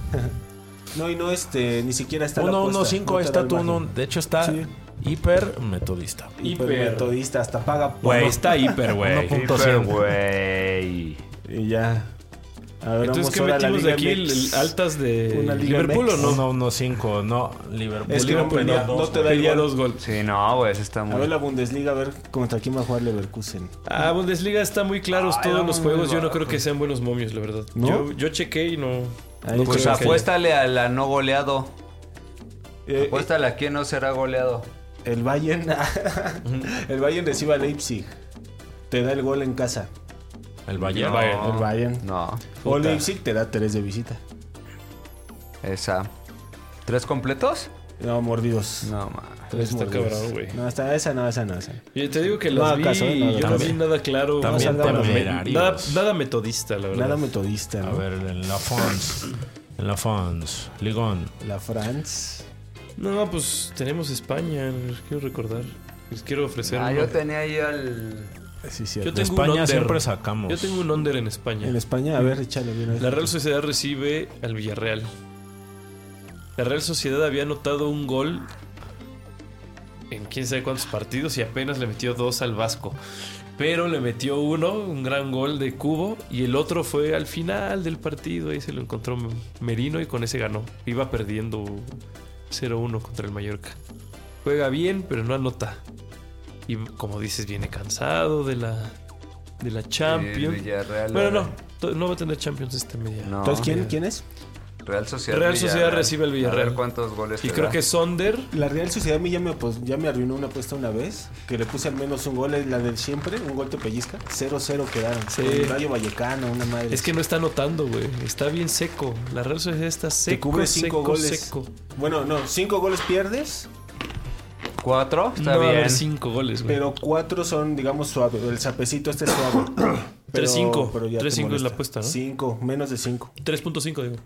No, y no, este, ni siquiera está la 1 apuesta. 1 5 No ahí te está da tu el 1. margen. De hecho, está Sí. hiper metodista. Hipermetodista, hasta paga por... Güey, está hiper, güey. 1.100. Pues, güey. Y ya. A ver, Entonces, vamos ¿qué ahora a la metimos de Liga aquí? El- MX. el altas Una de Liga Liverpool o MX. no? 1 1 5. No, Liverpool. Es que pues, no, Liverpool, pedía- no, no dos, te da Pedía igual. dos goles. Sí, no, güey, ese está muy. A ver la Bundesliga, a ver contra quién va a jugar Leverkusen. Ah, Bundesliga está muy claros Ay, todos vamos los juegos. muy Yo no creo bajo. que sean buenos momios, la verdad. ¿No? Yo, yo chequé y no. Ahí no Pues creo que- apuéstale a la no goleado. Eh, Apuéstale a quien no será goleado. el Bayern. <laughs> el Bayern recibe a Leipzig. Te da el gol en casa. El Bayern. Bayern. El Bayern. No, O Leipzig te da tres de visita. esa. ¿Tres completos? No, mordidos. No, man. Tres Está mordidos. cabrón, güey. No, esta, esa no, esa no, esa no. Yo te digo que No, las vi acaso, y no, yo no vi también. nada claro. También No salgan temerarios. nada, nada metodista, la verdad. Nada metodista, A ¿no? ver, en la Fons. En la Fons. Ligón. La France. No, pues tenemos España, les quiero recordar. Les quiero ofrecer. Ah, uno. yo tenía ahí al. Sí, sí. Yo De tengo un España under. siempre sacamos. Yo tengo un under en España. En España, a ver, échale. Mira. La Real Sociedad recibe al Villarreal. La Real Sociedad había anotado un gol en quién sabe cuántos partidos y apenas le metió dos al Vasco. Pero le metió uno, un gran gol de Cubo, y el otro fue al final del partido. Ahí se lo encontró Merino y con ese ganó. Iba perdiendo 0-1 contra el Mallorca. Juega bien, pero no anota. Y como dices, viene cansado de la, de la Champions. Sí, Villarreal. Bueno, no, to- no va a tener Champions este media. No. Entonces, ¿quién, ¿quién es? Real Sociedad. Real Sociedad Villarreal. recibe al Villarreal. A ver cuántos goles. Y te creo da. que Sonder. La Real Sociedad a mí ya me, apos- ya me arruinó una apuesta una vez, que le puse al menos un gol, es la del siempre, un gol te pellizca, 0-0 quedaron. Sí. Con El Rayo Vallecano, una madre. Es que no está anotando, güey. Está bien seco. La Real Sociedad está te seco, cubre 5 seco, goles. seco. Bueno, no, 5 goles pierdes, ¿Cuatro? Está no va a bien. haber cinco goles, güey. pero 4 son, digamos, suave. El sapecito este es suave. <coughs> Pero- 3-5. pero ya te 3-5 es la molesta. apuesta, ¿no? 5, menos de 5. 3.5, digo.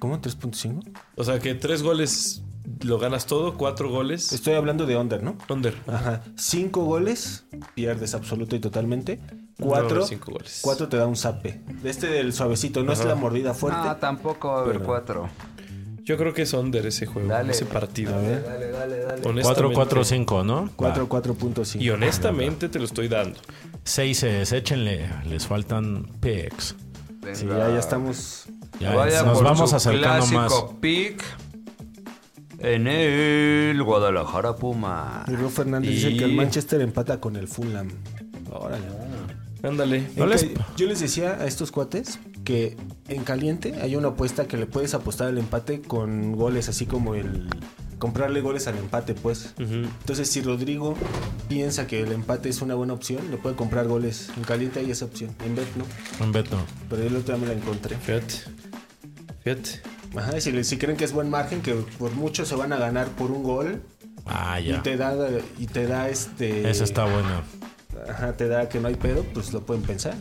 ¿Cómo? ¿3.5? O sea que tres goles lo ganas todo, cuatro goles. Estoy hablando de under, ¿no? Under. Ajá. 5 goles, pierdes absoluto y totalmente. va a haber 4 cinco goles. Cuatro Ah, te da un zape. De Este del suavecito, no es la mordida fuerte. No, tampoco va a haber Pero- cuatro. Yo creo que es under ese juego, Dale. ese partido. ¿eh? Dale, dale, dale. Honestamente. 4-4-5, ¿no? 4, Y 4.5. honestamente te lo estoy dando. 6 es, échenle. Les faltan picks. Sí, ya, ya estamos. Ya Vaya nos por vamos su acercando más. clásico pick en el Guadalajara Puma. Y Ru Fernández dice que el Manchester empata con el Fulham. Órale. Ándale. No En les- ca- Yo les decía a estos cuates que en caliente hay una apuesta que le puedes apostar al empate con goles, así como el comprarle goles al empate, pues. Entonces, si Rodrigo piensa que el empate es una buena opción, le puede comprar goles. En caliente hay esa opción. En bet no, Un Beto. pero yo el otro día me la encontré. Fíjate. Fíjate. Ajá, y si, le- si creen que es buen margen, que por mucho se van a ganar por un gol Ah, ya. y te da y te da este Esa está buena. Ajá, te da que no hay pedo, pues lo pueden pensar.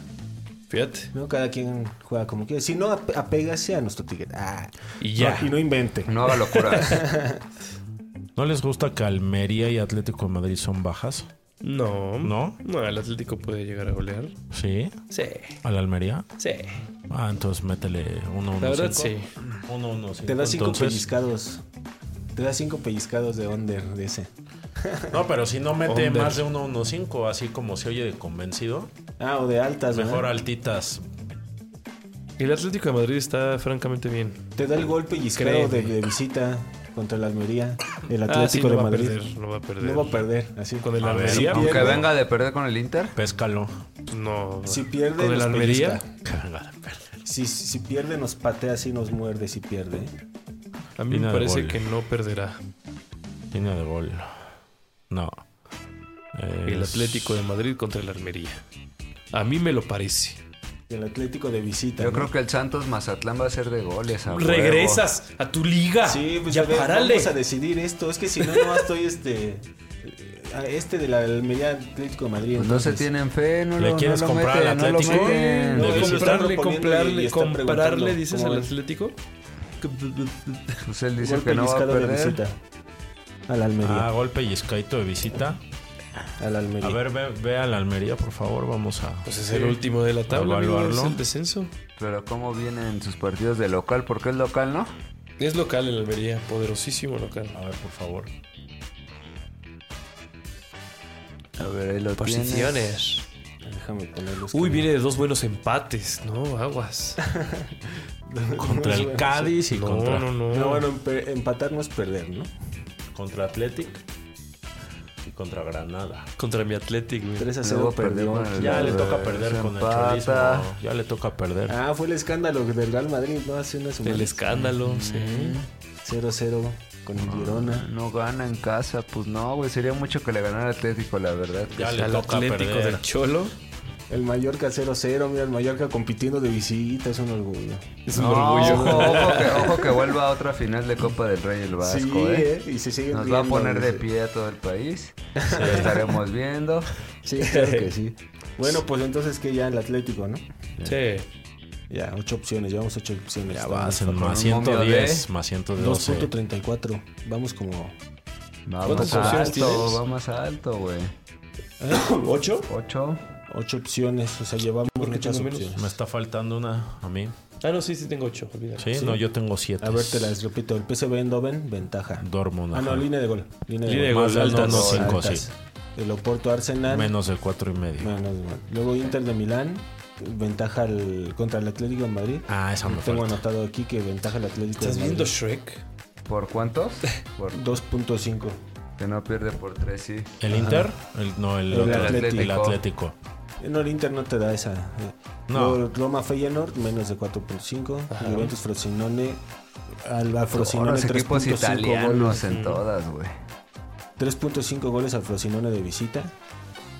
Fíjate. ¿no? Cada quien juega como quiere. Si no, ape- apégase a nuestro ticket. Ah. Y ya. No, y no invente. No haga <laughs> locuras. ¿No les gusta que Almería y Atlético de Madrid son bajas? No. ¿No? No, el Atlético puede llegar a golear. ¿Sí? Sí. ¿A la Almería? Sí. Ah, entonces métele 1-1. La verdad, sí. 1-1. Te da cinco Entonces, pellizcados. Te da cinco pellizcados de under de ese. No, pero si no mete Under. más de 1-1-5, así como se oye de convencido, Ah, o de altas, ¿verdad? mejor altitas. El Atlético de Madrid está francamente bien. Te da el gol pellizcado Creo. de, de visita contra el Almería. El Ah, sí, no Atlético de va a Madrid. perder. No va a perder. No va a perder. Así. Con el A ver, Almería. sí, Aunque Pierde. venga de perder con el Inter. Péscalo. pues, no. Si pierde, Con el nos Almería. pellizca. Si, si pierde, nos patea así, nos muerde. Si pierde. ¿eh? A mí Línea me de parece gol. que no perderá. Línea de gol. No. El Es- Atlético de Madrid contra el Almería. A mí me lo parece. El Atlético de visita. Yo ¿no? creo que el Santos Mazatlán va a ser de goles. a huevo. Regresas a tu liga. <laughs> Sí, pues ya a ver, párale. vamos a decidir esto. Es que si no, no estoy este. a Este de la Almería Atlético de Madrid. Pues no se entonces. tienen fe, no ¿Le lo, no quieres lo comprar meten, al no lo Atlético? meten. No, Lo están comprarle, proponiendo y comprarle, están comprarle, preguntando, dices ¿cómo al ves? Atlético. Pues él Gol dice que no va a pellizcado de perder. visita. A la Almería. Ah, golpe y escaito de visita. a la Almería. A ver, ve, ve a la Almería, por favor. Vamos a. Pues es el último de la tabla, amigo, Evaluarlo. es el descenso. Pero cómo vienen sus partidos de local, porque es local, ¿no? Es local el Almería, poderosísimo local. A ver, por favor. A ver, ahí lo tienes. Posiciones. Déjame ponerlos. Uy, viene de dos buenos empates, ¿no? Aguas. <laughs> Contra el Cádiz y no, contra, no, no, No, bueno, empe- empatar no es perder, ¿no? contra Athletic y contra Granada. Contra mi Athletic, güey. 3 a 0 Luego perdió. perdemos el- Ya A le ver, toca perder se con el empata. cholismo. Ya le toca perder. Ah, fue el escándalo del Real Madrid, ¿no? Hace una semana. El escándalo, sí. 0-0 con el Girona. No gana en casa, pues no, güey. Sería mucho que le ganara el Atlético, la verdad. Ya le Al toca Atlético perder. del Cholo. El Mallorca 0-0. Mira, el Mallorca compitiendo de visita. Es un orgullo. Es <laughs> un No, orgullo. Ojo, ojo que, ojo que vuelva a otra final de Copa del Rey el Vasco, ¿eh? Y se siguen Nos va a riendo, poner de dice. pie a todo el país. Lo estaremos viendo. Sí, claro <laughs> que sí. Bueno, pues entonces que ya el Atlético, ¿no? Sí. Ya, ocho opciones, llevamos ocho opciones. Ya Estamos vas en con más un momio 110, de ¿eh? más 112. 2.34. Vamos como. <laughs> Vamos ¿Cuántas opciones alto, tienes? va más alto, güey. ¿Ocho? Ocho. Ocho opciones, o sea, llevamos qué muchas tengo menos? opciones. Me está faltando una a mí. Ah, no, sí, sí tengo ocho. olvídalo. Sí, no, yo tengo 7. A ver, te las repito. El PSV Eindhoven, ventaja. Dortmund. ah, ajá. no, línea de gol. Línea de Línea de gol. gol, Más del altas. 1-5, Altas. sí. El Oporto Arsenal. Menos de 4 y medio. Menos, bueno. Luego Inter de Milán, ventaja al- contra el Atlético de Madrid. Ah, esa me Tengo falta. anotado aquí que ventaja al Atlético ¿Estás de Madrid. viendo Shrek? ¿Por cuántos? Por, 2.5. que no pierde por tres, sí. ¿El Inter? El- no, el, El otro, Atlético. El Atlético. No, el Inter no te da esa. eh. No. Luego, Roma Feyenoord, menos de 4.5. Juventus Frosinone. Al Son Frosinone los equipos 3.5 goles. italianos en todas, güey. 3.5 goles al Frosinone de visita.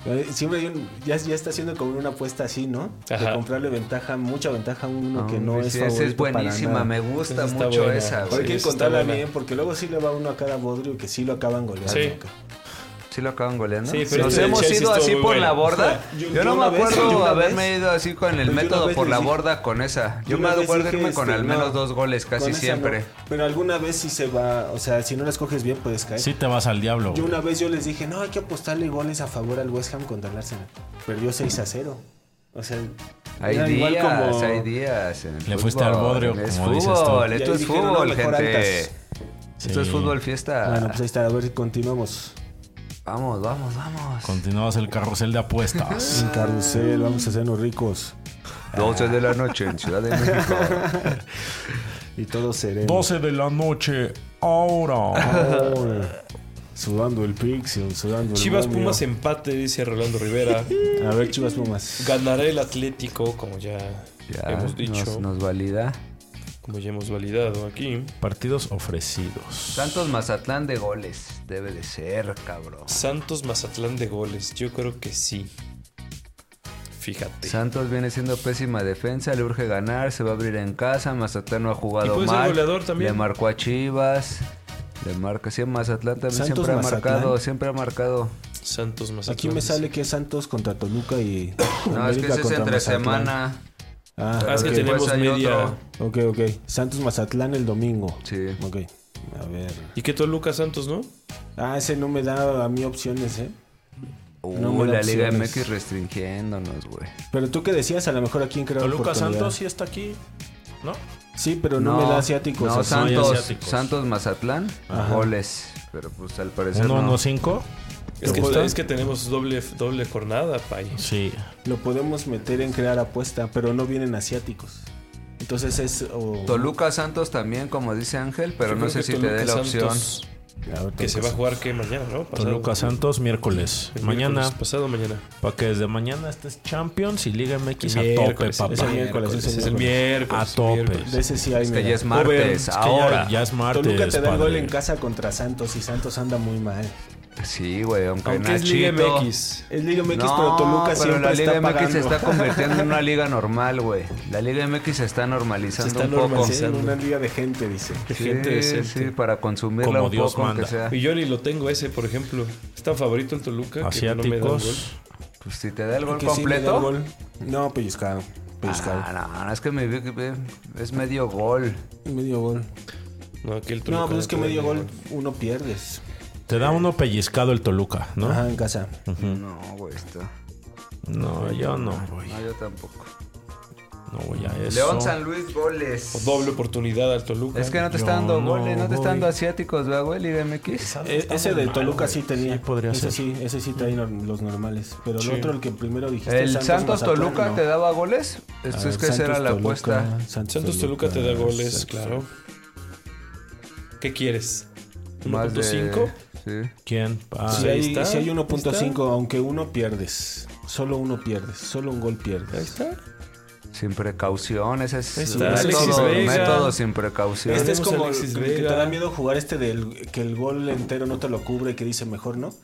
Eh, Siempre hay un- ya, ya está haciendo como una apuesta así, ¿no? De Ajá. comprarle ventaja, mucha ventaja a uno que no Hombre, es sí, favorito esa es buenísima, para me nada. gusta Esa está mucho buena. esa, Pero hay güey. Sí, que esa está encontrarla buena. bien, porque luego sí le va uno a cada bodrio que sí lo acaban goleando. Sí. Sí lo acaban goleando. Sí, pero Nos el hemos Chelsea ido estuvo así muy por bueno. la borda. Yo- Yo, yo no me una vez- acuerdo yo una haberme vez- ido así con yo el una método vez por le la dije- este, borda con esa. Yo me una vez acuerdo dije, irme con este, al menos no, dos goles con casi esa siempre. no. Pero alguna vez sí se va, o sea, si no las coges bien puedes caer. Sí te vas al diablo. ¿Eh? Yo güey. una vez yo les dije, no, hay que apostarle goles a favor al West Ham contra el Arsenal. Perdió 6 a 0. O sea, Hay Mira, igual días, como- hay días. en el Le fuiste al fútbol, bodrio, Es como dices tú. fútbol, Y esto ahí es dijeron, no, fútbol, mejor gente. altas. Esto es Sí. fútbol fiesta. Bueno, pues ahí está, a ver, continuamos. Vamos, vamos, vamos. Continuamos el carrusel de <laughs> apuestas. En carrusel, vamos a hacernos ricos. 12 de la noche en Ciudad de México. <laughs> Y todos seremos. 12 de la noche, ahora. <laughs> Ahora, Sudando el Pixion, sudando el Chivas momio. Pumas empate, dice Rolando Rivera. A ver, Chivas Pumas. Ganará el Atlético, como ya, Ya hemos dicho, Nos, nos valida. como ya hemos validado aquí. Partidos ofrecidos. Santos Mazatlán de goles. Debe de ser, cabrón. Santos Mazatlán de goles, yo creo que sí. Fíjate. Santos viene siendo pésima defensa, le urge ganar, se va a abrir en casa, Mazatlán no ha jugado Y puede ser mal. goleador también. Le marcó a Chivas. Le marca, sí, Mazatlán también Santos, siempre ha Mazatlán. marcado, siempre ha marcado. Santos Mazatlán. Aquí me dice. sale que es Santos contra Toluca y. No, es que América ese es contra entre Mazatlán. semana. Ah, Ah, es que Después ok. tenemos hay media. otro. Ok, ok. Santos Mazatlán el domingo. Sí. Ok. A ver. ¿Y qué Toluca Santos, no? Ah, ese no me da a mí opciones, ¿eh? Uy, No me da la Liga opciones. MX restringiéndonos, güey. Pero tú que decías, a lo mejor aquí en Creo Toluca oportunidad. Santos sí está aquí, ¿no? Sí, pero no, me da asiáticos. No, así. Santos, hay asiáticos. Santos Mazatlán, goles. Pero pues al parecer no. 1-1-5. Es que, Toluca. es que tenemos doble, doble jornada, pay. Sí. Lo podemos meter en crear apuesta, pero no vienen asiáticos. Entonces es. o- Toluca Santos también, como dice Ángel, pero Yo no creo sé que si te Toluca dé la opción. Santos, A ver, que se va a Toluca. jugar que mañana, ¿no? Pasado. Toluca Santos, miércoles. El Mañana. miércoles, pues. Pasado mañana. Para que desde mañana estés Champions y Liga MX Miércoles, a tope, es papá. el miércoles, miércoles, es el es el miércoles. A tope. miércoles. De ese sí hay. Es me que da. ya es martes, Es que ya- ahora. Ya, es martes. Toluca te da el gol padre. en casa contra Santos y Santos anda muy mal. Sí, güey, aunque, Aunque es Liga Nachito- MX. Es Liga MX, pero Toluca pero siempre la Liga está MX se pagando. está <laughs> convirtiendo en una liga normal, güey. La Liga MX se está Se normalizando está un poco. Sí, normalizando. Sí, en una liga de gente, dice. De gente decente. sí, para consumirla Como un Dios poco, aunque manda. sea. Y yo ni lo tengo ese, por ejemplo. Es tan favorito el Toluca que no me da el gol. Asiáticos. Pues si te da el gol Que sí le da el completo. gol. Pues, No, pellizcado. Pellizcado. Ah, no, no, es que mi Vic, eh, es medio gol. Medio gol. No, aquí el Toluca. No, pues es te que da medio ni gol uno pierdes. Te da uno pellizcado el Toluca, ¿no? Ajá, en casa. No, güey, esto. No, yo no voy. No, yo tampoco. No voy a eso. León San Luis goles. O doble oportunidad al Toluca. Es que no te Yo está dando no goles, no te está dando voy. asiáticos, ¿verdad, güey? Liga MX. E- ese del Toluca sí Sí, tenía. podría ese ser. sí, ese sí trae nor- los normales. Pero el otro, Este el que primero dijiste. El Santos Mazatlán, Toluca no. te daba goles. Esto es A que ver, esa era Santos, la Toluca, apuesta. Santos Toluca te da goles, Santos. claro. ¿Qué quieres? Más de- ¿1.5? Sí. ¿Quién? Ah, Si Ahí hay, está, si hay ahí 1.5, aunque uno pierdes. Solo uno pierdes. Solo un gol pierdes. Ahí está. Sin precaución, ese es Ahí el está, Alexis método, Vega. método sin precaución. Este es Tenemos como a Alexis el que Vega. te da miedo jugar este del que el gol entero no te lo cubre y que dice mejor, ¿no?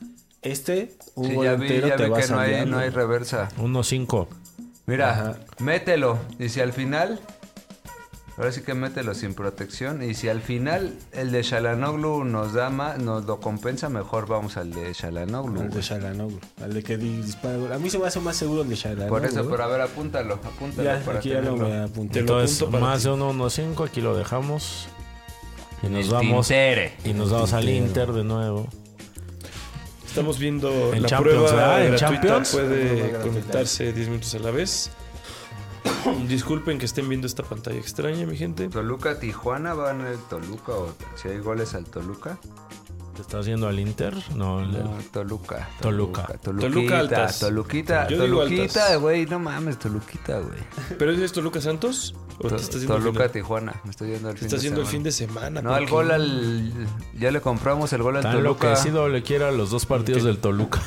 Este, un Sí, gol ya vi, entero ya te vi va que no hay, sondeando. no hay reversa. 1-5. Mira, Ajá. mételo. Y si al final. Ahora sí que mételo sin protección. Y si al final el de Shalanoglu nos da más, nos lo compensa, mejor vamos al de Shalanoglu. Al de Shalanoglu, al de que di- dispara gol. A mí se me hace más seguro el de Shalanoglu. ¿eh? Por eso, pero a ver, apúntalo, apúntalo Ya, para aquí ya lo tenerlo. me apunté. Te lo Entonces, apunto para más ti. de 1-1-5. Aquí lo dejamos. Y nos El vamos. tintere. Y nos vamos al Inter de nuevo. Estamos viendo En la Champions, prueba ¿verdad? En gratuita. Champions. La prueba Puede gratuita. conectarse 10 minutos a la vez. <coughs> Disculpen que estén viendo esta pantalla extraña, mi gente. Toluca, Tijuana van el Toluca o si hay goles al Toluca. ¿Te estás yendo al Inter? No, el- No, Toluca. Toluca. Toluca Toluquita, altas. Toluquita, Yo digo Toluquita, altas. güey, no mames, Toluquita, güey. ¿Pero es Toluca Santos? ¿O te estás yendo al Toluca, fin de- Tijuana, me estoy yendo al te fin estás de yendo el semana. fin de semana? No, ¿por el qué? gol al. Ya le compramos el gol al Tan Toluca. enloquecido le quiera a los dos partidos del Toluca.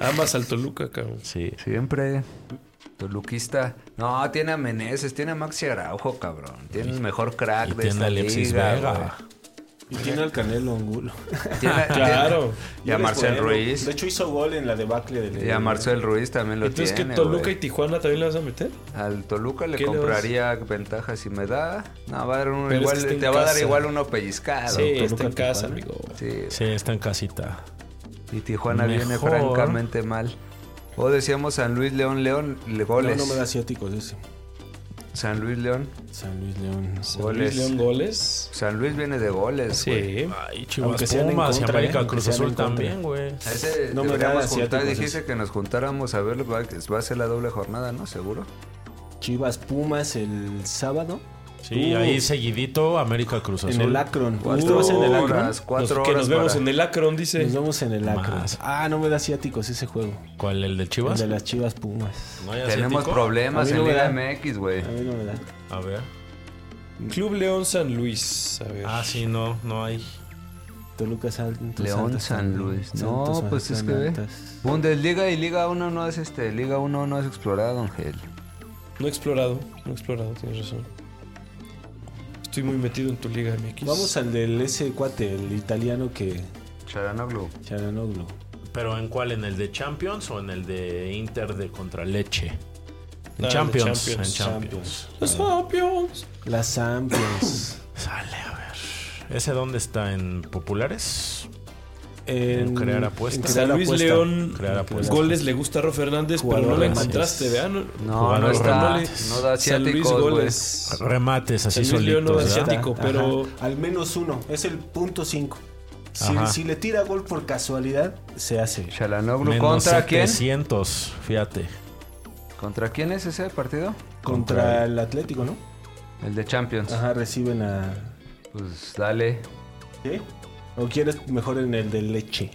Amas al Toluca, cabrón. Sí. Siempre. Toluquista. No, tiene a Meneses, tiene a Maxi Araujo, cabrón. Tiene el mejor crack Y de tiene a esta Alexis liga, Vega. Y tiene al Canelo Angulo. güey. Tiene- <laughs> Claro. tiene- <laughs> Y a Marcel Ruiz. De hecho, hizo gol en la debacle del. Y a Marcel Ruiz también <laughs> lo Entonces, tiene. ¿que Toluca güey. y Tijuana también le vas a meter? Al Toluca le ¿Qué le vas? compraría ventaja si me da. No, va a dar uno Pero es igual, que está te en va a dar casa. igual uno pellizcado. pues. Sí, Toluca, está en casa, Tijuana. amigo. Sí. Sí, está en casita. Y Tijuana viene Mejor. francamente mal. O decíamos San Luis León León, le- No, goles. no me da asiáticos ese. San Luis León. San Luis León. Goles. León goles. San Luis viene de goles. güey. Sí. Ay, Chivas Aunque sean en Pumas y contra, América eh, aunque Cruz sean en Azul contra. también, güey. A Ese No me deberíamos agrada juntar. asiáticos, Dijiste eso. que nos juntáramos a verlo. Va, va a ser la doble jornada, ¿no? Seguro. Chivas Pumas el sábado. Sí, Uh, ahí seguidito América Cruz Azul. En el Akron. ¿Usted Cuatro va a ser en el Akron? horas, cuatro Nos- que horas nos vemos para- en el Akron, dice. Nos vemos en el Akron. Más. Ah, no me da asiáticos ese juego. ¿Cuál? ¿El de El Chivas? de las Chivas Pumas. ¿No hay Tenemos asiático? problemas A mí en no me Liga da. MX, güey. A mí no me da. A ver. Club León San Luis. A ver. Ah, sí, no, no hay. Toluca Santos. León Santos, San Luis. No, Santos, pues es que ve. Santos. Bundesliga y Liga 1 no es este. Liga 1 no es explorado, Ángel. No he explorado. No he explorado, tienes razón. Estoy muy metido en tu liga MX. Vamos al del ese cuate, el italiano que. Charanoglu. Charanoglu. ¿Pero en cuál? ¿En el de Champions o en el de Inter de contra Leche? En Ah, de Champions, Champions. En Champions. Los Champions. Las <coughs> Champions. Sale, a ver. ¿Ese dónde está? ¿En Populares? En crear apuestas. en crear San Luis apuesta. León, Crear apuesta. goles le gusta a Ro Fernández, pero no la Jugadores. encontraste, vean. No, no Jugador está. Ramírez. No da San Luis asiáticos, pues. güey. goles. Remates así San Luis León no solitos, es ¿verdad? asiático. pero- Ajá. Al menos uno. Es el punto cinco. Si, Ajá. si le tira gol por casualidad, se hace. Charanoglu. Menos ¿Contra quién? 700, fíjate. ¿Contra quién es ese partido? Contra el Atlético, ¿no? El de Champions. Ajá, reciben a. Pues dale. ¿Qué? ¿O quieres mejor en el de leche?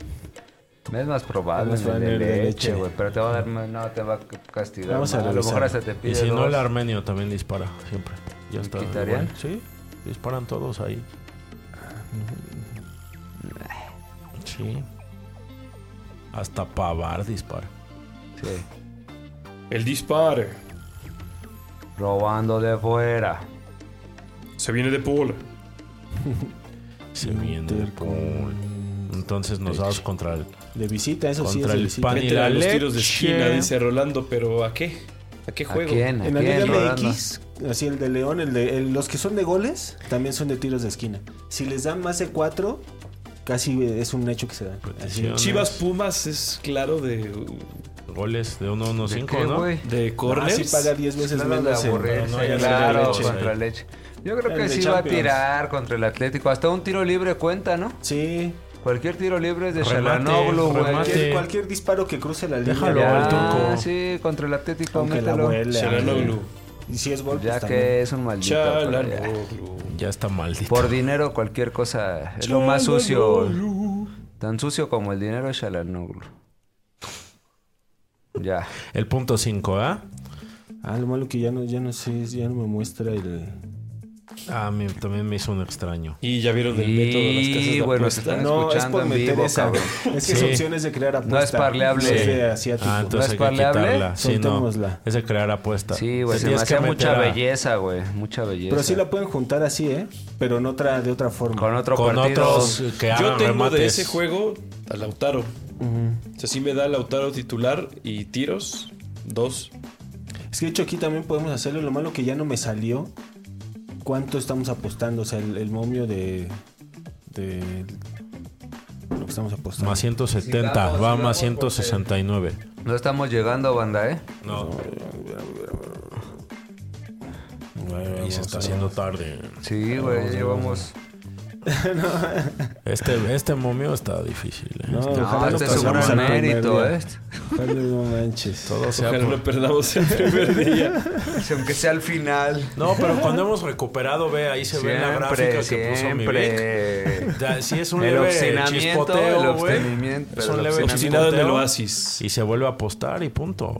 Es más probable Vamos en a el ver de el de leche, leche. güey. Pero te va a dar. No, te va a castigar. Vamos a más. lo mejor hasta revisar. te pide. Y si no, dos. el armenio también dispara, siempre. Ya está. ¿Quitarían? igual. Sí, disparan todos ahí. Sí. Hasta Pavar dispara. Sí. El disparo Robando de fuera. se viene de Paul. Se viene el gol. Entonces nos vamos contra el... De visita, eso sí, es Contra de el visita. Pan. Ni Mete a la los tiros de leche. esquina, dice Rolando, pero ¿a qué? ¿A qué juego? ¿A quién? ¿A En la quién? Liga Rodando. MX, así el de León, el de, el- los que son de goles, también son de tiros de esquina. Si les dan más de cuatro, casi es un hecho que se dan. Así. Petición. Chivas Pumas es claro de, Goles de ¿De 1-1-5, qué, ¿no? güey? de Así corners. paga 10 veces Nada de menos. en- aburrirse, no, ya claro, pues. la leche. contra leche. Yo creo El que de sí va a Champions. tirar contra el Atlético. Hasta un tiro libre cuenta, ¿no? Sí. Cualquier tiro libre es de Remate, Shalanoglu, remate. güey. Cualquier, cualquier disparo que cruce la línea. Déjalo ya, al turco. Ah, Sí, contra el Atlético, Aunque la mételo. vuele. Chalanoglu. Y si es gol, Ya pues que también. es un maldito. pero ya. Chalanoglu. Ya está maldito. Por dinero, cualquier cosa. Es lo más sucio. Tan sucio como el dinero es Shalanoglu. Ya. El punto 5, ¿ah? Ah, lo malo que ya no, ya no sé, ya no me muestra el. Ah, me- también me hizo un extraño. Y ya vieron el Y, método de las casas de bueno, apuesta. Están no, es escuchando por en meter vivo, esa. <laughs> cabrón. Es que Sí. son opciones de crear apuesta. es parleable. Es de Sí. asiático. Ah, ¿No entonces es hay que parleable? quitarla. Sí, no. Soltémosla. Es de crear apuesta. Sí, güey, se me Tenías que hacía meter mucha a- belleza, güey. Mucha belleza. Pero sí la pueden juntar así, ¿eh? Pero en otra, de otra forma. Con otro Con partido. otros que hagan Yo tengo remates. de ese juego a Lautaro. O sea, sí me da Lautaro titular y tiros. Dos. Es que de hecho aquí también podemos hacerlo. Lo malo que ya no me salió. ¿Cuánto estamos apostando? O sea, el, el momio de. de. Lo que estamos apostando. Más 170, Sigamos, va sigamos, más 169. No estamos llegando, banda, ¿eh? No, Bueno, y se vamos está a- haciendo tarde. Sí, güey, ya llevamos. Este, este momio está difícil. ¿eh? No, Este- No, ojalá este es no un pasemos gran al primer mérito, día. ¿eh? Ojalá No manches. todo sea Ojalá por- no perdamos el primer día. Aunque sea al final. no, pero cuando hemos recuperado, ve, ahí se ve la gráfica Siempre, que puso mi Vic. siempre. <laughs> Ya, Sí, es un El leve obstinamiento, chispoteo, el güey. obstinamiento, Es el un leve obstinamiento. Cocinado en el chispoteo. oasis. Y se vuelve a apostar y punto.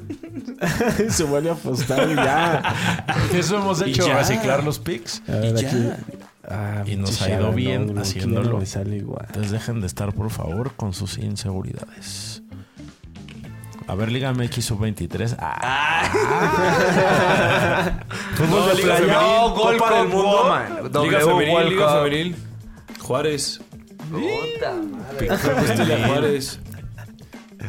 <laughs> Se vuelve a apostar y ya. Eso hemos hecho. Reciclar los picks. A ver, aquí. Ah, Y nos pinche ha ido Sharon, bien no, no, aquí ya no haciéndolo. me sale igual. Entonces dejen de estar, por favor, con sus inseguridades. A ver, Liga MX Sub-23. Ah, No, de Liga playa. Femenil. No, gol Copa del con Mundo. Woman. Liga W Femenil, World Liga Cup. Femenil. Juárez. Puta madre. Apuéstele a Juárez.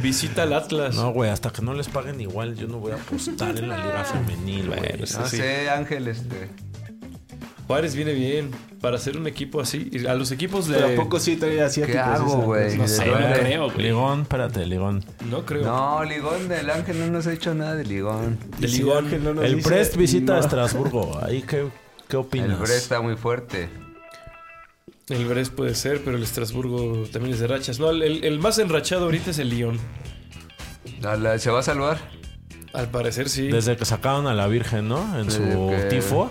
Visita al Atlas. No, güey, hasta que no les paguen igual, yo no voy a apostar en la Liga Femenil, güey. Bueno, sí. No sé, Ángel, este. Juárez viene bien para hacer un equipo así. y A los equipos de. Pero ¿a poco sí trae asiáticos? ¿Qué hago, esa? güey? No ¿De sé, no dónde? creo, güey. Ligón, espérate, Ligón. No creo. No, Ligón del Ángel no nos ha hecho nada de Ligón. De Sí, Ligón. Ángel no nos El dice Prest visita a nada. Estrasburgo. Ahí, ¿qué, qué opinas? El Bre está muy fuerte. El Brest puede ser, pero el Estrasburgo también es de rachas. No, el, el más enrachado ahorita es el Lyon. A la- se va a salvar. Al parecer sí. Desde que sacaron a la Virgen, ¿no? En Desde su que- tifo.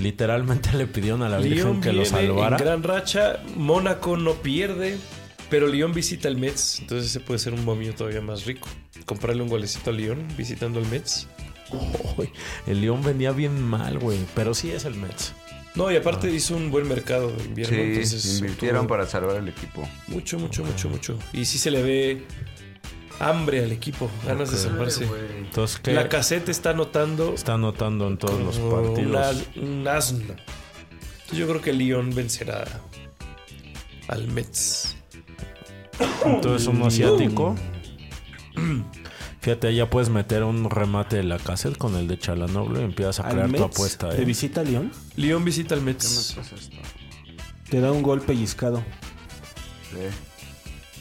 Literalmente le pidieron a la Virgen Lyon que viene lo salvara. en gran racha. Mónaco no pierde. Pero Lyon visita el Metz. Entonces ese puede ser un momio todavía más rico. Comprarle un golecito a Lyon visitando el Metz. Uy, el León venía bien mal, güey. Pero sí es el Mets. No, y Ah. aparte hizo un buen mercado de invierno. Sí, entonces invirtieron tuvo para salvar al equipo. Mucho, mucho, mucho, mucho. Y sí se le ve hambre al equipo. Ganas de salvarse. Entonces, ¿qué La caseta está anotando está anotando en todos los como una- partidos? un asno. Entonces, Yo creo que Lyon vencerá al Mets. Entonces, uno asiático. <clears throat> Fíjate, ya puedes meter un remate de la cassette con el de Chalanoble y empiezas a ¿Al crear tu Mets? apuesta. ¿Te ¿eh? visita a León? Lyon visita al ¿Qué más Mets. pasa esto? Te da un gol pellizcado. Sí,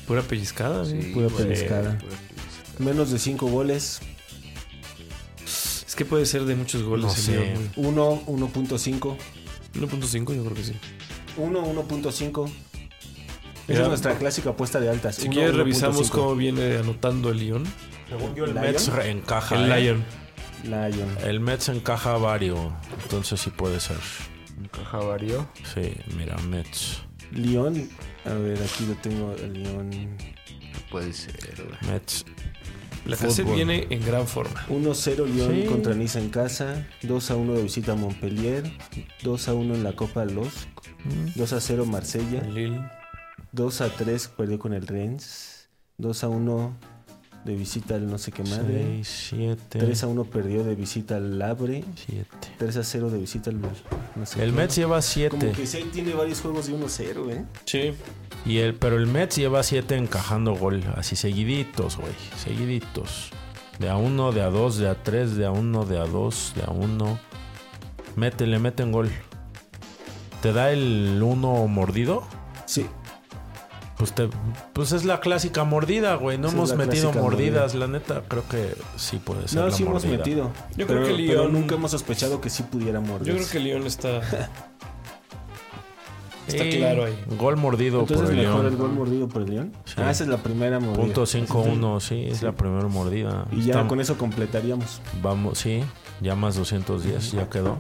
Pura pellizcada. ¿eh? sí, Pura güey, pellizcada. pura pellizcada. Menos de cinco goles. Es que puede ser de muchos goles. No el sé. Lyon, güey. Uno, 1.5. 1.5 yo creo que sí. 1, 1.5. Esa Mira, es nuestra clásica apuesta de altas. Si Uno, quieres 1.5. revisamos cómo viene anotando el Lyon. Según yo, el ¿Lion? Mets re- encaja. El ¿eh? Lyon. Lion. El Mets encaja varios. Entonces, sí puede ser. Caja vario. Sí, mira, Mets. León. A ver, aquí lo tengo. León. Puede ser, güey. Mets. La cassette Fútbol. viene en gran forma. 1-0 León Sí. contra Niza en casa. 2-1 de visita a Montpellier. 2-1 en la Copa Los. Mm. 2-0 Marsella. Lille. 2-3 perdió con el Rennes. 2-1 de visita al no sé qué madre. 6, 7. 3-1 perdió de visita al Labre. 7. 3-0 de visita al Mar. No sé El qué. Mets lleva Como 7. que sí tiene varios juegos de 1-0, ¿eh? Sí. Y el, pero el Mets lleva 7 encajando gol, así seguiditos, güey, seguiditos. De a uno, de a dos, de a tres, de a uno, de a dos, de a uno. Mete, le meten gol. ¿Te da el uno mordido? Sí. Pues, te- pues es la clásica mordida, güey. No Esa es hemos la metido clásica mordidas, la neta. Creo que sí puede ser. No, la sí hemos mordida. metido. Yo creo pero, que pero León- nunca hemos sospechado que sí pudiera morder. Yo creo que Lyon está. <laughs> Está Sí, claro ahí. Gol mordido Entonces por el mejor el León. gol mordido por el León. Sí. Ah, esa es la primera mordida. Punto 5-1, sí, es la primera mordida. Y ya Está- con eso completaríamos. Vamos, sí, ya más 210, ya quedó.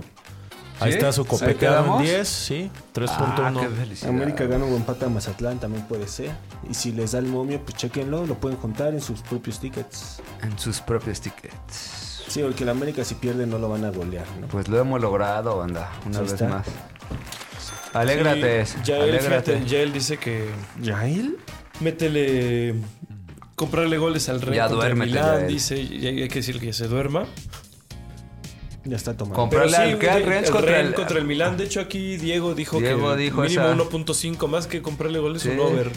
Ahí ¿Sí? está su ¿Sí copeteado quedamos? en 10, sí, Ah, qué 3.1. felicidad. América gana o empata a Mazatlán también puede ser. Y si les da el momio, pues chequenlo, lo pueden juntar en sus propios tickets. En sus propios tickets. Sí, porque el América si pierde no lo van a golear, ¿no? Pues lo hemos logrado, banda. Una Ahí vez está. más. Alégrate. Sí, ya, él, alégrate. fíjate, ya él dice que ¿Yael? métele. Comprarle goles al Rey. Ya contra el duérmete, Milán, ya él. dice. Y hay hay que decir que se duerma. Ya está tomando. Comprarle Pero al sí, ¿qué? de- Al Rennes contra Rennes el- contra el Milán. De hecho, aquí Diego dijo Diego que dijo mínimo esa. 1.5 más que comprarle goles, Sí. un over.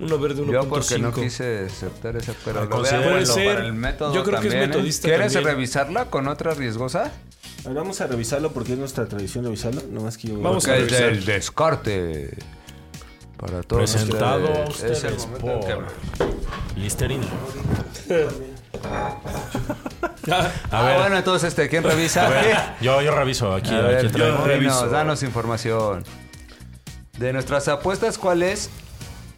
Un over de 1.5. Yo porque no <laughs> quise aceptar esa, pero Ah, lo considéralo. veamos Puede ser. para el método Yo creo que es también, ¿eh? metodista ¿Quieres también. revisarla con otra riesgosa? Ahora vamos a revisarlo porque es nuestra tradición revisarlo. Nomás que yo... Vamos a Que es revisar. el descarte. Para todos Presentado a ustedes. Es el ustedes momento en por- que- Listerina. Ah, bueno, entonces, este, ¿quién revisa? A <laughs> ver, ¿Qué? yo, yo reviso aquí. A ver, aquí traigo. dinos, reviso. danos información. De nuestras apuestas, ¿cuál es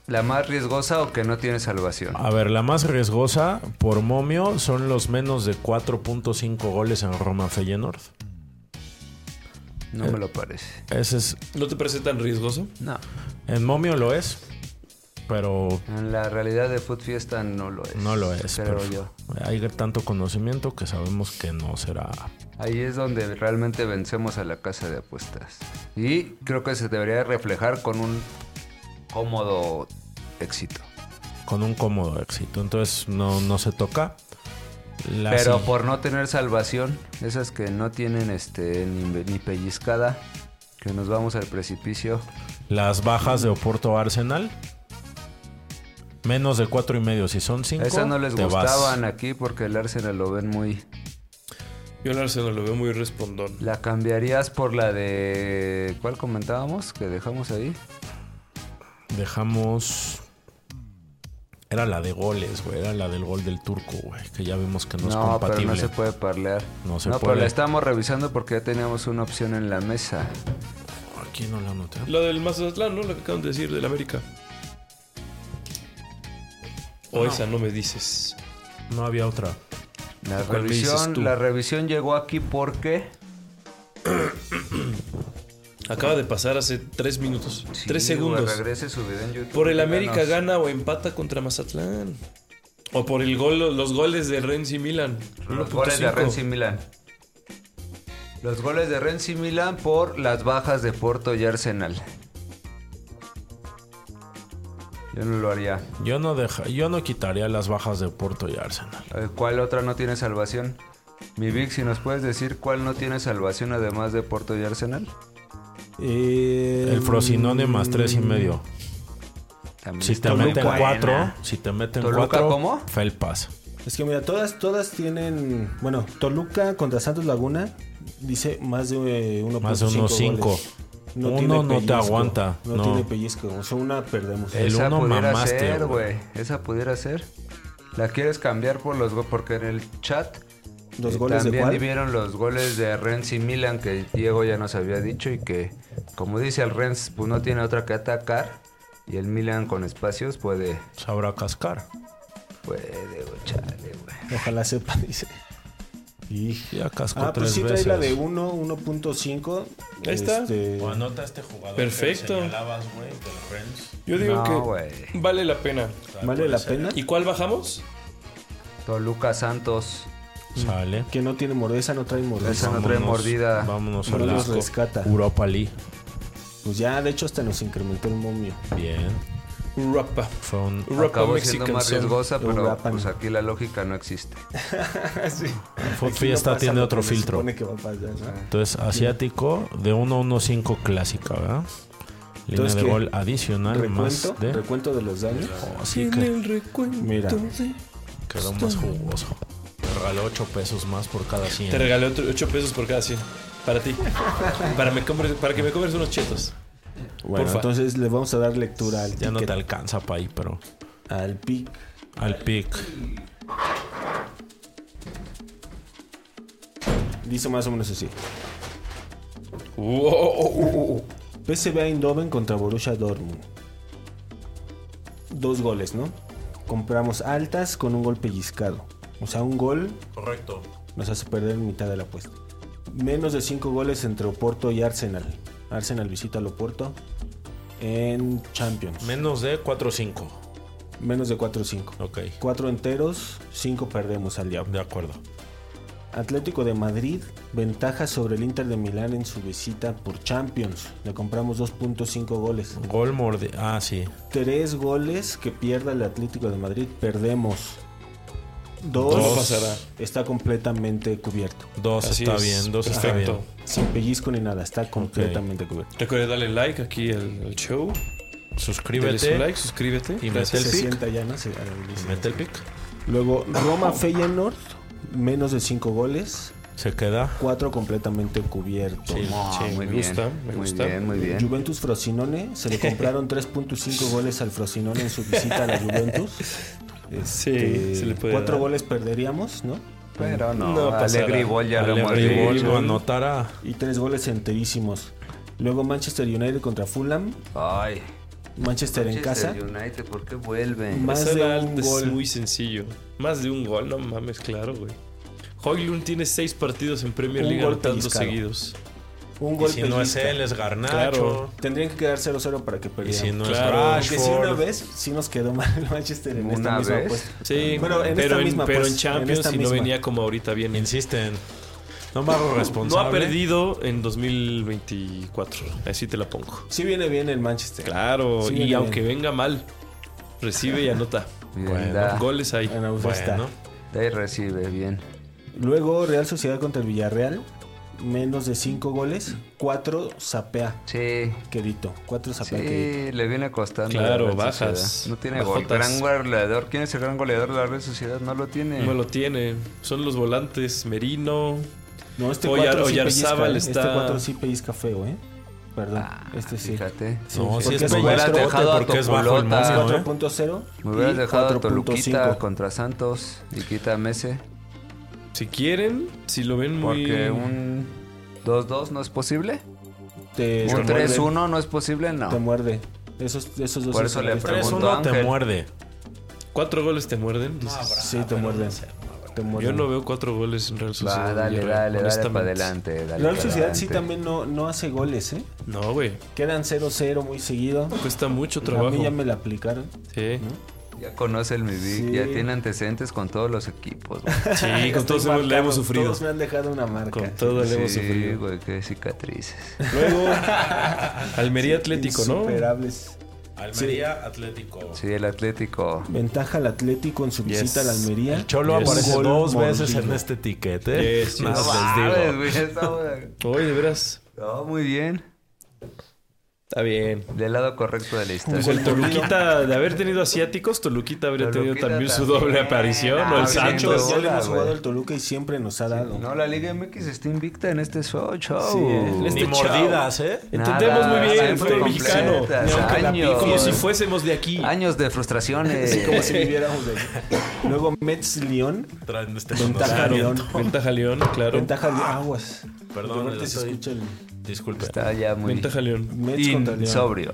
la más riesgosa o que no tiene salvación? Ah, A ver, la más riesgosa por momio son los menos de 4.5 goles en Roma Feyenoord. No eh. me lo parece. Ese es, ¿No te parece tan riesgoso? No. en momio lo es, pero En la realidad de Food Fiesta no lo es. no lo es. Creo pero yo. Hay tanto conocimiento que sabemos que no será. Ahí es donde realmente vencemos a la casa de apuestas. Y creo que se debería reflejar con un cómodo éxito. con un cómodo éxito. Entonces no, no se toca. La Pero si- por no tener salvación, esas que no tienen este ni, ni pellizcada, que nos vamos al precipicio. las bajas de Oporto Arsenal. Menos de cuatro y medio. Si son cinco, Esas no les te vas. gustaban aquí porque el Arsenal lo ven muy Yo al Arsenal lo veo muy respondón. ¿La cambiarías por la de. ¿Cuál comentábamos? Que dejamos ahí. Dejamos. Era la de goles, güey. Era la del gol del turco, güey. Que ya vimos que no, es No, pero compatible. no se puede parlear. No se pero puede. la estábamos revisando porque ya teníamos una opción en la mesa. Aquí no la anoté. La del Mazatlán, ¿no? La que acaban de decir, del América. O esa no me dices. No había otra. La ¿Cuál me dices tú? revisión, la revisión llegó aquí porque. Acaba de pasar hace tres minutos. Sí, tres güey, segundos. Regrese su video en YouTube. Por el y América venos. gana o empata contra Mazatlán. O por el gol, los goles de Renzi Milan. Los goles de 1.5. Renzi Milan. Los goles de Renzi Milan por las bajas de Porto y Arsenal. Yo no lo haría. Yo no deja, yo no quitaría las bajas de Porto y Arsenal. Eh, ¿Cuál otra no tiene salvación? Mi Vic, si nos puedes decir cuál no tiene salvación además de Porto y Arsenal. Eh, El Frosinone Mm, más tres y medio. También Si te está muy meten buena. cuatro, si te meten ¿Toluca cuatro, cómo? Felpas. Es que mira, todas, todas tienen. Bueno, Toluca contra Santos Laguna dice más de eh, 1.5. Más de unos cinco. goles. Uno tiene no te aguanta, No, no. Eh. tiene pellizco. O sea, una perdemos. El Esa uno pudiera mamaste, ser, güey. güey. Esa pudiera ser. ¿La quieres cambiar por los goles? Porque en el chat ¿Los eh, goles de también cuál? vieron los goles de Renzi Milan que Diego ya nos había dicho y que, como dice el Renz, pues no tiene otra que atacar. Y el Milan con espacios puede. Sabrá cascar. Puede, güey, chale, güey. Ojalá sepa, dice. Y ya cascó Ah, pues tres sí trae veces. la de 1, 1.5. Ahí está. Este, O anota este jugador. Perfecto. Que le señalabas, güey, del Rennes. Yo digo No, que güey. vale la pena. ¿Vale la pena? ¿Y cuál bajamos? Toluca Santos. Sale. Que no tiene mordida. Esa no trae mordida. Esa no trae Vámonos- mordida. Vámonos a No los la rescata. Europa League. Pues ya, de hecho, hasta nos incrementó el momio. Bien. Rapa. Fue un Rapa Acabó siendo Mexican más Song. riesgosa, Lo pero rapan. pues aquí la lógica no existe. Food Aquí no Fiesta pasa tiene lo otro que se filtro. supone que va a pasar, ¿no? Entonces, asiático de 1-1-5 clásica, ¿verdad? Línea Entonces, de ¿qué? gol adicional Recuento, más de. recuento de los daños. Oh, sí, que Mira, quedó más jugoso. Te regaló 8 pesos más por cada 100. Te regalé 8 pesos por cada 100. Para ti. para, me compres- para que me compres unos chetos. bueno, porfa. entonces le vamos a dar lectura al ya no te ticket, alcanza para ahí, pero. al pic. Al pick. Dice más o menos así. Wow. PSV Eindhoven contra Borussia Dortmund. Dos goles, ¿no? Compramos altas con un gol pellizcado. O sea, un gol Correcto. nos hace perder mitad de la apuesta. Menos de cinco goles entre Oporto y Arsenal. Arsenal visita al Oporto en Champions. Menos de 4-5. Menos de 4-5. Ok. Cuatro enteros, cinco perdemos al diablo. De acuerdo. Atlético de Madrid, ventaja sobre el Inter de Milán en su visita por Champions. Le compramos 2.5 goles. Gol morde. Ah, sí. Tres goles que pierda el Atlético de Madrid, perdemos. No Dos pasará. está completamente cubierto. 2 Así está es. bien. 2 está Perfecto. bien. Sin pellizco ni nada, está completamente cubierto. Recuerda darle like aquí al, al show. Dale su Suscríbete. like, suscríbete. Y Gracias. mete Se el pick. sienta ya, ¿no? Se- a ver, dice. Mete el pick. Luego Roma Feyenoord, menos de 5 goles, Se queda. 4 completamente cubierto. Sí. No, Sí, me gusta, me muy gusta. bien, muy bien. Juventus Frosinone, se le compraron 3.5 goles al Frosinone en su visita a la Juventus. Eh, Sí, se le puede Cuatro dar. goles perderíamos, ¿no? Pero no, No pasará. Alegre y Bol ya lo hemos Alegre y dicho. Bol lo anotará. Y tres goles enterísimos. Luego Manchester United contra Fulham, Ay. Manchester, en casa. Manchester United, ¿por qué vuelven? Ma- más Pasar de al un es gol. muy sencillo. Más de un gol, no mames, claro, güey. Hoylund tiene seis partidos en Premier Un League gol anotando pellizcado. seguidos. Un Y gol si no es pellizca. él, es Garnacho. Claro. Tendrían que quedar 0-0 para que Y perdiéramos. si no Claro. es Porque sí, una Rashford. vez sí nos quedó mal el Manchester en esta ¿Una misma vez? apuesta. Sí, Bueno, en pero, esta en, misma, pero pues, en en Champions esta y no misma. venía como ahorita bien. Insisten. No me hago No responsable. ha perdido en 2024. Así te la pongo. Sí viene bien el Manchester. Claro, Sí, y viene aunque bien. venga mal, recibe y anota. Bien, Ah. da, Goles ahí. Bueno, pues ya Bueno, está. da y recibe, bien. Luego Real Sociedad contra el Villarreal. Menos de 5 goles. 4 zapea. Sí. Quedito. 4 zapea. Quedito. Sí, le viene costando. a la Claro, Real bajas, Sociedad. No tiene gol. bajotas. Gran goleador. ¿Quién es el gran goleador de la Real Sociedad? No lo tiene. No lo tiene. Son los volantes Merino, No, este O Yar- cuatro o sí Yarzábal pellizca, ¿eh? está- Este 4 sí pellizca feo, ¿eh? Perdón, este sí. Ah, Fíjate. No, sí, si porque es es bellas cuatro, dejado a porque es bajo el Ah, Topolota. mundo, ¿eh? 4.0 Me hubieras y dejado a Toluquita 4.5. contra Santos y quita a Mese. Si quieren, si lo ven muy... Porque un 2-2 no es posible. Te- Un te muerde, 3-1 no es posible, no. Te muerde. Esos, esos dos Por eso le escenarios. pregunto. 3-1 te Ángel. muerde. ¿Cuatro goles te muerden? Dices, Sí, te muerden. Te Yo muerden. no veo cuatro goles en Real Sociedad. Va, dale, Villarreal, dale, dale honestamente. para adelante. Dale La para Real Sociedad sí adelante. también no, no hace goles, ¿eh? No, güey. Quedan 0-0 muy seguido. Cuesta mucho A trabajo. mí ya me la aplicaron. Sí, Ya conoce el Midic, Sí. ya tiene antecedentes con todos los equipos. güey. <laughs> sí con Estoy todos hemos- la marcado, hemos sufrido. Todos me han dejado una marca. Con todo le hemos Sí, sufrido. güey, qué cicatrices. Luego, Almería Atlético, ¿no? Insuperables. Almería Atlético. Sí, el <laughs> Atlético. Ventaja al Atlético en su Yes. visita a la Almería. El Cholo Yes. aparece Gol dos veces mordido. en este tiquete. Yes, Nada yes. más No les mames, digo. güey, estamos- Oye, de veras. No, muy bien. Está bien. Del lado correcto de la Pues historia. el Toluquita, de haber tenido asiáticos, Toluquita habría Toluquita tenido también su también. doble aparición. Ah, o el bien, Santos. güey. Pues, Ya le hemos Hola, jugado güey. al Toluca y siempre nos ha dado. No, la Liga MX está invicta en este show. show. Sí, eh, en este Ni mordidas, ¿eh? Entendemos muy bien el siempre fútbol completas, mexicano. Ni aunque la Años, pique. Como si fuésemos de aquí. años de frustraciones. Sí, <laughs> como si viviéramos de ahí. Luego Mets León. Traen este Ventaja conocimiento. León. Ventaja León, claro. Ventaja de aguas. Perdón, De repente le se estoy- escucha el Disculpe. Está ya muy Ventaja León. Mets contra in- León. sobrio.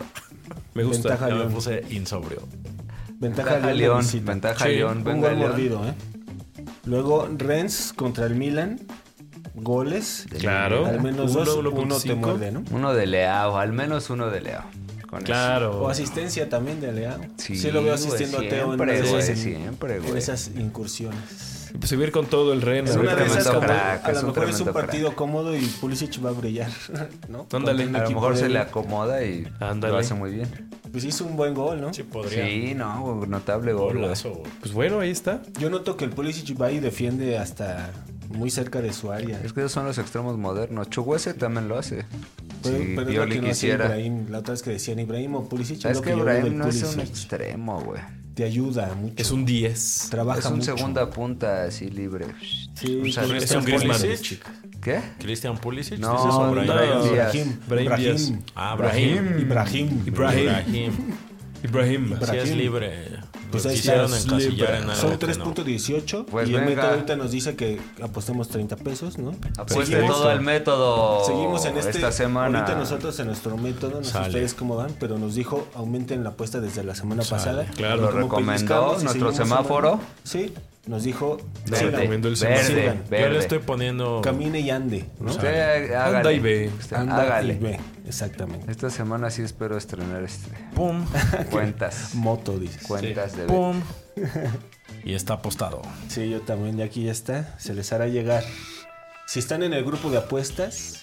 Me gusta. Ventaja Ya me León. puse insobrio. Ventaja Ventaja de León, visita. ventaja Sí, León, Un venga gol León. mordido, ¿eh? Luego Rennes contra el Milan. Goles. Claro. Al menos Uno, dos. Uno, 1.5. te muerde, ¿no? Uno de Leao, al menos uno de Leao. Con O Claro. asistencia también de Leao. Sí, Sí, lo güey, veo asistiendo a Teo en, siempre, esas- güey, en- siempre, en güey. esas incursiones. Subir Pues con todo el reno. Es una de esas tremendo como- crack, es a lo un mejor es un tremendo partido cómodo y Pulisic va a brillar, <laughs> ¿no? Ándale. Contra un A lo equipo mejor se débil. le acomoda y lo Ándale. hace muy bien. Pues hizo un buen gol, ¿no? Sí, podría. Sí, no, güey, notable gol. güey. Golazo. güey. Pues bueno, ahí está. Yo noto que el Pulisic va y defiende hasta muy cerca de su área. Es que esos son los extremos modernos. Chuguese también lo hace. Pero, si pero es lo Pioli que no hacía quisiera. Ibrahim. La otra vez que decían Ibrahim o Pulisic. Es lo que yo veo del Ibrahim no es un Pulisic. extremo, güey. Te ayuda mucho. Es un 10. Trabaja Es un mucho. segunda punta así libre. Sí, este O sea, pero Es un Griezmann. Pulisic. ¿Qué? Cristian Pulisic. No, dices, o Brahim? no. Díaz. Ibrahim. Brahim Díaz. Ah, Ibrahim. Ibrahim. Ibrahim. Ibrahim. Si es Brahim. libre. Pues Lo ahí está, quisieron es encasillar libre. en algo Son que no. 3.18 Pues y el venga. meta ahorita nos dice que apostemos 30 pesos, ¿no? Apueste Seguimos- todo al método. este Seguimos en este, esta semana. Ahorita nosotros en nuestro método, no sé Sale. ustedes cómo van, pero nos dijo aumenten la apuesta desde la semana pasada. claro. Como Lo recomendó pellizcamos y nuestro seguimos semáforo. sumando. Sí, nos dijo Verde, sigan, recomiendo el verde, semáforo. verde. Yo le estoy poniendo. camine y ande, ¿no? Usted hágale. Anda y ve. Usted Anda hágale. y ve, exactamente. Esta semana sí espero estrenar este. <laughs> Pum. Cuentas. Moto, dices. cuentas de ver. Pum. <laughs> Y está apostado. Sí, yo también, ya aquí ya está. Se les hará llegar. Si están en el grupo de apuestas,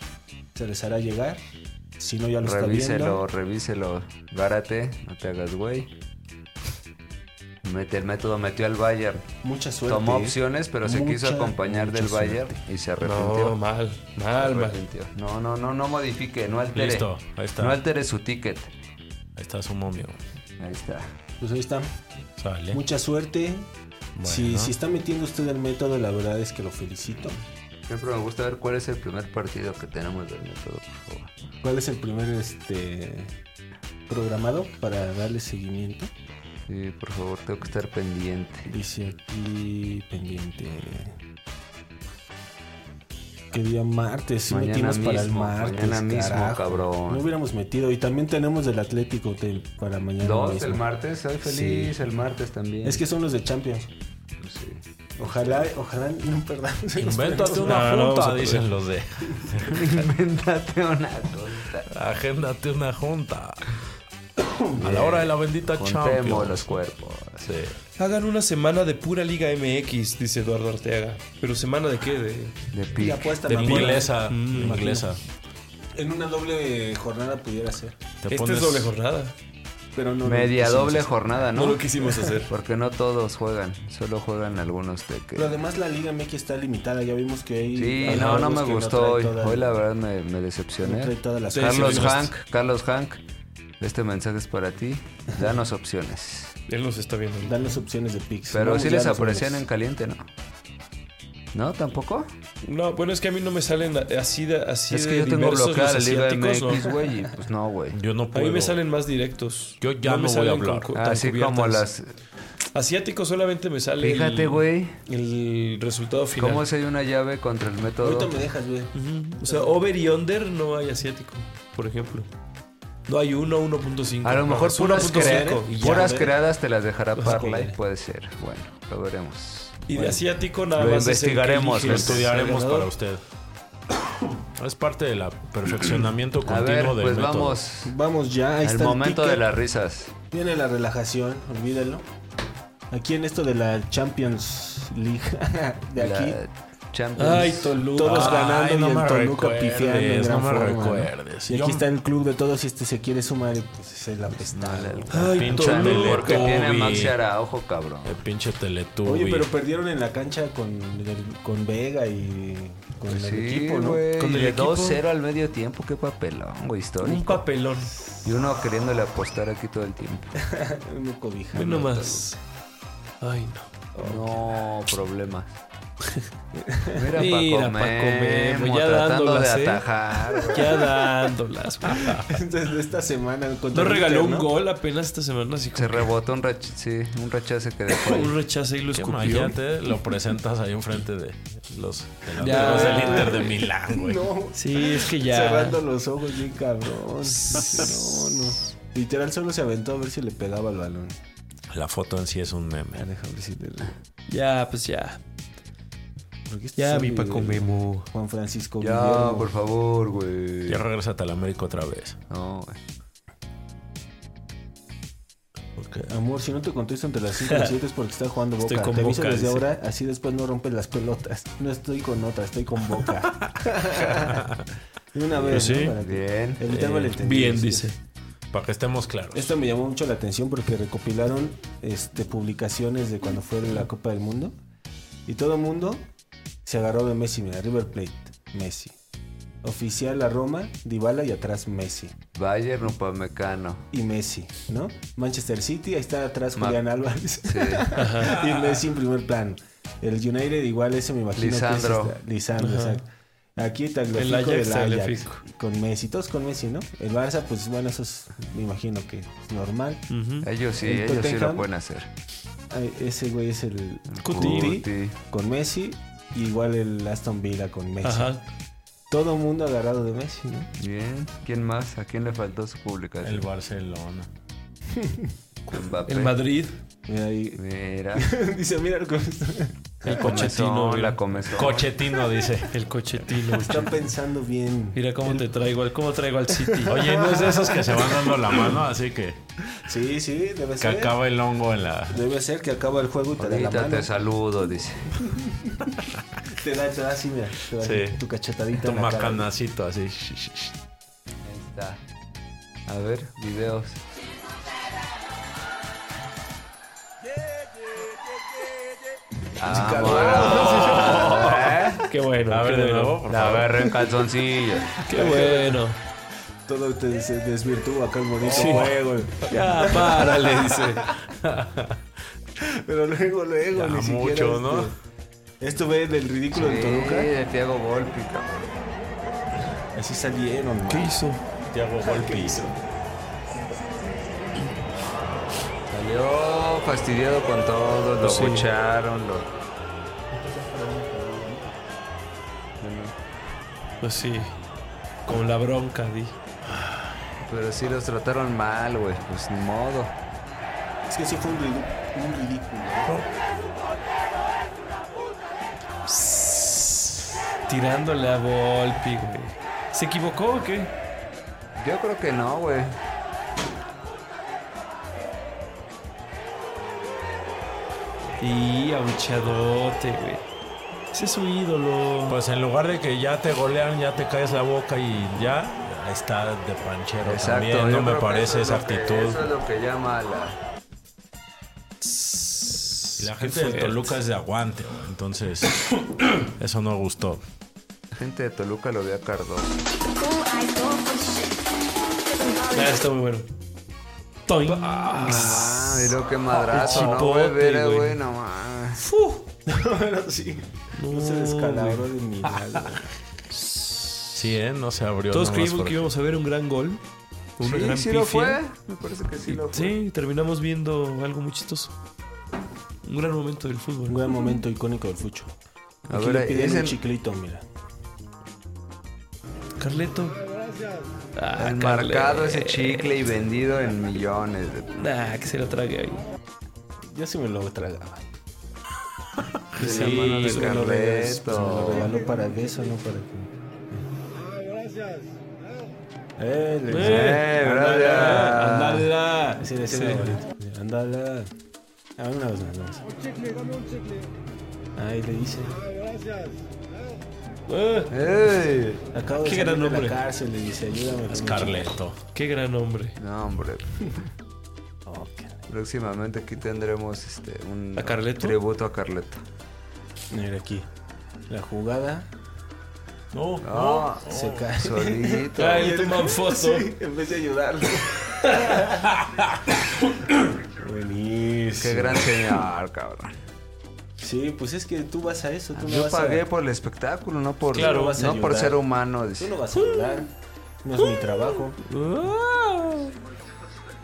se les hará llegar. Si no, ya lo está Revíselo, viendo. revíselo. Gárate, no te hagas güey. Mete el método, metió al Bayern. Mucha suerte. Tomó ¿eh? opciones, pero se quiso Mucha, acompañar mucha del suerte. Bayern y se arrepintió. No, mal. Se Mal, mal. arrepintió. No, no, no, no modifique, no altere. Listo, ahí está. No altere su ticket. Ahí está su momio. Ahí está. Pues ahí está. Sale. Mucha suerte. Bueno. Si, si está metiendo usted el método, la verdad es que lo felicito. Siempre me gusta ver cuál es el primer partido que tenemos del método, por favor. ¿Cuál es el primer este programado para darle seguimiento? Sí, por favor, tengo que estar pendiente. Dice aquí pendiente. ¿Qué día martes? Si Mañana metimos para el mismo, martes. mañana mismo, carajo. cabrón. No hubiéramos metido. Y también tenemos del Atlético te- para mañana. Dos mismo. el martes, soy feliz el martes también. Es que son los de Champions. Sí. <laughs> Ojalá, ojalá no <laughs> perdamos. Invéntate Ah, una no, vamos junta, a- dicen los de. Invéntate una cosa. Agéndate una <coughs> junta. A la hora de la bendita Contemos Champions. los cuerpos. Sí. Hagan una semana de pura Liga MX, dice Eduardo Arteaga. Pero semana de qué? De... De Y pique. apuesta De me acuerdo. inglesa. Inglesa. En una doble jornada pudiera ser. Te Esta Este pones- es doble jornada. Pero no. Media no doble quisimos jornada, ¿Ah, ¿no? No lo quisimos hacer. <laughs> Porque no todos juegan, solo juegan algunos de hacer. Pero que. además la Liga MX está limitada. Ya vimos que hay. Sí, hay no, no juegos me que gustó trae hoy. toda- Hoy la verdad me, me No trae decepcioné. todas las Sí, Carlos sí, sí. Hank, Carlos Hank, este mensaje es para ti. Danos opciones. Él nos está viendo. Dan las opciones de picks. Pero Vamos sí ya les a los aparecían en números. caliente, ¿no? ¿No? ¿Tampoco? No, bueno, es que a mí no me salen así de así es de que yo tengo diversos bloqueada la los Liga asiáticos, ¿no? MX, güey, y pues no, güey. Yo no A puedo. mí me salen más directos. Yo ya no voy a salen hablar. con cu- tan Ah, Así cubiertas. como las... Asiáticos solamente me sale el- Fíjate, güey, El, resultado final. cómo se dio una llave contra el método... Ahorita me dejas, güey. Ujú. O sea, over y under no hay asiático, por ejemplo. No hay 1, 1.5. A lo mejor Es puras, 1.5 crea- y ya. puras creadas te las dejará Pues, Parlay, joder. puede ser. Bueno, lo veremos. Y de asiático nada Lo más. es el que investigaremos, eliges Lo estudiaremos al para ganador. usted. Es parte <coughs> del perfeccionamiento A continuo ver, del pues método. vamos. Vamos ya, ahí el está el momento de ticket. las risas. Viene la relajación, olvídenlo. Aquí en esto de la Champions League, <laughs> de aquí, La Champions. Ay, Toluca. todos Ay, ganando no y me el Toluca recuerdes, pifiando en no gran me forma, ¿no? recuerdes. Y Yo- aquí está el club de todos, si este se quiere sumar, pues esa es la Dale, pestada. el Ay, Pinche Toluca. Porque Teletubby. tiene a Maxi Araujo, cabrón. El pinche Teletubby. Oye, pero perdieron en la cancha con, el- con Vega y con el Pues Sí, equipo, ¿no? güey. Con el de equipo. 2-0 al medio tiempo, qué papelón, güey, Un histórico. papelón. Y uno queriéndole apostar aquí todo el tiempo. Uno cobijando <laughs> Ve nomás. Ay, no. No, problemas. Mira, Mira, Paco Paco Memo, Memo, ya tratando de dándolas, ¿eh? atajar. güey. Ya dándolas, güey. a todo. Desde esta semana. contra Nos el regaló Inter, un ¿no? gol apenas esta semana, así Se como rebotó un, rech- sí, un rechace que dejó. ahí. un rechazo y lo Qué escupió. imagínate, lo presentas ahí enfrente de los delanteros Ya. del Inter <laughs> de Milán, güey. No, Sí, es que ya. cerrando los ojos bien <laughs> cabrón. No, no. Literal solo se aventó a ver si le pegaba el balón. Ah, La foto en sí es un Ya, meme. déjame decirle. Ya, pues ya. Porque este Ya es mi el- Paco Memo. Juan Francisco Ya, Guillermo. por favor, güey. Ya regrésate al América otra vez. No, güey. Amor, si no te contesto entre las 5 y 7 es porque está jugando boca. Estoy con te aviso Boca, desde dice. ahora, así después no rompes las pelotas. No estoy con otra, estoy <laughs> con boca. De una Pues vez, sí. ¿no? Para que Bien. eh, evitar malentendidos. Bien, Sí. dice. Para que estemos claros. Esto me llamó mucho la atención porque recopilaron este, publicaciones de cuando fue la Copa del Mundo. Y todo el mundo se agarró de Messi. Mira, River Plate, Messi. Oficial a Roma, Dybala y atrás Messi. Bayern Upamecano. Y Messi, ¿no? Manchester City, ahí está atrás Ma- Julián Álvarez. <laughs> Sí. <laughs> y Messi en primer plano. El United igual ese me imagino Lisandro. que es esta- Lisandro, exacto. Aquí Tagliafico El Ajax, del Ajax, Tagliafico. con Messi, todos con Messi, ¿no? El Barça, pues bueno, eso es, me imagino que es normal. Ujú. Ellos sí, El ellos sí lo Tottenham. pueden hacer. Ay, Ese güey es el Cuti. Cuti. con Messi, y igual el Aston Villa con Messi. Ajá. Todo mundo agarrado de Messi, ¿no? Bien. ¿Quién más? ¿A quién le faltó su El publicación? Barcelona. Mbappé. El Madrid. Mira ahí. Mira. <laughs> Dice, mira, con esto". <laughs> El Comezón, cochetino. la mira. comezón. Cochetino dice. <laughs> El cochetino. está pensando bien. Mira cómo te traigo, al- cómo traigo al City. Oye, no es de esos que se van dando la mano, así que Sí, sí, debe que ser. acaba el hongo en la. Debe ser que acaba el juego y te da la Ahorita mano. te saludo, dice. Te da, te da así, mira. Te da Sí. tu cachetadita. Tu en la cara. macanacito, así. Sh, sh, sh. Ahí está. A ver, videos. <laughs> Ah, bueno. Qué bueno. A ver, qué de bueno. nuevo, por La favor. agarré en calzoncillos. Qué bueno. Todo te se desvirtúa acá el bonito juego. Ya, párale, dice. <laughs> Pero luego, luego, Ya ni siquiera. mucho, este- ¿no? Esto ve del ridículo Sí, del Toluca. de Tiago Volpi, cabrón. Así salieron, man. ¿Qué hizo? Tiago Volpi. Salió fastidiado con todo, lo Sí. escucharon, lo... Pues sí. Con la bronca, di. pero sí los trataron mal, güey, pues ni modo. Es que sí fue un, ridí- un ridículo. Tirándole a Volpi, güey. ¿Se equivocó o qué? Yo creo que no, güey. Y abucheadote, güey. Ese es su ídolo. Pues en lugar de que ya te golean, ya te caes la boca y ya, está de panchero yo también. No me creo que eso parece es esa lo que- actitud. eso es lo que llama a la... Y La Qué gente de fuerte. Toluca es de aguante, güey. entonces eso no gustó. la gente de Toluca lo ve a Cardoso. Ah, está muy bueno. Toing. Ah, mira qué madrazo, el no, güey, chipote, Vera, güey. güey, no mames. Fu. Bueno, sí. No, se descalabró <laughs> de mi lado. Sí, ¿eh? No se abrió. Todos nomás creímos porque- que íbamos a ver un gran gol. Un Sí, gran sí lo pifia. fue. Me parece que sí lo fue. Sí, terminamos viendo algo muy chistoso. Un gran momento del Un fútbol. gran momento icónico del Fucho. A Aquí ver, le piden ese- un chiclito, mira. Carleto. Ah, Han marcado Carle- ese chicle y vendido en millones. de- Nah, que se lo trague ahí. Yo sí me lo tragaba. De la mano de Se me lo regaló- se me lo Carleto. regaló para beso, no para que. Ah, Eh, le- Eh, gracias. Andala. Sí, sí, sí. Ándala. A ver, una vez más, vamos. Un chicle, dame un chicle. Ahí le dice. Ah, Ey. Acabo Qué de salir gran de hombre. la cárcel, le dice, ayúdame. con un Carleto. qué gran hombre. No, hombre. chicle. Oh, qué- Próximamente aquí tendremos este, un ¿A Carleto? tributo a Carleto. Mira aquí. La jugada No, No, se <laughs> cae. solito. Ay, le toman <laughs> foto. empecé a ayudarle. Buenísimo. Qué gran señor, cabrón. Sí, pues es que tú vas a eso, tú no Yo vas pagué a... por el espectáculo, no por, Claro, vas a no por ayudar. ser humano. dice. Tú no vas a ayudar. No es mi trabajo.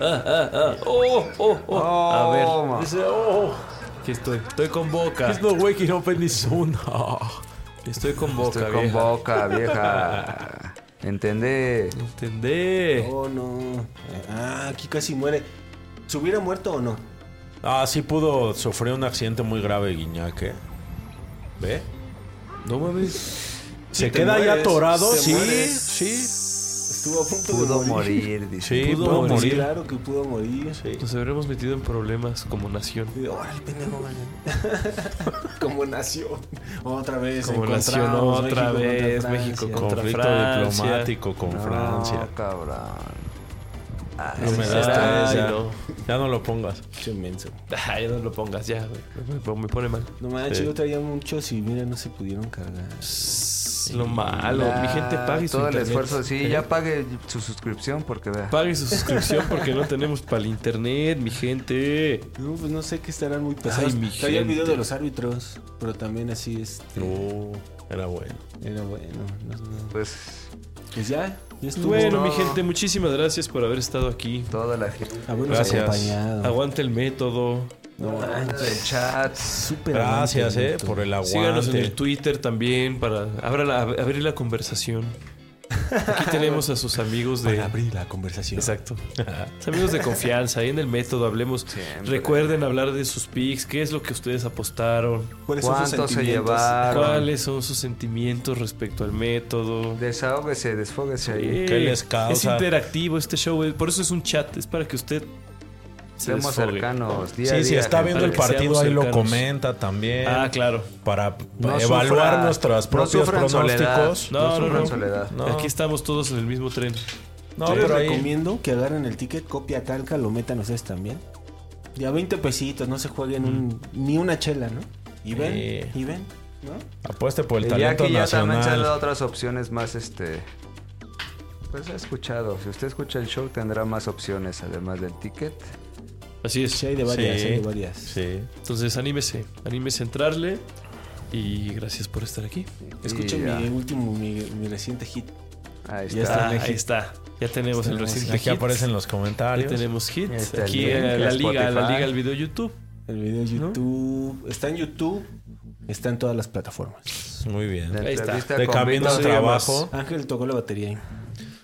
Ah, ah, ah. Oh, oh, oh. A ver. Oh, ma- Dice, oh, Aquí estoy. Estoy con boca. there's no way he open <laughs> this soon. Ah. Estoy con boca. Estoy con vieja. boca, vieja. Entendé. Entendé. Oh, no. Ah, aquí casi muere. ¿Se hubiera muerto o no? Ah, sí pudo sufrir un accidente muy grave, Guiñac. ¿eh? ¿Ve? No mames. Se te queda ahí mueres, atorado, te sí, mueres. sí. Estuvo a punto Pudo de morir. morir, dice. Sí, Pudo pudo, morir. morir. Claro que pudo morir. Nos habremos metido en problemas como nación. Y de, Órale, pendejo, gané. <laughs> Como nació. Otra vez. Como nació encontramos otra México contra vez, Francia. México con- Contra Conflicto Francia. diplomático con No, Francia. cabrón. Ah, No me sí, está, da esta vez, ay, ya. no. Ya no lo pongas. Pinche menso. Ay, no lo pongas <laughs> ya, güey. Me, pon- me pone mal. No manches, Sí. yo traía muchos y mira, no se pudieron cargar. Lo malo. Mi gente pague su Todo el internet. esfuerzo, sí. Ya pague su suscripción porque vea. <laughs> Pague su suscripción porque no tenemos para el internet, mi gente. No, pues no sé que estarán muy pesados. Ay, mi traía el video gente. de los árbitros, pero también así este, No, era bueno. era bueno. no, no. Pues Pues ya, ya estuvo. Ah, Bueno, no. mi gente, muchísimas gracias por haber estado aquí. toda la gente. Habernos Gracias. acompañado. Aguante el método. No manches, El chat. súper Gracias, eh, adelante, por el Síganos en el aguante. Twitter también para abra la- ab- abrir la conversación. Aquí tenemos a sus amigos de. Para abrir la conversación. Exacto. Sus <laughs> amigos de confianza. Ahí en el método hablemos. Siempre. Recuerden hablar de sus picks. ¿Qué es lo que ustedes apostaron? ¿Cuáles son sus ¿Cuánto se sentimientos? llevaron? ¿Cuáles son sus sentimientos respecto al método? Desahógese, desfóguese ahí. Eh, ¿Qué les Es causa? interactivo este show, eh, por eso es un chat, es para que usted se Seamos desfogue. cercanos. Día a Sí, si día, está gente. viendo el para que partido, seamos ahí lo cercanos. comenta también. Ah, claro. Para No evaluar sufra- nuestros no propios sufra en pronósticos. soledad, No, No, no, sufra no. en soledad. No. Aquí estamos todos en el mismo tren. No, Yo les pero ahí. recomiendo que agarren el ticket, copia talca, lo metan ustedes también. Y a 20 pesitos, no se jueguen un- Mm. ni una chela, ¿no? Y ven, Eh. y ven, ¿no? Apueste por el Y ya talento aquí ya también se han dado nacional. otras opciones más, este... Pues ha escuchado. Si usted escucha el show, tendrá más opciones, además del ticket. Así es. Sí, hay de varias, Sí. hay de varias. Sí. Entonces, anímese, anímese a entrarle y gracias por estar aquí. Escucha Y ya. mi último, mi, mi reciente hit. Ahí Ya está. está. Ah, el ahí hit. está. Ya tenemos el Tenemos reciente Aquí hit. aparecen los Ya comentarios. tenemos hit. Ahí está Aquí Este, el eh, link, la el liga, la Spotify. liga, el video YouTube. El video YouTube. Está en YouTube, está en todas las plataformas. Muy bien. La Ahí está. entrevista De con camino Vito al Llamas. trabajo. Ángel tocó la batería.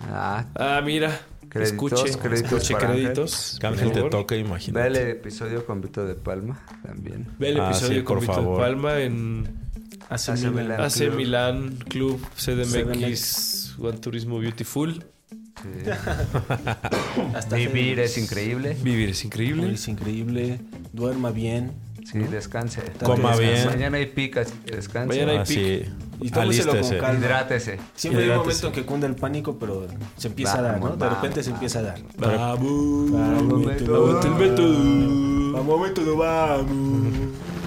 Ah, Ah, mira. Créditos, escuche, créditos escuche para créditos. Que Ángel por te favor. toque, ve el imagínate. episodio con Vito de Palma también. Ve el Ah, episodio sí, con por Vito favor. de Palma en Hace Hace mil- Milán AC Club. Milán Club CDMX CDMX. One Turismo Beautiful. Sí. hasta hace- Vivir es increíble. Vivir es increíble. Es increíble. Duerma bien. Sí, descanse. Coma Descanse. bien. Mañana hay picas. Descanse. Mañana hay Así. Y tómeselo con Alístese. calma. Hidrátese. Siempre hay un Hidrátese. momento en que cunda el pánico, pero se empieza a dar, ¿no? Vamos, De repente vamos, se empieza a dar. Bravo. Vamos, método. Aguante el método. Vamos, método, vamos.